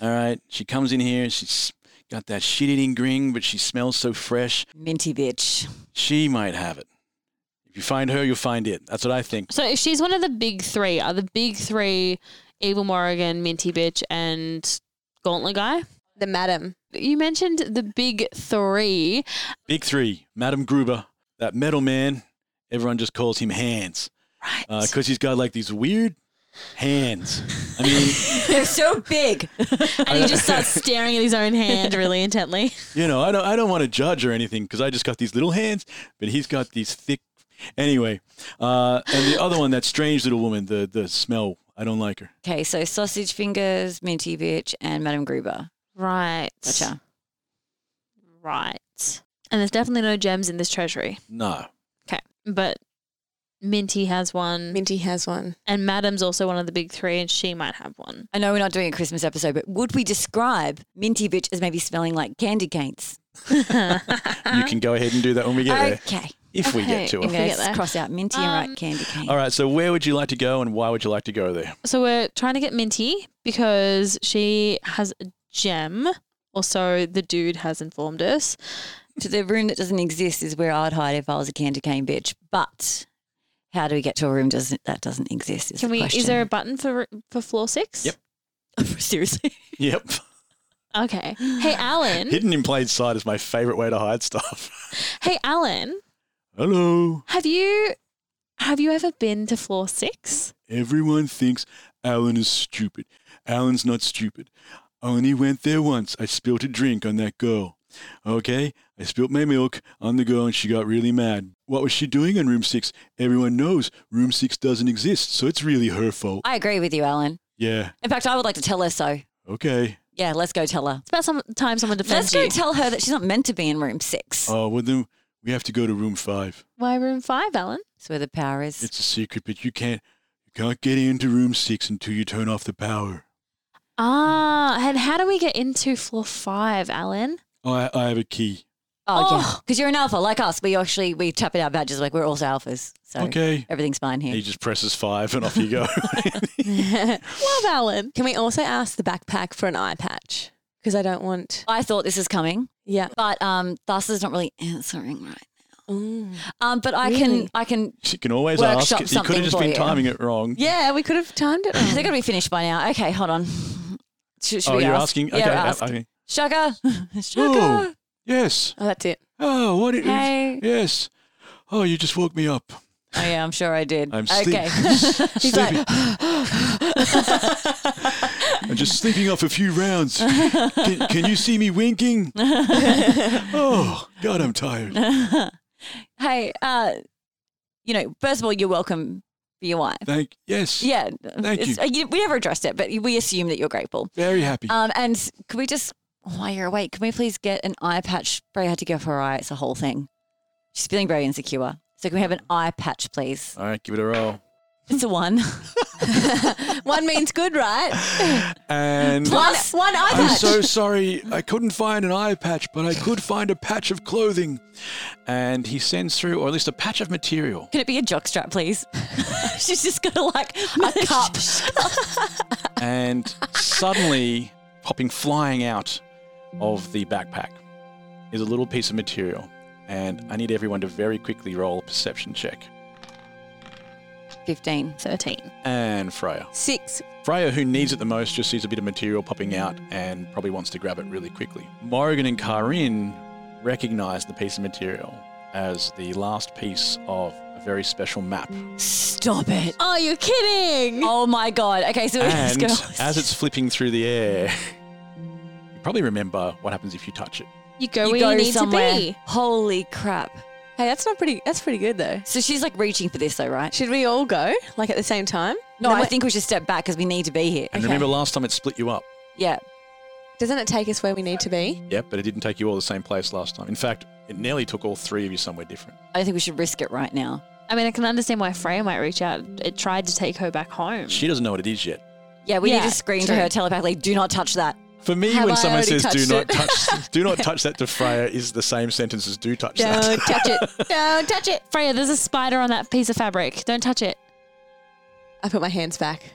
Speaker 1: All right. She comes in here and she's got that shit eating grin, but she smells so fresh.
Speaker 3: Minty bitch.
Speaker 1: She might have it. If you find her, you'll find it. That's what I think.
Speaker 2: So if she's one of the big three, are the big three Evil Morrigan, Minty Bitch, and Gauntlet Guy?
Speaker 4: The madam.
Speaker 2: You mentioned the big three.
Speaker 1: Big three, Madam Gruber, that metal man. Everyone just calls him Hands. Right. Because he's got like these weird hands. I mean,
Speaker 3: They're so big.
Speaker 2: And he just starts staring at his own hand really intently.
Speaker 1: you know, I don't, I don't want to judge or anything because I just got these little hands, but he's got these thick. Anyway, uh, and the other one, that strange little woman, the the smell. I don't like her.
Speaker 3: Okay, so sausage fingers, minty bitch, and Madame Gruber.
Speaker 2: Right.
Speaker 3: Gotcha.
Speaker 2: Right. And there's definitely no gems in this treasury.
Speaker 1: No.
Speaker 2: Okay. But Minty has one.
Speaker 4: Minty has one.
Speaker 2: And Madam's also one of the big three, and she might have one.
Speaker 3: I know we're not doing a Christmas episode, but would we describe minty bitch as maybe smelling like candy canes?
Speaker 1: You can go ahead and do that when we get there.
Speaker 3: Okay.
Speaker 1: If we get to
Speaker 3: I'm
Speaker 1: it.
Speaker 3: gonna cross out minty and write candy cane.
Speaker 1: All right. So where would you like to go, and why would you like to go there?
Speaker 2: So we're trying to get Minty because she has a gem, or so the dude has informed us.
Speaker 3: To the room that doesn't exist is where I'd hide if I was a candy cane bitch. But how do we get to a room doesn't that doesn't exist? Is
Speaker 2: Can
Speaker 3: the
Speaker 2: we?
Speaker 3: Question.
Speaker 2: Is there a button for for floor six?
Speaker 1: Yep.
Speaker 3: seriously?
Speaker 1: Yep.
Speaker 2: Okay. Hey, Alan.
Speaker 1: Hidden in plain sight is my favorite way to hide stuff.
Speaker 2: hey, Alan.
Speaker 1: Hello.
Speaker 2: Have you have you ever been to floor six?
Speaker 9: Everyone thinks Alan is stupid. Alan's not stupid. I only went there once. I spilled a drink on that girl. Okay? I spilled my milk on the girl and she got really mad. What was she doing in room six? Everyone knows room six doesn't exist, so it's really her fault.
Speaker 3: I agree with you, Alan.
Speaker 9: Yeah.
Speaker 3: In fact, I would like to tell her so.
Speaker 9: Okay.
Speaker 3: Yeah, let's go tell her.
Speaker 2: It's about some time someone
Speaker 3: Let's
Speaker 2: defends
Speaker 3: go
Speaker 2: you.
Speaker 3: tell her that she's not meant to be in room six.
Speaker 9: Oh, well, then we have to go to room five.
Speaker 2: Why room five, Alan?
Speaker 3: That's where the power is.
Speaker 9: It's a secret, but you can't. You can't get into room six until you turn off the power.
Speaker 2: Ah, and how do we get into floor five, Alan?
Speaker 9: Oh, I, I have a key.
Speaker 3: Oh, yeah, because you're an alpha like us. We actually we tap in our badges like we're also alphas. So
Speaker 1: Okay.
Speaker 3: everything's fine here.
Speaker 1: He just presses five, and off you go.
Speaker 2: Love Alan.
Speaker 4: Can we also ask the backpack for an eye patch? Because I don't want.
Speaker 3: I thought this is coming,
Speaker 4: Yeah.
Speaker 3: but um, Thassa's not really answering right now. Um, but I can I can.
Speaker 1: you can always
Speaker 3: Workshop
Speaker 1: ask. You could
Speaker 3: something
Speaker 1: have just
Speaker 3: for
Speaker 1: been
Speaker 3: you.
Speaker 1: timing it wrong.
Speaker 4: Yeah, we could have timed it.
Speaker 3: They're gonna be finished by now. Okay, hold on. Should, should
Speaker 1: oh,
Speaker 3: we
Speaker 1: you're
Speaker 3: ask?
Speaker 1: asking.
Speaker 3: Yeah,
Speaker 1: okay.
Speaker 3: ask.
Speaker 1: uh, okay.
Speaker 3: Sugar, sugar.
Speaker 9: Oh, yes.
Speaker 4: Oh, that's it.
Speaker 9: Oh, what? It,
Speaker 3: Hey.
Speaker 9: Yes. Oh, you just woke me up.
Speaker 3: Oh yeah, I'm sure I did.
Speaker 9: I'm sleep-
Speaker 3: okay. He's like,
Speaker 9: I'm just sleeping off a few rounds. Can, can you see me winking? Oh, God, I'm tired.
Speaker 3: hey, uh, you know, first of all, you're welcome for your wife.
Speaker 9: Thank. Yes.
Speaker 3: Yeah,
Speaker 9: Thank
Speaker 3: it's-
Speaker 9: you.
Speaker 3: uh, We never addressed it, but we assume that you're grateful.
Speaker 9: Very happy.
Speaker 3: Um, and s- can we just, while you're awake, can we please get an eye patch? Bray had to go for her eye. It's a whole thing. She's feeling very insecure. So can we have an eye patch, please?
Speaker 1: All right, give it a roll.
Speaker 3: It's a one.
Speaker 4: One means good, right?
Speaker 9: and
Speaker 3: Plus
Speaker 4: One eye
Speaker 9: I'm
Speaker 4: patch.
Speaker 9: so sorry. I couldn't find an eye patch, but I could find a patch of clothing.
Speaker 1: And he sends through, or at least a patch of material.
Speaker 3: Can it be a jockstrap, please? She's just got to like a cup.
Speaker 1: and suddenly popping flying out of the backpack is a little piece of material and i need everyone to very quickly roll a perception check
Speaker 3: 15.
Speaker 2: 13.
Speaker 1: and freya
Speaker 4: Six.
Speaker 1: freya who needs it the most just sees a bit of material popping out and probably wants to grab it really quickly morrigan and karin recognize the piece of material as the last piece of a very special map
Speaker 3: Stop it.
Speaker 2: Oh, you're kidding.
Speaker 3: Oh my God. Okay, so we're just
Speaker 1: and
Speaker 3: going
Speaker 1: as it's flipping through the air you probably remember what happens if you touch it
Speaker 2: You go
Speaker 3: you
Speaker 2: where
Speaker 3: go
Speaker 2: you need
Speaker 3: somewhere.
Speaker 2: to be.
Speaker 3: Holy crap.
Speaker 4: Hey, that's not pretty. That's pretty good though.
Speaker 3: So she's like reaching for this though, right?
Speaker 4: Should we all go like at the same time?
Speaker 3: No,
Speaker 4: Then
Speaker 3: I
Speaker 4: we-
Speaker 3: think we should step back because we need to be here.
Speaker 1: And remember last time it split you up.
Speaker 3: Yeah.
Speaker 4: Doesn't it take us where we need to be?
Speaker 1: Yep, but it didn't take you all the same place last time. In fact, it nearly took all three of you somewhere different.
Speaker 3: I don't think we should risk it right now.
Speaker 2: I mean, I can understand why Freya might reach out. It tried to take her back home.
Speaker 1: She doesn't know what it is yet.
Speaker 3: Yeah, we
Speaker 2: Yeah,
Speaker 3: need to scream
Speaker 2: true.
Speaker 3: to her telepathically, do not touch that.
Speaker 1: For me,
Speaker 3: Have
Speaker 1: when
Speaker 3: I
Speaker 1: someone
Speaker 3: already
Speaker 1: says "do
Speaker 3: touched
Speaker 1: not
Speaker 3: it?"
Speaker 1: touch," "do not touch that" to Freya is the same sentence as "do touch that."
Speaker 2: Don't touch it. Don't touch it. Freya, there's a spider on that piece of fabric. Don't touch it.
Speaker 4: I put my hands back.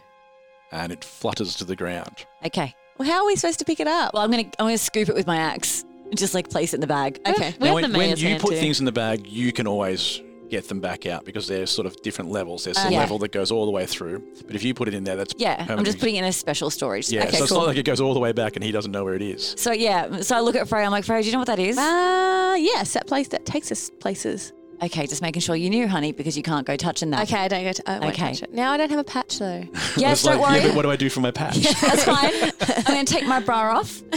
Speaker 1: And it flutters to the ground.
Speaker 3: Okay.
Speaker 4: Well, how are we supposed to pick it up?
Speaker 3: Well, I'm gonna I'm gonna scoop it with my axe and just like place it in the bag.
Speaker 4: Okay.
Speaker 1: Now, when, when you put things in the bag, you can always get them back out because they're sort of different levels. There's
Speaker 3: Uh,
Speaker 1: a
Speaker 3: yeah.
Speaker 1: level that goes all the way through, but if you put it in there, that's
Speaker 3: Yeah, I'm
Speaker 1: permanently-
Speaker 3: just putting it in a special storage.
Speaker 1: Yeah,
Speaker 3: okay,
Speaker 1: so it's
Speaker 3: cool.
Speaker 1: not like it goes all the way back and he doesn't know where it is.
Speaker 3: so yeah, so I look at Freya. I'm like, Freya, do you know what that is?
Speaker 4: Ah, yes, that place that takes us places.
Speaker 3: Okay, just making sure you knew, honey, because you can't go touching that.
Speaker 4: Okay, I don't go. To, I won't
Speaker 3: Okay.
Speaker 4: touch it. Now I don't have a patch though.
Speaker 3: Yes,
Speaker 1: It's
Speaker 3: don't
Speaker 1: like, yeah,
Speaker 3: worry.
Speaker 1: but what do I do for my patch?
Speaker 3: That's fine. I'm going to take my bra off.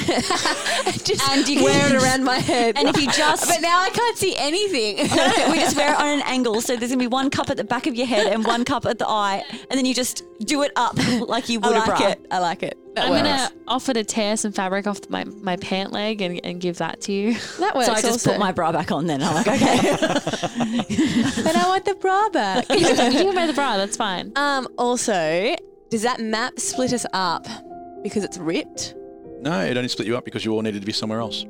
Speaker 4: just
Speaker 3: And you can-
Speaker 4: wear it around my head.
Speaker 3: And if you just-
Speaker 4: but now I can't see anything.
Speaker 3: No, no, no, we just wear it on an angle. So there's going to be one cup at the back of your head and one cup at the eye. And then you just do it up like you
Speaker 4: I
Speaker 3: would a
Speaker 4: like
Speaker 3: bra.
Speaker 4: it. I like it. That
Speaker 2: I'm
Speaker 4: works.
Speaker 2: gonna offer to tear some fabric off my, my pant leg and, and give that to you.
Speaker 4: that works.
Speaker 3: So I just
Speaker 4: also.
Speaker 3: put my bra back on then. I'm like, okay.
Speaker 4: But I want the bra back.
Speaker 2: you can you can wear the bra. That's fine.
Speaker 4: um. Also, does that map split us up because it's ripped?
Speaker 1: no, it only split you up because you all needed to be somewhere else.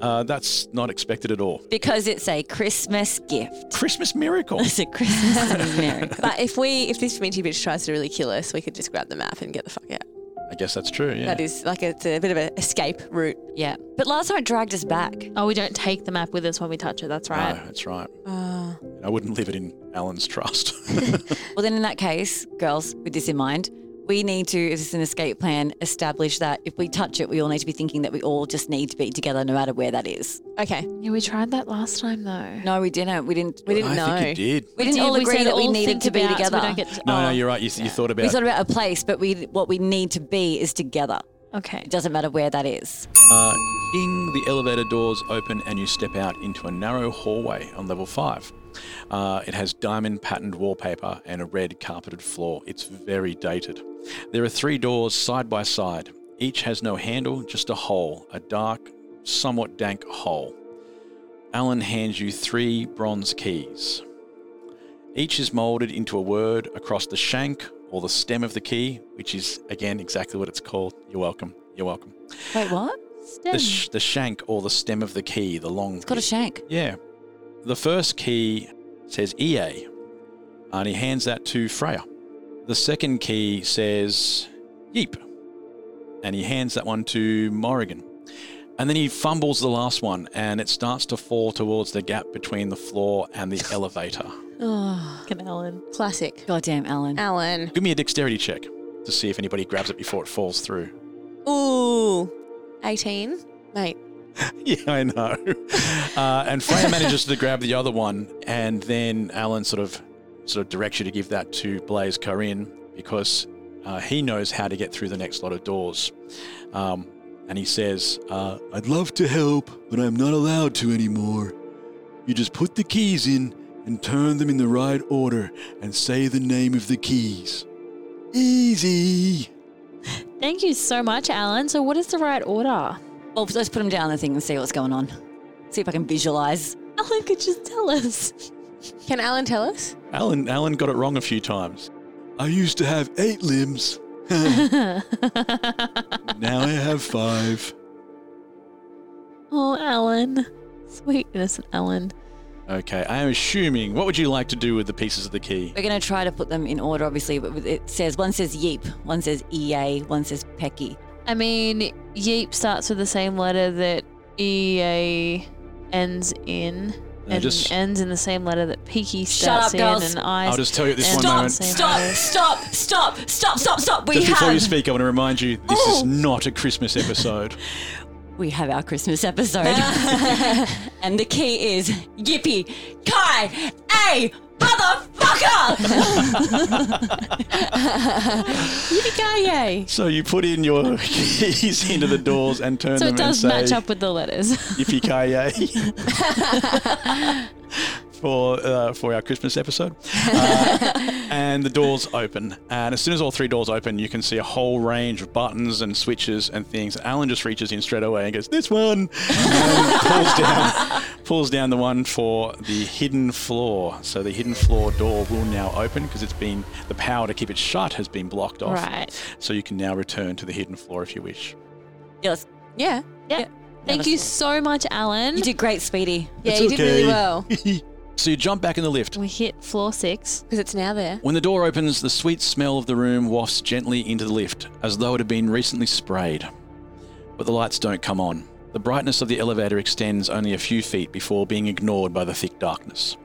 Speaker 1: Uh, that's not expected at all.
Speaker 3: because it's a Christmas gift.
Speaker 1: Christmas miracle.
Speaker 3: It's a Christmas miracle.
Speaker 4: But if we, if this Minty bitch tries to really kill us, we could just grab the map and get the fuck out.
Speaker 1: I guess that's true. Yeah.
Speaker 4: That is like it's a bit of an escape route.
Speaker 3: Yeah. But last time it dragged us back.
Speaker 2: Oh, we don't take the map with us when we touch it. That's
Speaker 1: No,
Speaker 2: right.
Speaker 1: that's right.
Speaker 4: Uh,
Speaker 1: I wouldn't leave it in Alan's trust.
Speaker 3: Well, then in that case, girls, with this in mind, we need to, if it's an escape plan, establish that if we touch it, we all need to be thinking that we all just need to be together no matter where that is.
Speaker 4: okay.
Speaker 2: Yeah, we tried that last time though.
Speaker 3: No, we didn't. We didn't.
Speaker 4: We didn't
Speaker 1: I
Speaker 4: know.
Speaker 1: think you did.
Speaker 3: We didn't all
Speaker 2: We
Speaker 3: agree
Speaker 2: said
Speaker 3: that we
Speaker 2: all
Speaker 3: needed
Speaker 2: think
Speaker 3: to be
Speaker 2: about, so
Speaker 3: together.
Speaker 2: we don't get-
Speaker 1: No,
Speaker 2: oh,
Speaker 1: no, you're right. You, you thought about
Speaker 3: We thought about a place, but we what we need to be is together.
Speaker 2: Okay.
Speaker 3: It doesn't matter where that is.
Speaker 1: Uh, ding, the elevator doors open and you step out into a narrow hallway on level five. Uh, it has diamond patterned wallpaper and a red carpeted floor. It's very dated. There are three doors side by side. Each has no handle, just a hole, a dark, somewhat dank hole. Alan hands you three bronze keys. Each is molded into a word across the shank or the stem of the key, which is, again, exactly what it's called. You're welcome. You're welcome
Speaker 3: Wait, what?
Speaker 1: the, sh- the shank or the stem of the key, the long.
Speaker 3: It's got a shank.
Speaker 1: yeah. The first key says EA, and he hands that to Freya. The second key says Yeep, and he hands that one to Morrigan. And then he fumbles the last one, and it starts to fall towards the gap between the floor and the elevator.
Speaker 4: Oh,
Speaker 2: Fucking Ellen.
Speaker 4: classic.
Speaker 3: Goddamn, Alan.
Speaker 4: Alan.
Speaker 1: Give me a dexterity check to see if anybody grabs it before it falls through.
Speaker 4: Ooh. 18. Mate.
Speaker 1: Yeah, I know. Uh, and Freya manages to grab the other one, and then Alan sort of sort of directs you to give that to Blaze Corinne because uh, he knows how to get through the next lot of doors. Um, and he says, uh,
Speaker 9: I'd love to help, but I'm not allowed to anymore. You just put the keys in and turn them in the right order and say the name of the keys. Easy.
Speaker 2: Thank you so much, Alan. So, what is the right order?
Speaker 3: Well, let's put him down the thing and see what's going on. See if I can visualize.
Speaker 2: Alan could just tell us.
Speaker 4: Can Alan tell us?
Speaker 1: "Alan, Alan got it wrong a few times.
Speaker 9: I used to have eight limbs. now I have five.
Speaker 2: oh, Alan. Sweet, innocent Alan.
Speaker 1: Okay, I am assuming. What would you like to do with the pieces of the key?
Speaker 3: We're going to try to put them in order, obviously, but with- it says one says Yeep, one says EA, one says Pecky.
Speaker 2: I mean, Yeep starts with the same letter that EA ends in,
Speaker 1: No,
Speaker 2: and
Speaker 1: just-
Speaker 2: ends in the same letter that Peaky
Speaker 3: Shut
Speaker 2: starts
Speaker 3: up, girls.
Speaker 2: in, and I.
Speaker 1: I'll just tell you at this
Speaker 2: and
Speaker 1: one moment.
Speaker 2: same
Speaker 3: Stop,
Speaker 2: letter.
Speaker 3: stop, stop, stop, stop, stop. We
Speaker 1: Just before you
Speaker 3: have
Speaker 1: speak, I want to remind you this is
Speaker 3: Oh.
Speaker 1: not a Christmas episode.
Speaker 3: we have our Christmas episode. and the key is Yippee Kai A motherfucker.
Speaker 4: Yippee-ki-yay.
Speaker 1: so you put in your keys into the doors and turn
Speaker 2: So
Speaker 1: them
Speaker 2: it does
Speaker 1: and say,
Speaker 2: match up with the letters.
Speaker 1: Yippee ki for uh, for our Christmas episode. Uh, and the doors open, and as soon as all three doors open, you can see a whole range of buttons and switches and things. Alan just reaches in straight away and goes, "This one," and pulls down pulls down the one for the hidden floor. So the hidden floor door will now open because it's been the power to keep it shut has been blocked off.
Speaker 2: Right.
Speaker 1: So you can now return to the hidden floor if you wish.
Speaker 3: Yes.
Speaker 4: Yeah.
Speaker 2: Yeah. Thank you so much, Alan.
Speaker 3: You did great, Speedy.
Speaker 4: Yeah,
Speaker 1: It's
Speaker 4: you did really
Speaker 1: okay.
Speaker 4: well.
Speaker 1: So you jump back in the lift.
Speaker 2: We hit floor six.
Speaker 4: Because it's now there.
Speaker 1: When the door opens, the sweet smell of the room wafts gently into the lift, as though it had been recently sprayed. But the lights don't come on. The brightness of the elevator extends only a few feet before being ignored by the thick darkness.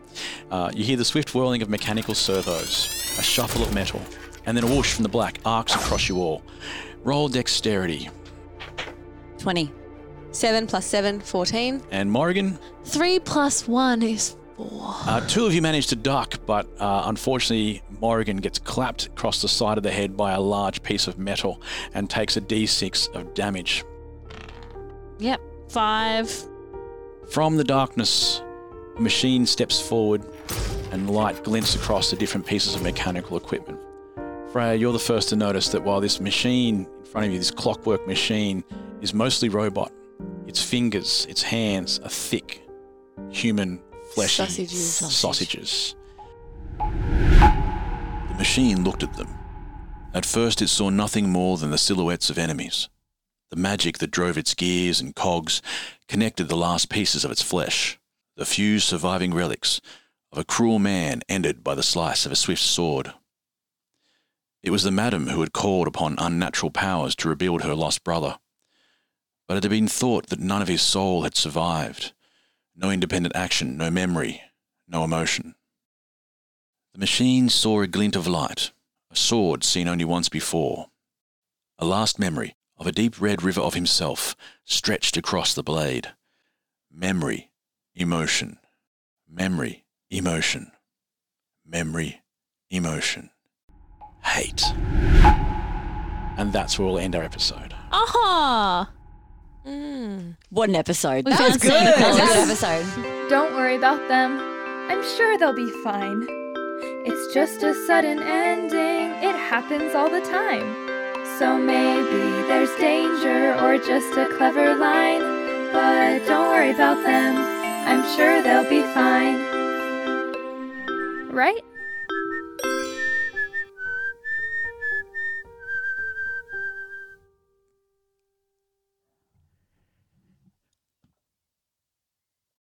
Speaker 1: Uh, you hear the swift whirling of mechanical servos, a shuffle of metal, and then a whoosh from the black arcs across you all. Roll dexterity.
Speaker 3: 20.
Speaker 4: 7 plus 7, 14.
Speaker 1: And Morrigan,
Speaker 2: Three plus one is
Speaker 1: Uh, two of you manage to duck, but uh, unfortunately, Morrigan gets clapped across the side of the head by a large piece of metal and takes a d6 of damage.
Speaker 2: yep five.
Speaker 1: From the darkness, a machine steps forward and light glints across the different pieces of mechanical equipment. Freya, you're the first to notice that while this machine in front of you, this clockwork machine, is mostly robot, its fingers, its hands are thick, human, fleshy
Speaker 4: Sausages.
Speaker 1: sausages. The machine looked at them. At first, it saw nothing more than the silhouettes of enemies. The magic that drove its gears and cogs connected the last pieces of its flesh, the few surviving relics of a cruel man ended by the slice of a swift sword. It was the madam who had called upon unnatural powers to rebuild her lost brother. But it had been thought that none of his soul had survived no independent action, no memory, no emotion. The machine saw a glint of light, a sword seen only once before. A last memory of a deep red river of himself stretched across the blade. Memory, emotion, memory, emotion, memory, emotion. Hate. And that's where we'll end our episode.
Speaker 2: Aha!
Speaker 3: What an episode.
Speaker 2: We found Santa
Speaker 3: That was a good
Speaker 2: Claus.
Speaker 3: episode.
Speaker 5: Don't worry about them. I'm sure they'll be fine. It's just a sudden ending. It happens all the time. So maybe there's danger or just a clever line. But don't worry about them. I'm sure they'll be fine. Right?